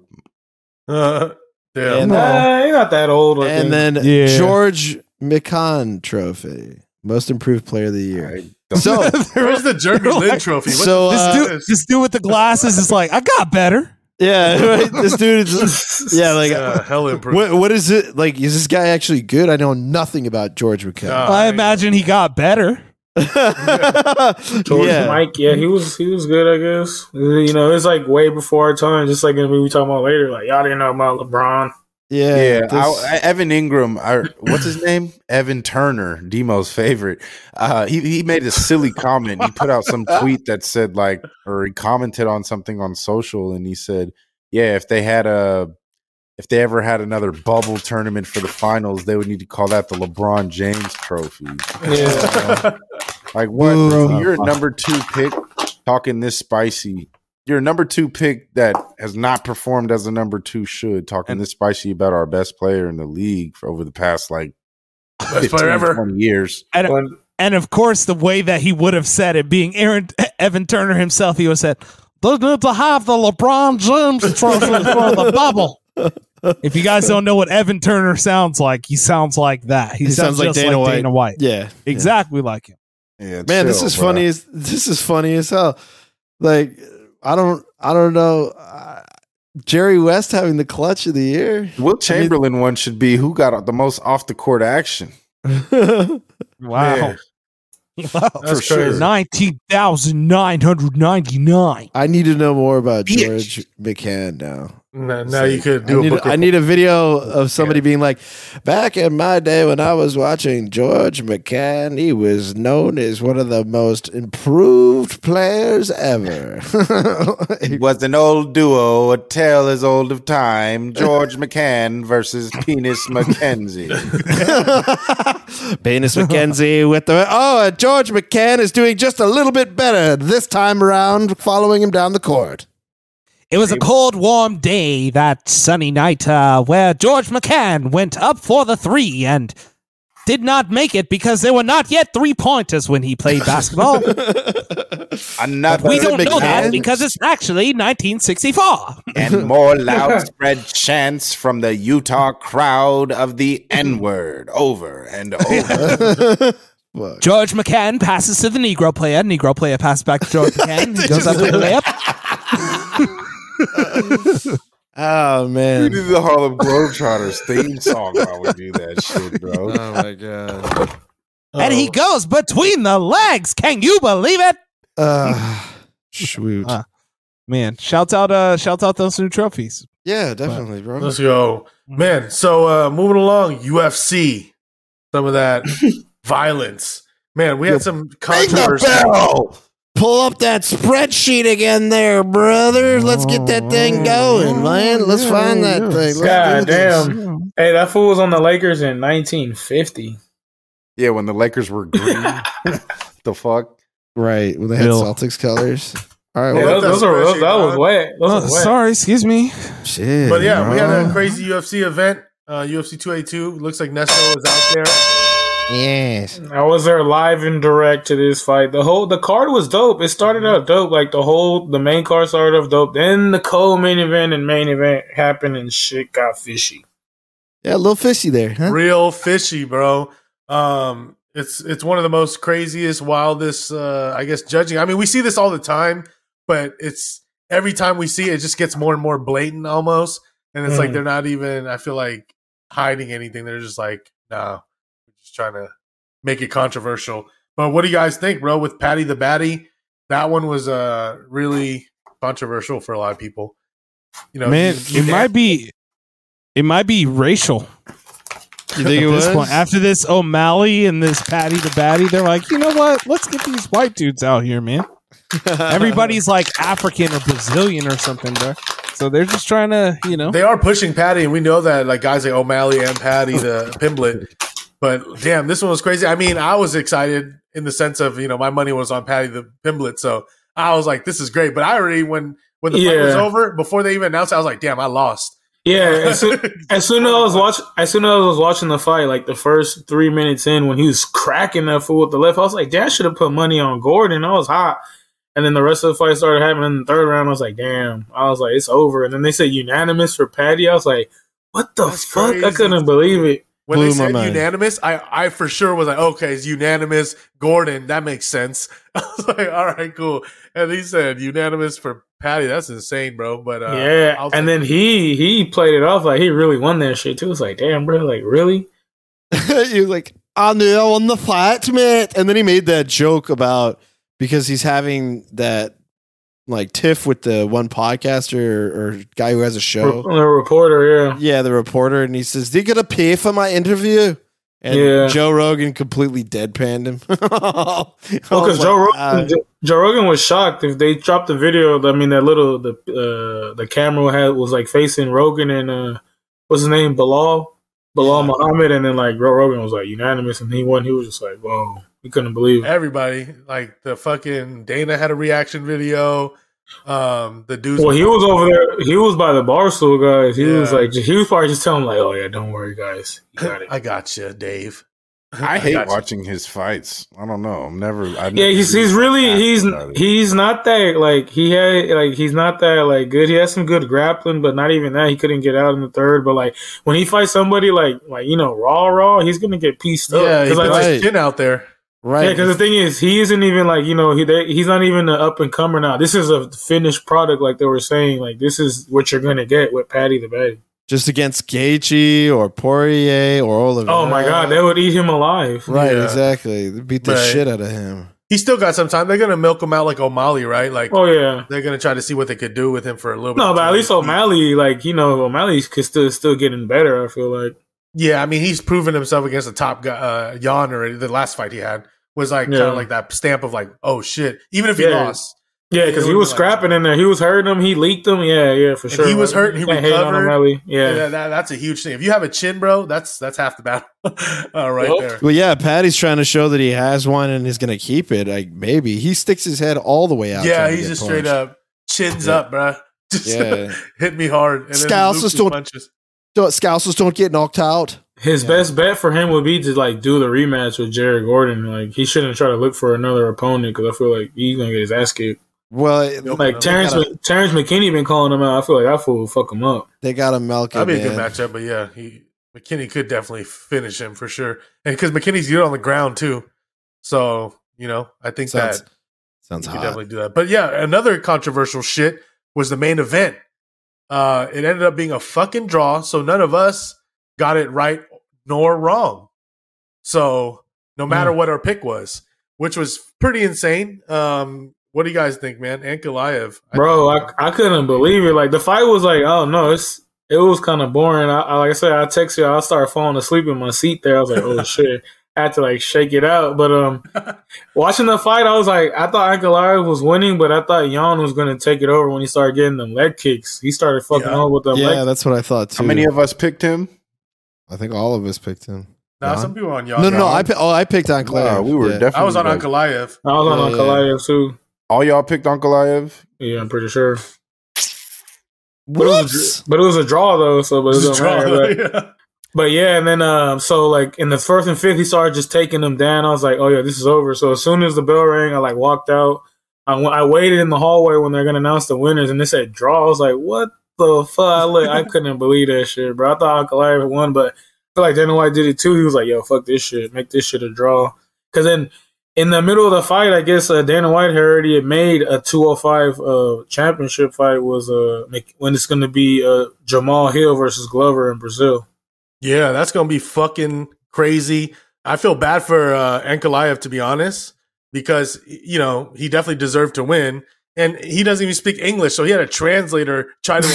Speaker 2: Uh, yeah.
Speaker 6: And, uh,
Speaker 7: Nah, he not that old. I
Speaker 6: and
Speaker 7: think.
Speaker 6: then
Speaker 3: Yeah.
Speaker 6: George McCann Trophy, Most Improved Player of the Year.
Speaker 5: Don't-
Speaker 6: So,
Speaker 2: Where's the Jeremy Lin trophy? What
Speaker 6: so
Speaker 3: This
Speaker 6: uh,
Speaker 3: dude, this dude with the glasses is like, I got better.
Speaker 6: yeah, right? this dude is yeah, like
Speaker 2: the hell improved?
Speaker 6: what, what is it like? Is this guy actually good? I know nothing about George McCann.
Speaker 2: Uh,
Speaker 3: I imagine he got better.
Speaker 7: George
Speaker 6: yeah,
Speaker 7: Mike, yeah, he was he was good, I guess. You know, it's like way before our time, just like gonna be we talking about later. Like y'all didn't know about LeBron.
Speaker 6: yeah,
Speaker 5: yeah,
Speaker 6: this-
Speaker 5: I, I- Evan Ingram. Or what's his name? Evan Turner, Demo's favorite. Uh, he he made a silly comment. He put out some tweet that said like, or he commented on something on social, and he said, "Yeah, if they had a, if they ever had another bubble tournament for the finals, they would need to call that the LeBron James Trophy."
Speaker 7: Yeah.
Speaker 5: Like what,
Speaker 6: Ooh.
Speaker 5: bro? You're a number two pick talking this spicy. You're a number two pick that has not performed as a number two should, talking this spicy about our best player in the league for over the past like
Speaker 2: Best player ever.
Speaker 5: 20 years.
Speaker 7: When-
Speaker 3: And of course, the way that he would have said it, being Aaron Evan Turner himself, he would have said, "They need to have the LeBron James trophy for the bubble." If you guys don't know what Evan Turner sounds like, he sounds like that. He,
Speaker 6: He sounds like
Speaker 3: just
Speaker 6: Dana White. yeah.
Speaker 3: exactly like him.
Speaker 5: Yeah,
Speaker 6: man this
Speaker 5: chill,
Speaker 6: is
Speaker 5: bro.
Speaker 6: funny as this is funny as hell like i don't i don't know uh, jerry west having the clutch of the year
Speaker 5: Will Chamberlain one should be who got the most off the court action.
Speaker 3: Wow,
Speaker 5: Yeah,
Speaker 3: wow.
Speaker 5: for sure.
Speaker 3: nineteen thousand nine hundred ninety nine.
Speaker 6: i need to know more about george mccann now
Speaker 2: Now, now you could
Speaker 6: I
Speaker 2: do a
Speaker 6: need,
Speaker 2: book.
Speaker 6: I
Speaker 2: report.
Speaker 6: need a video of somebody being like, back in my day when I was watching George McCann, he was known as one of the most improved players ever.
Speaker 5: It was an old duo, a tale as old of time. George McCann versus Penis McKenzie.
Speaker 6: Penis McKenzie with the oh, and George McCann is doing just a little bit better this time around, following him down the court.
Speaker 3: It was a cold, warm day that sunny night uh, where George McCann went up for the three and did not make it because there were not yet three pointers when he played basketball.
Speaker 5: Another
Speaker 3: we don't know that
Speaker 5: McCann.
Speaker 3: because it's actually 1964.
Speaker 5: and more loud spread chants from the Utah crowd of the N word over and over.
Speaker 6: Fuck.
Speaker 3: George McCann passes to the Negro player. Negro player passes back to George McCann. He goes up with a layup.
Speaker 6: Oh
Speaker 5: We
Speaker 6: man!
Speaker 5: do the Harlem Globetrotters theme song while we do that shit, bro.
Speaker 6: Oh my god!
Speaker 3: And he goes between the legs. Can you believe it?
Speaker 6: Uh, shoot!
Speaker 3: Uh, Man, shout out uh shout out those new trophies.
Speaker 6: yeah, definitely, bro.
Speaker 2: Let's go, man. So uh, moving along, UFC, some of that violence, man. We had some controversy.
Speaker 6: bell. Pull up that spreadsheet again, there, brother. Let's get that thing going, man. Let's find that thing. Let's
Speaker 7: God
Speaker 6: do this.
Speaker 7: damn. Hey, that fool was on the Lakers in 1950.
Speaker 5: Yeah, when the Lakers were green. the fuck?
Speaker 6: Right when they had
Speaker 3: Bill.
Speaker 6: Celtics colors. All right,
Speaker 7: Yeah,
Speaker 6: well,
Speaker 7: those, those are those, that was wet. Those
Speaker 3: Oh,
Speaker 7: was wet.
Speaker 3: sorry, excuse me.
Speaker 6: shit.
Speaker 2: But yeah, we had a
Speaker 6: bro.
Speaker 2: crazy UFC event. Uh, UFC 282 looks like Nesto is out there.
Speaker 6: Yes.
Speaker 7: I was there live and direct to this fight. The whole the card was dope. It started out dope. Like the whole the main card started off dope. Then the co-main event and main event happened and shit got fishy.
Speaker 6: Yeah, a little fishy there, huh?
Speaker 2: real fishy, bro. Um, it's it's one of the most craziest, wildest, uh, I guess, judging. I mean, we see this all the time, but it's every time we see it, it just gets more and more blatant almost. And it's like
Speaker 7: Mhm.
Speaker 2: they're not even, I feel like, hiding anything. They're just like, nah, we're just trying to make it controversial. But what do you guys think, bro, with Patty the Batty? That one was uh really controversial for a lot of people. You know,
Speaker 3: Man,
Speaker 2: he's-
Speaker 3: it might be it might be racial.
Speaker 6: You think
Speaker 3: at
Speaker 6: it
Speaker 3: this
Speaker 6: was?
Speaker 3: point. After this O'Malley and this Patty the Batty, they're like, you know what? Let's get these white dudes out here, man. Everybody's like African or Brazilian or something, bro. So they're just trying to, you know.
Speaker 2: They are pushing Patty, and we know that, like guys like O'Malley and Patty, the Pimblet. But damn, this one was crazy. I mean, I was excited in the sense of you know my money was on Patty the Pimblet, so I was like, this is great. But I already when when the fight was
Speaker 7: Yeah.
Speaker 2: over, before they even announced, it, I was like, damn, I lost.
Speaker 7: Yeah, as soon, as soon as I was watch, as soon as I was watching the fight, like the first three minutes in, when he was cracking that fool with the left, I was like, "Dad should have put money on Gordon." I was hot, And then the rest of the fight started happening in the third round. I was like, damn. I was like, it's over. And then they said unanimous for Patty. I was like, what the fuck? I
Speaker 2: crazy.
Speaker 7: couldn't believe it.
Speaker 2: When
Speaker 6: Blew
Speaker 2: they
Speaker 6: my
Speaker 2: said
Speaker 6: mind.
Speaker 2: unanimous, I, I for sure was like, okay, it's unanimous. Gordon, that makes sense. I was like, all right, cool. And he said unanimous for Patty. That's insane, bro. But uh,
Speaker 7: yeah.
Speaker 2: I'll
Speaker 7: and
Speaker 2: take-
Speaker 7: then he he played it off like he really won that shit too. It's like, damn, bro, like really?
Speaker 6: You're like, I knew I won the fight, mate. And then he made that joke about because he's having that like tiff with the one podcaster or, or guy who has a
Speaker 7: Re-
Speaker 6: show.
Speaker 7: the reporter, yeah.
Speaker 6: Yeah, the reporter, and he says, "They gonna pay for my interview?" And
Speaker 7: Yeah.
Speaker 6: Joe Rogan completely deadpanned him. Oh well, uh,
Speaker 7: because Oh, Joe Rogan, Jo- Joe Rogan was shocked if they dropped the video. I mean, that little the uh, the camera had was like facing Rogan and uh, what's his name, Bilal, Bilal Muhammad, and then like Joe Rogan was like unanimous, and he won. He was just like, whoa, he couldn't believe it.
Speaker 2: everybody, like the fucking Dana had a reaction video. Um, the dudes.
Speaker 7: Well, he was over there. He was by the barstool guys. He was
Speaker 2: Yeah.
Speaker 7: like, he was probably just telling like, oh yeah, don't worry, guys, you got it.
Speaker 2: I got you, Dave.
Speaker 5: I hate
Speaker 2: got you.
Speaker 5: watching his fights. I don't know. I'm never. I
Speaker 7: Yeah, he's he's really he's he's not that like he had like he's not that like good. He has some good grappling, but not even that. He couldn't get out in the third. But like when he fights somebody like like you know raw raw, he's gonna get pieced up.
Speaker 2: Yeah, he
Speaker 7: Cause,
Speaker 2: put
Speaker 7: like, like-
Speaker 2: his chin out there.
Speaker 7: yeah,
Speaker 6: right?
Speaker 7: 'cause the thing is, he isn't even like you know he they, he's not even an up and comer now. This is a finished product, like they were saying. Like this is what you're gonna get with Patty the Batty.
Speaker 6: Just against Gaethje or Poirier or Oliver.
Speaker 7: Oh my god, they would eat him alive.
Speaker 6: Right,
Speaker 2: Yeah.
Speaker 6: exactly. They beat the
Speaker 2: Right.
Speaker 6: shit out of him.
Speaker 2: He still got some time. They're gonna milk him out like O'Malley, right? Like
Speaker 7: Oh yeah.
Speaker 2: they're gonna try to see what they could do with him for a little bit.
Speaker 7: No,
Speaker 2: of
Speaker 7: but at
Speaker 2: time.
Speaker 7: least O'Malley, like you know, O'Malley could still still getting better. I feel like.
Speaker 2: Yeah, I mean, he's proven himself against the top guy, uh, Jan already. The last fight he had was like kind
Speaker 7: Yeah.
Speaker 2: of like that stamp of like, oh shit. Even if he
Speaker 7: Yeah.
Speaker 2: lost,
Speaker 7: Yeah, because
Speaker 2: It
Speaker 7: he
Speaker 2: would
Speaker 7: was
Speaker 2: be like-
Speaker 7: scrapping in there. He was hurting him. He leaked him. Yeah, yeah, for
Speaker 2: And
Speaker 7: sure.
Speaker 2: he was hurt and he
Speaker 7: You can't hate on
Speaker 2: recovered.
Speaker 7: O'Malley. Yeah.
Speaker 2: yeah, that, that's a huge thing. If you have a chin, bro, that's that's half the battle, uh, right
Speaker 7: Well,
Speaker 2: there.
Speaker 6: Well, yeah, Patty's trying to show that he has one and he's going to keep it. Like maybe he sticks his head all the way out.
Speaker 2: Yeah,
Speaker 6: trying to
Speaker 2: he's
Speaker 6: get
Speaker 2: just
Speaker 6: punched.
Speaker 2: straight up chins
Speaker 6: Yeah.
Speaker 2: up, bro. Just
Speaker 6: Yeah.
Speaker 2: hit me hard. And
Speaker 6: Styles
Speaker 2: loops
Speaker 6: just don't-
Speaker 2: punches.
Speaker 6: Don't, scousers don't get knocked out.
Speaker 7: His best bet for him would be to like do the rematch with Jared Gordon. Like he shouldn't try to look for another opponent because I feel like he's gonna get his ass kicked.
Speaker 6: Well, it-
Speaker 7: Like Terrence
Speaker 6: gotta-
Speaker 7: Mc- Terrence McKinney been calling him out. I feel like that fool will fuck him up.
Speaker 6: they got to milk him.
Speaker 2: That'd be a good
Speaker 6: man.
Speaker 2: matchup, but yeah, he McKinney could definitely finish him for sure. And because McKinney's good on the ground too, so you know, I think
Speaker 6: Sounds,
Speaker 2: that
Speaker 6: sounds
Speaker 2: You
Speaker 6: hot.
Speaker 2: could definitely do that. But yeah, another controversial shit was the main event. Uh, it ended up being a fucking draw, so none of us got it right nor wrong. So
Speaker 6: Hmm.
Speaker 2: no matter what our pick was, which was pretty insane. Um, what do you guys think, man? Ankalaev,
Speaker 7: Bro, I, I couldn't believe it. Like the fight was like, oh no, it's it was kind of boring. I, I like I said, I texted you, I started falling asleep in my seat there. I was like, oh shit. I had to like shake it out. But um watching the fight, I was like, I thought Aguilar was winning, but I thought Jan was gonna take it over when he started getting them leg kicks. He started fucking
Speaker 2: Yeah.
Speaker 7: up with them
Speaker 6: Yeah,
Speaker 7: leg
Speaker 6: that's what I thought too.
Speaker 5: How many of us picked him?
Speaker 6: I think all of us picked him.
Speaker 2: now
Speaker 6: Nah.
Speaker 2: some people are on y'all.
Speaker 6: No, no, no. I pi- oh, I picked on Claire.
Speaker 5: Nah, we were
Speaker 6: Yeah.
Speaker 5: definitely.
Speaker 2: I was on
Speaker 5: like-
Speaker 2: Ankalaev.
Speaker 7: I was on
Speaker 6: Yeah,
Speaker 7: yeah,
Speaker 6: yeah.
Speaker 7: too.
Speaker 5: All y'all picked Uncle Iev.
Speaker 7: Yeah, I'm pretty sure. But it was
Speaker 6: What?
Speaker 7: a, but it was a draw though, so but it
Speaker 2: Just
Speaker 7: doesn't matter.
Speaker 2: draw.
Speaker 7: But-
Speaker 2: Yeah.
Speaker 7: But yeah, and then um, so like in the first and fifth, he started just taking them down. I was like, oh yeah, this is over. So as soon as the bell rang, I like walked out. I, w- I waited in the hallway when they're gonna announce the winners, and they said draw. I was like, what the fuck? I, look, I couldn't believe that shit, bro. I thought Akalaev won, but I feel like Dana White did it too. He was like, yo, fuck this shit, make this shit a draw. Because then in the middle of the fight, I guess uh, Dana White had already made a 205 uh, championship fight was uh Mc- when it's gonna be uh, Jamal Hill versus Glover in Brazil.
Speaker 2: Yeah, that's gonna be fucking crazy. I feel bad for uh, Ankalaev to be honest, because you know he definitely deserved to win, and he doesn't even speak English, so he had a translator try to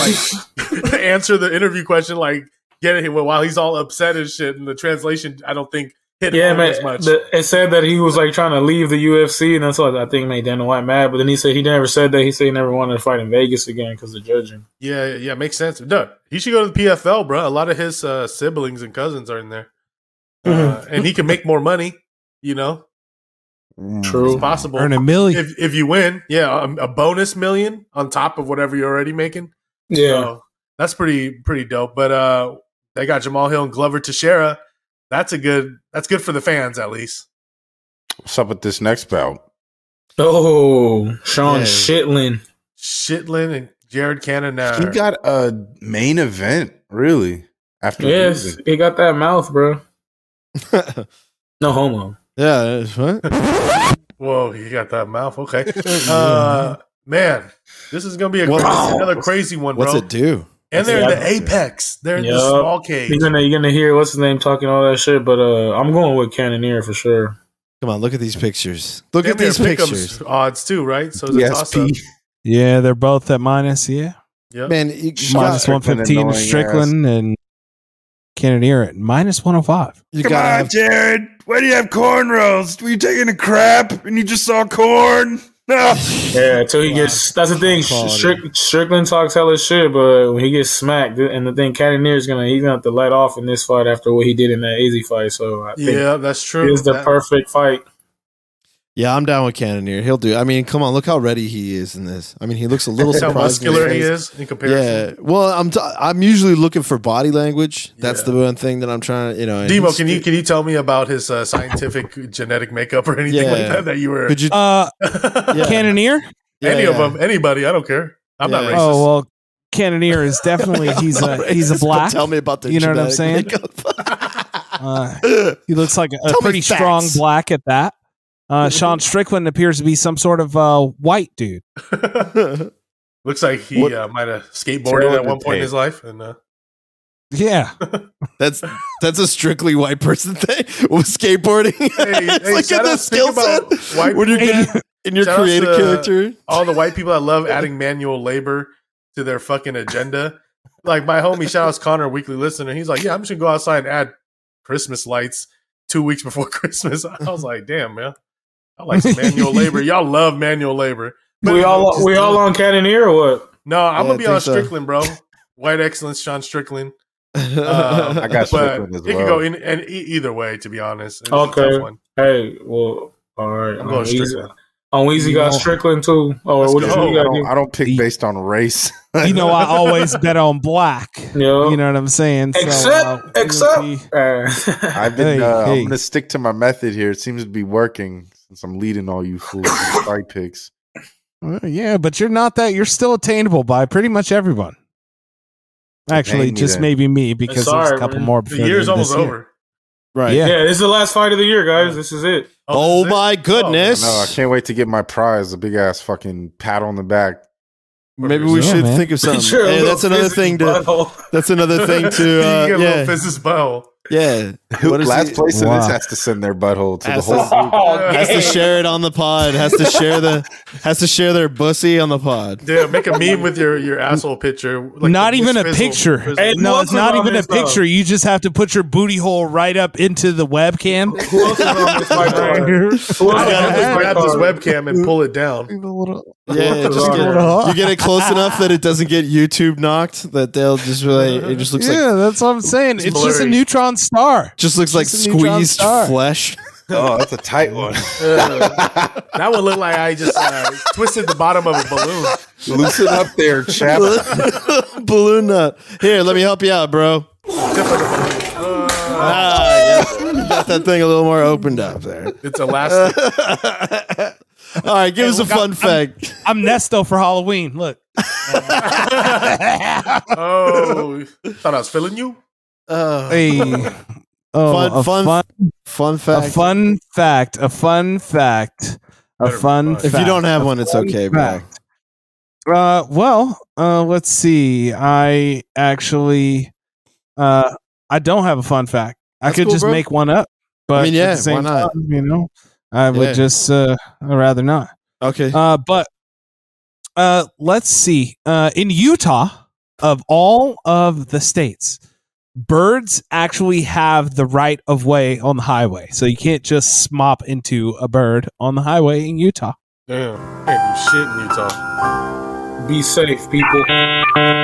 Speaker 2: like answer the interview question, like get it while he's all upset and shit. And the translation, I don't think hit
Speaker 7: Yeah,
Speaker 2: home
Speaker 7: man.
Speaker 2: as much.
Speaker 7: the- it said that he was like trying to leave the UFC, and that's what I think made Dana White mad. But then he said he never said that. He said he never wanted to fight in Vegas again because of judging.
Speaker 2: yeah, yeah, yeah, makes sense. No, he should go to the PFL, bro. A lot of his uh, siblings and cousins are in there,
Speaker 7: Mm-hmm.
Speaker 2: uh, and he can make more money. You know,
Speaker 5: Mm,
Speaker 7: True.
Speaker 2: it's possible.
Speaker 3: Earn a million.
Speaker 2: if if you win, yeah, um, a, a bonus million on top of whatever you're already making.
Speaker 7: Yeah.
Speaker 2: So that's pretty pretty dope. But uh, they got Jamal Hill and Glover Teixeira. That's a good. That's good for the fans at least.
Speaker 5: What's up with this next bout?
Speaker 7: Oh, Sean
Speaker 6: Yeah.
Speaker 7: Shitlin.
Speaker 2: Shitlin and Jared Cannon.
Speaker 5: He
Speaker 2: Uh,
Speaker 5: got a main event, really. After
Speaker 7: Yes,
Speaker 5: losing.
Speaker 7: he got that mouth, bro.
Speaker 6: yeah.
Speaker 7: No homo.
Speaker 6: that's- What?
Speaker 2: whoa, he got that mouth. Okay, uh, man, this is gonna be a
Speaker 6: What-
Speaker 2: crazy, another crazy one,
Speaker 6: What's
Speaker 2: bro.
Speaker 6: it do?
Speaker 2: and they're in
Speaker 7: Yeah.
Speaker 2: the apex. They're in the
Speaker 7: Yeah.
Speaker 2: small cage.
Speaker 7: You're gonna you're gonna hear what's his name talking all that shit, but uh, I'm going with Cannoneer for sure.
Speaker 6: Come on, look at these pictures. Look
Speaker 2: Damn
Speaker 6: at
Speaker 2: near
Speaker 6: these
Speaker 2: pick'ems
Speaker 6: pictures.
Speaker 2: odds too, right? So it's a toss up.
Speaker 5: ESP.
Speaker 3: Yeah, they're both at minus. Yeah,
Speaker 2: Yep.
Speaker 6: Man, you,
Speaker 3: minus
Speaker 5: Strickland,
Speaker 3: one fifteen
Speaker 5: annoying
Speaker 3: to Strickland and Cannoneer at minus one hundred five.
Speaker 6: you
Speaker 5: Come
Speaker 6: gotta
Speaker 5: on,
Speaker 6: have-
Speaker 5: Jared. Why do you have cornrows? Were you taking a crap and you just saw corn? No.
Speaker 7: Yeah, until he gets. That's the thing.
Speaker 6: Quality.
Speaker 7: Strick, Strickland talks hella shit, but when he gets smacked, and the thing, Cannoneer is gonna he's gonna have to let off in this fight after what he did in that easy fight. So I think
Speaker 2: Yeah, that's true.
Speaker 7: it's the
Speaker 2: That-
Speaker 7: perfect fight.
Speaker 6: Yeah, I'm down with Cannoneer. He'll do. it. I mean, come on, look how ready he is in this. I mean, he looks a little
Speaker 2: that's how
Speaker 6: surprised in
Speaker 2: muscular
Speaker 6: his
Speaker 2: he
Speaker 6: face.
Speaker 2: is in comparison.
Speaker 6: Yeah. Well, I'm t- I'm usually looking for body language. That's
Speaker 2: Yeah.
Speaker 6: the one thing that I'm trying to, you know. and
Speaker 2: Demo,
Speaker 6: he's-
Speaker 2: can you can you tell me about his uh, scientific genetic makeup or anything like
Speaker 6: Yeah.
Speaker 2: that that you were?
Speaker 6: Could you?
Speaker 3: Uh,
Speaker 6: Yeah.
Speaker 3: Cannoneer.
Speaker 6: yeah,
Speaker 2: any of
Speaker 6: yeah.
Speaker 2: them, anybody, I don't care. I'm not
Speaker 6: Yeah.
Speaker 2: racist.
Speaker 3: Oh well, Cannoneer is definitely he's
Speaker 6: I'm
Speaker 3: a
Speaker 6: not
Speaker 3: he's a
Speaker 6: racist, but
Speaker 3: black.
Speaker 6: Tell me about the.
Speaker 3: You know what I'm saying? Uh, he looks like a,
Speaker 6: Tell me
Speaker 3: pretty
Speaker 6: facts.
Speaker 3: strong black at that. Uh, Sean Strickland appears to be some sort of uh, white dude.
Speaker 2: Looks like he
Speaker 6: Oh. What-
Speaker 2: uh, might have skateboarded at one point in his life. And uh,
Speaker 3: Yeah,
Speaker 6: that's that's a strictly white person thing with skateboarding.
Speaker 2: Hey,
Speaker 6: it's
Speaker 2: hey,
Speaker 6: like
Speaker 2: shout
Speaker 6: at the
Speaker 2: out-
Speaker 6: skill
Speaker 2: think about
Speaker 6: set
Speaker 2: white
Speaker 6: when you're
Speaker 3: people.
Speaker 6: getting in your
Speaker 2: Shout out
Speaker 6: creative
Speaker 2: to-
Speaker 6: character.
Speaker 2: all the white people that love adding manual labor to their fucking agenda. Like my homie, shout outs Connor, weekly listener. He's like, yeah, I'm just gonna go outside and add Christmas lights two weeks before Christmas. I was like, damn, man, I like some manual labor. Y'all love manual labor.
Speaker 7: We all we all on Cannoneer or what?
Speaker 2: No, I'm
Speaker 6: Yeah, I
Speaker 2: gonna be
Speaker 6: think
Speaker 2: on
Speaker 6: so.
Speaker 2: Strickland, bro. White excellence, Sean Strickland. Um,
Speaker 5: I got
Speaker 2: but
Speaker 5: Strickland as
Speaker 2: It could
Speaker 5: well.
Speaker 2: go in, and e- either way, to be honest. It's a tough
Speaker 7: Okay.
Speaker 2: one.
Speaker 7: Hey, well, all right.
Speaker 2: I'm going
Speaker 7: On Weezy,
Speaker 2: Strickland.
Speaker 7: on Weezy got
Speaker 3: No.
Speaker 7: Strickland too. Oh,
Speaker 2: Let's
Speaker 7: what did
Speaker 2: go.
Speaker 7: you
Speaker 5: I,
Speaker 7: got?
Speaker 5: don't, I don't pick
Speaker 3: The-
Speaker 5: based on race.
Speaker 3: you know I always bet on black.
Speaker 7: Yeah.
Speaker 3: You know what I'm saying? So,
Speaker 7: Except,
Speaker 3: uh,
Speaker 7: except.
Speaker 3: he-
Speaker 7: Uh,
Speaker 5: I've been.
Speaker 3: Hey,
Speaker 5: uh,
Speaker 3: hey.
Speaker 5: I'm gonna stick to my method here. It seems to be working since I'm leading all you fools in fight picks.
Speaker 3: Well, yeah, but you're not that. You're still attainable by pretty much everyone. Actually,
Speaker 5: Name me
Speaker 3: just
Speaker 5: then.
Speaker 3: maybe me because
Speaker 7: Sorry,
Speaker 3: there's a couple
Speaker 7: man.
Speaker 3: more.
Speaker 2: The year's almost
Speaker 3: this year.
Speaker 2: over.
Speaker 6: right.
Speaker 3: Yeah.
Speaker 7: yeah, this is the last fight of the year, guys. This is it.
Speaker 6: Oh,
Speaker 2: this is it?
Speaker 6: my goodness!
Speaker 5: No, I can't wait to get my prize. A big ass fucking pat on the back.
Speaker 6: Maybe we
Speaker 3: Yeah,
Speaker 6: should
Speaker 3: man.
Speaker 6: think of something.
Speaker 7: You're a
Speaker 6: Hey,
Speaker 7: little
Speaker 6: that's another
Speaker 7: fizzy
Speaker 6: thing to.
Speaker 7: butthole.
Speaker 6: That's another thing
Speaker 2: you
Speaker 6: to. Uh,
Speaker 2: get a little
Speaker 6: yeah,
Speaker 2: fizzy's bell.
Speaker 6: yeah.
Speaker 5: Who,
Speaker 6: What is
Speaker 5: last
Speaker 6: he-
Speaker 5: place in
Speaker 3: Wow.
Speaker 5: this has to send their butthole to the
Speaker 6: Has
Speaker 5: whole.
Speaker 6: to-
Speaker 5: group.
Speaker 2: Yeah.
Speaker 6: has to share it on the pod. Has to share the has to share their bussy on the pod.
Speaker 2: Yeah, make a meme with your, your asshole picture. like
Speaker 3: not
Speaker 2: the
Speaker 3: even a
Speaker 2: fizzle-
Speaker 3: picture.
Speaker 2: fizzle.
Speaker 7: Hey,
Speaker 3: no,
Speaker 7: who
Speaker 3: it's
Speaker 7: else is
Speaker 3: not
Speaker 7: on
Speaker 3: even a
Speaker 7: this, though?
Speaker 3: picture. You just have to put your booty hole right up into the webcam.
Speaker 7: Who else is on this fight card? Who else is
Speaker 2: I
Speaker 7: on
Speaker 2: gotta
Speaker 7: this
Speaker 2: just
Speaker 7: fight
Speaker 2: grab this
Speaker 7: card?
Speaker 2: webcam and pull it down.
Speaker 6: Yeah,
Speaker 7: Look
Speaker 6: just
Speaker 7: at
Speaker 6: get-
Speaker 3: that.
Speaker 6: you get it close enough that it doesn't get YouTube knocked. That they'll just really it just looks like
Speaker 3: yeah, that's what I'm saying. It's, just a
Speaker 2: blurry.
Speaker 3: neutron star.
Speaker 6: just looks like
Speaker 3: Just a neutron
Speaker 6: squeezed
Speaker 3: star.
Speaker 6: flesh.
Speaker 5: Oh, that's a tight one.
Speaker 2: Uh, that would look like I just uh, twisted the bottom of a balloon.
Speaker 5: Loosen up there, chap.
Speaker 6: Balloon nut. Here, let me help you out, bro. Ah, yeah. You got that thing a little more opened up there.
Speaker 2: It's elastic.
Speaker 6: All right, give us a
Speaker 3: look,
Speaker 6: fun fact.
Speaker 3: I'm Nesto for Halloween. Look,
Speaker 2: Oh, thought I was filling you.
Speaker 6: Uh,
Speaker 3: hey, oh,
Speaker 6: Fun-
Speaker 3: a
Speaker 6: fun
Speaker 3: fun,
Speaker 6: fun
Speaker 3: a
Speaker 6: fact.
Speaker 3: fun fact, a fun fact, a
Speaker 2: Better be
Speaker 3: fun.
Speaker 6: if
Speaker 2: fun.
Speaker 6: you
Speaker 3: fact.
Speaker 6: don't have one, it's okay, bro.
Speaker 3: fact. Uh, well, uh, let's see. I actually, uh, I don't have a fun fact. I
Speaker 6: That's
Speaker 3: could
Speaker 6: cool,
Speaker 3: just
Speaker 6: bro.
Speaker 3: make one up, but
Speaker 6: I mean,
Speaker 3: at
Speaker 6: yeah,
Speaker 3: the same
Speaker 6: why not?
Speaker 3: time, you know, I would
Speaker 6: Yeah.
Speaker 3: just uh, I'd rather not.
Speaker 6: Okay.
Speaker 3: Uh, but uh, let's see. Uh, in Utah, of all of the states, birds actually have the right of way on the highway, so you can't just smop into a bird on the highway in Utah.
Speaker 2: Damn, can't do shit in Utah.
Speaker 7: Be safe, people.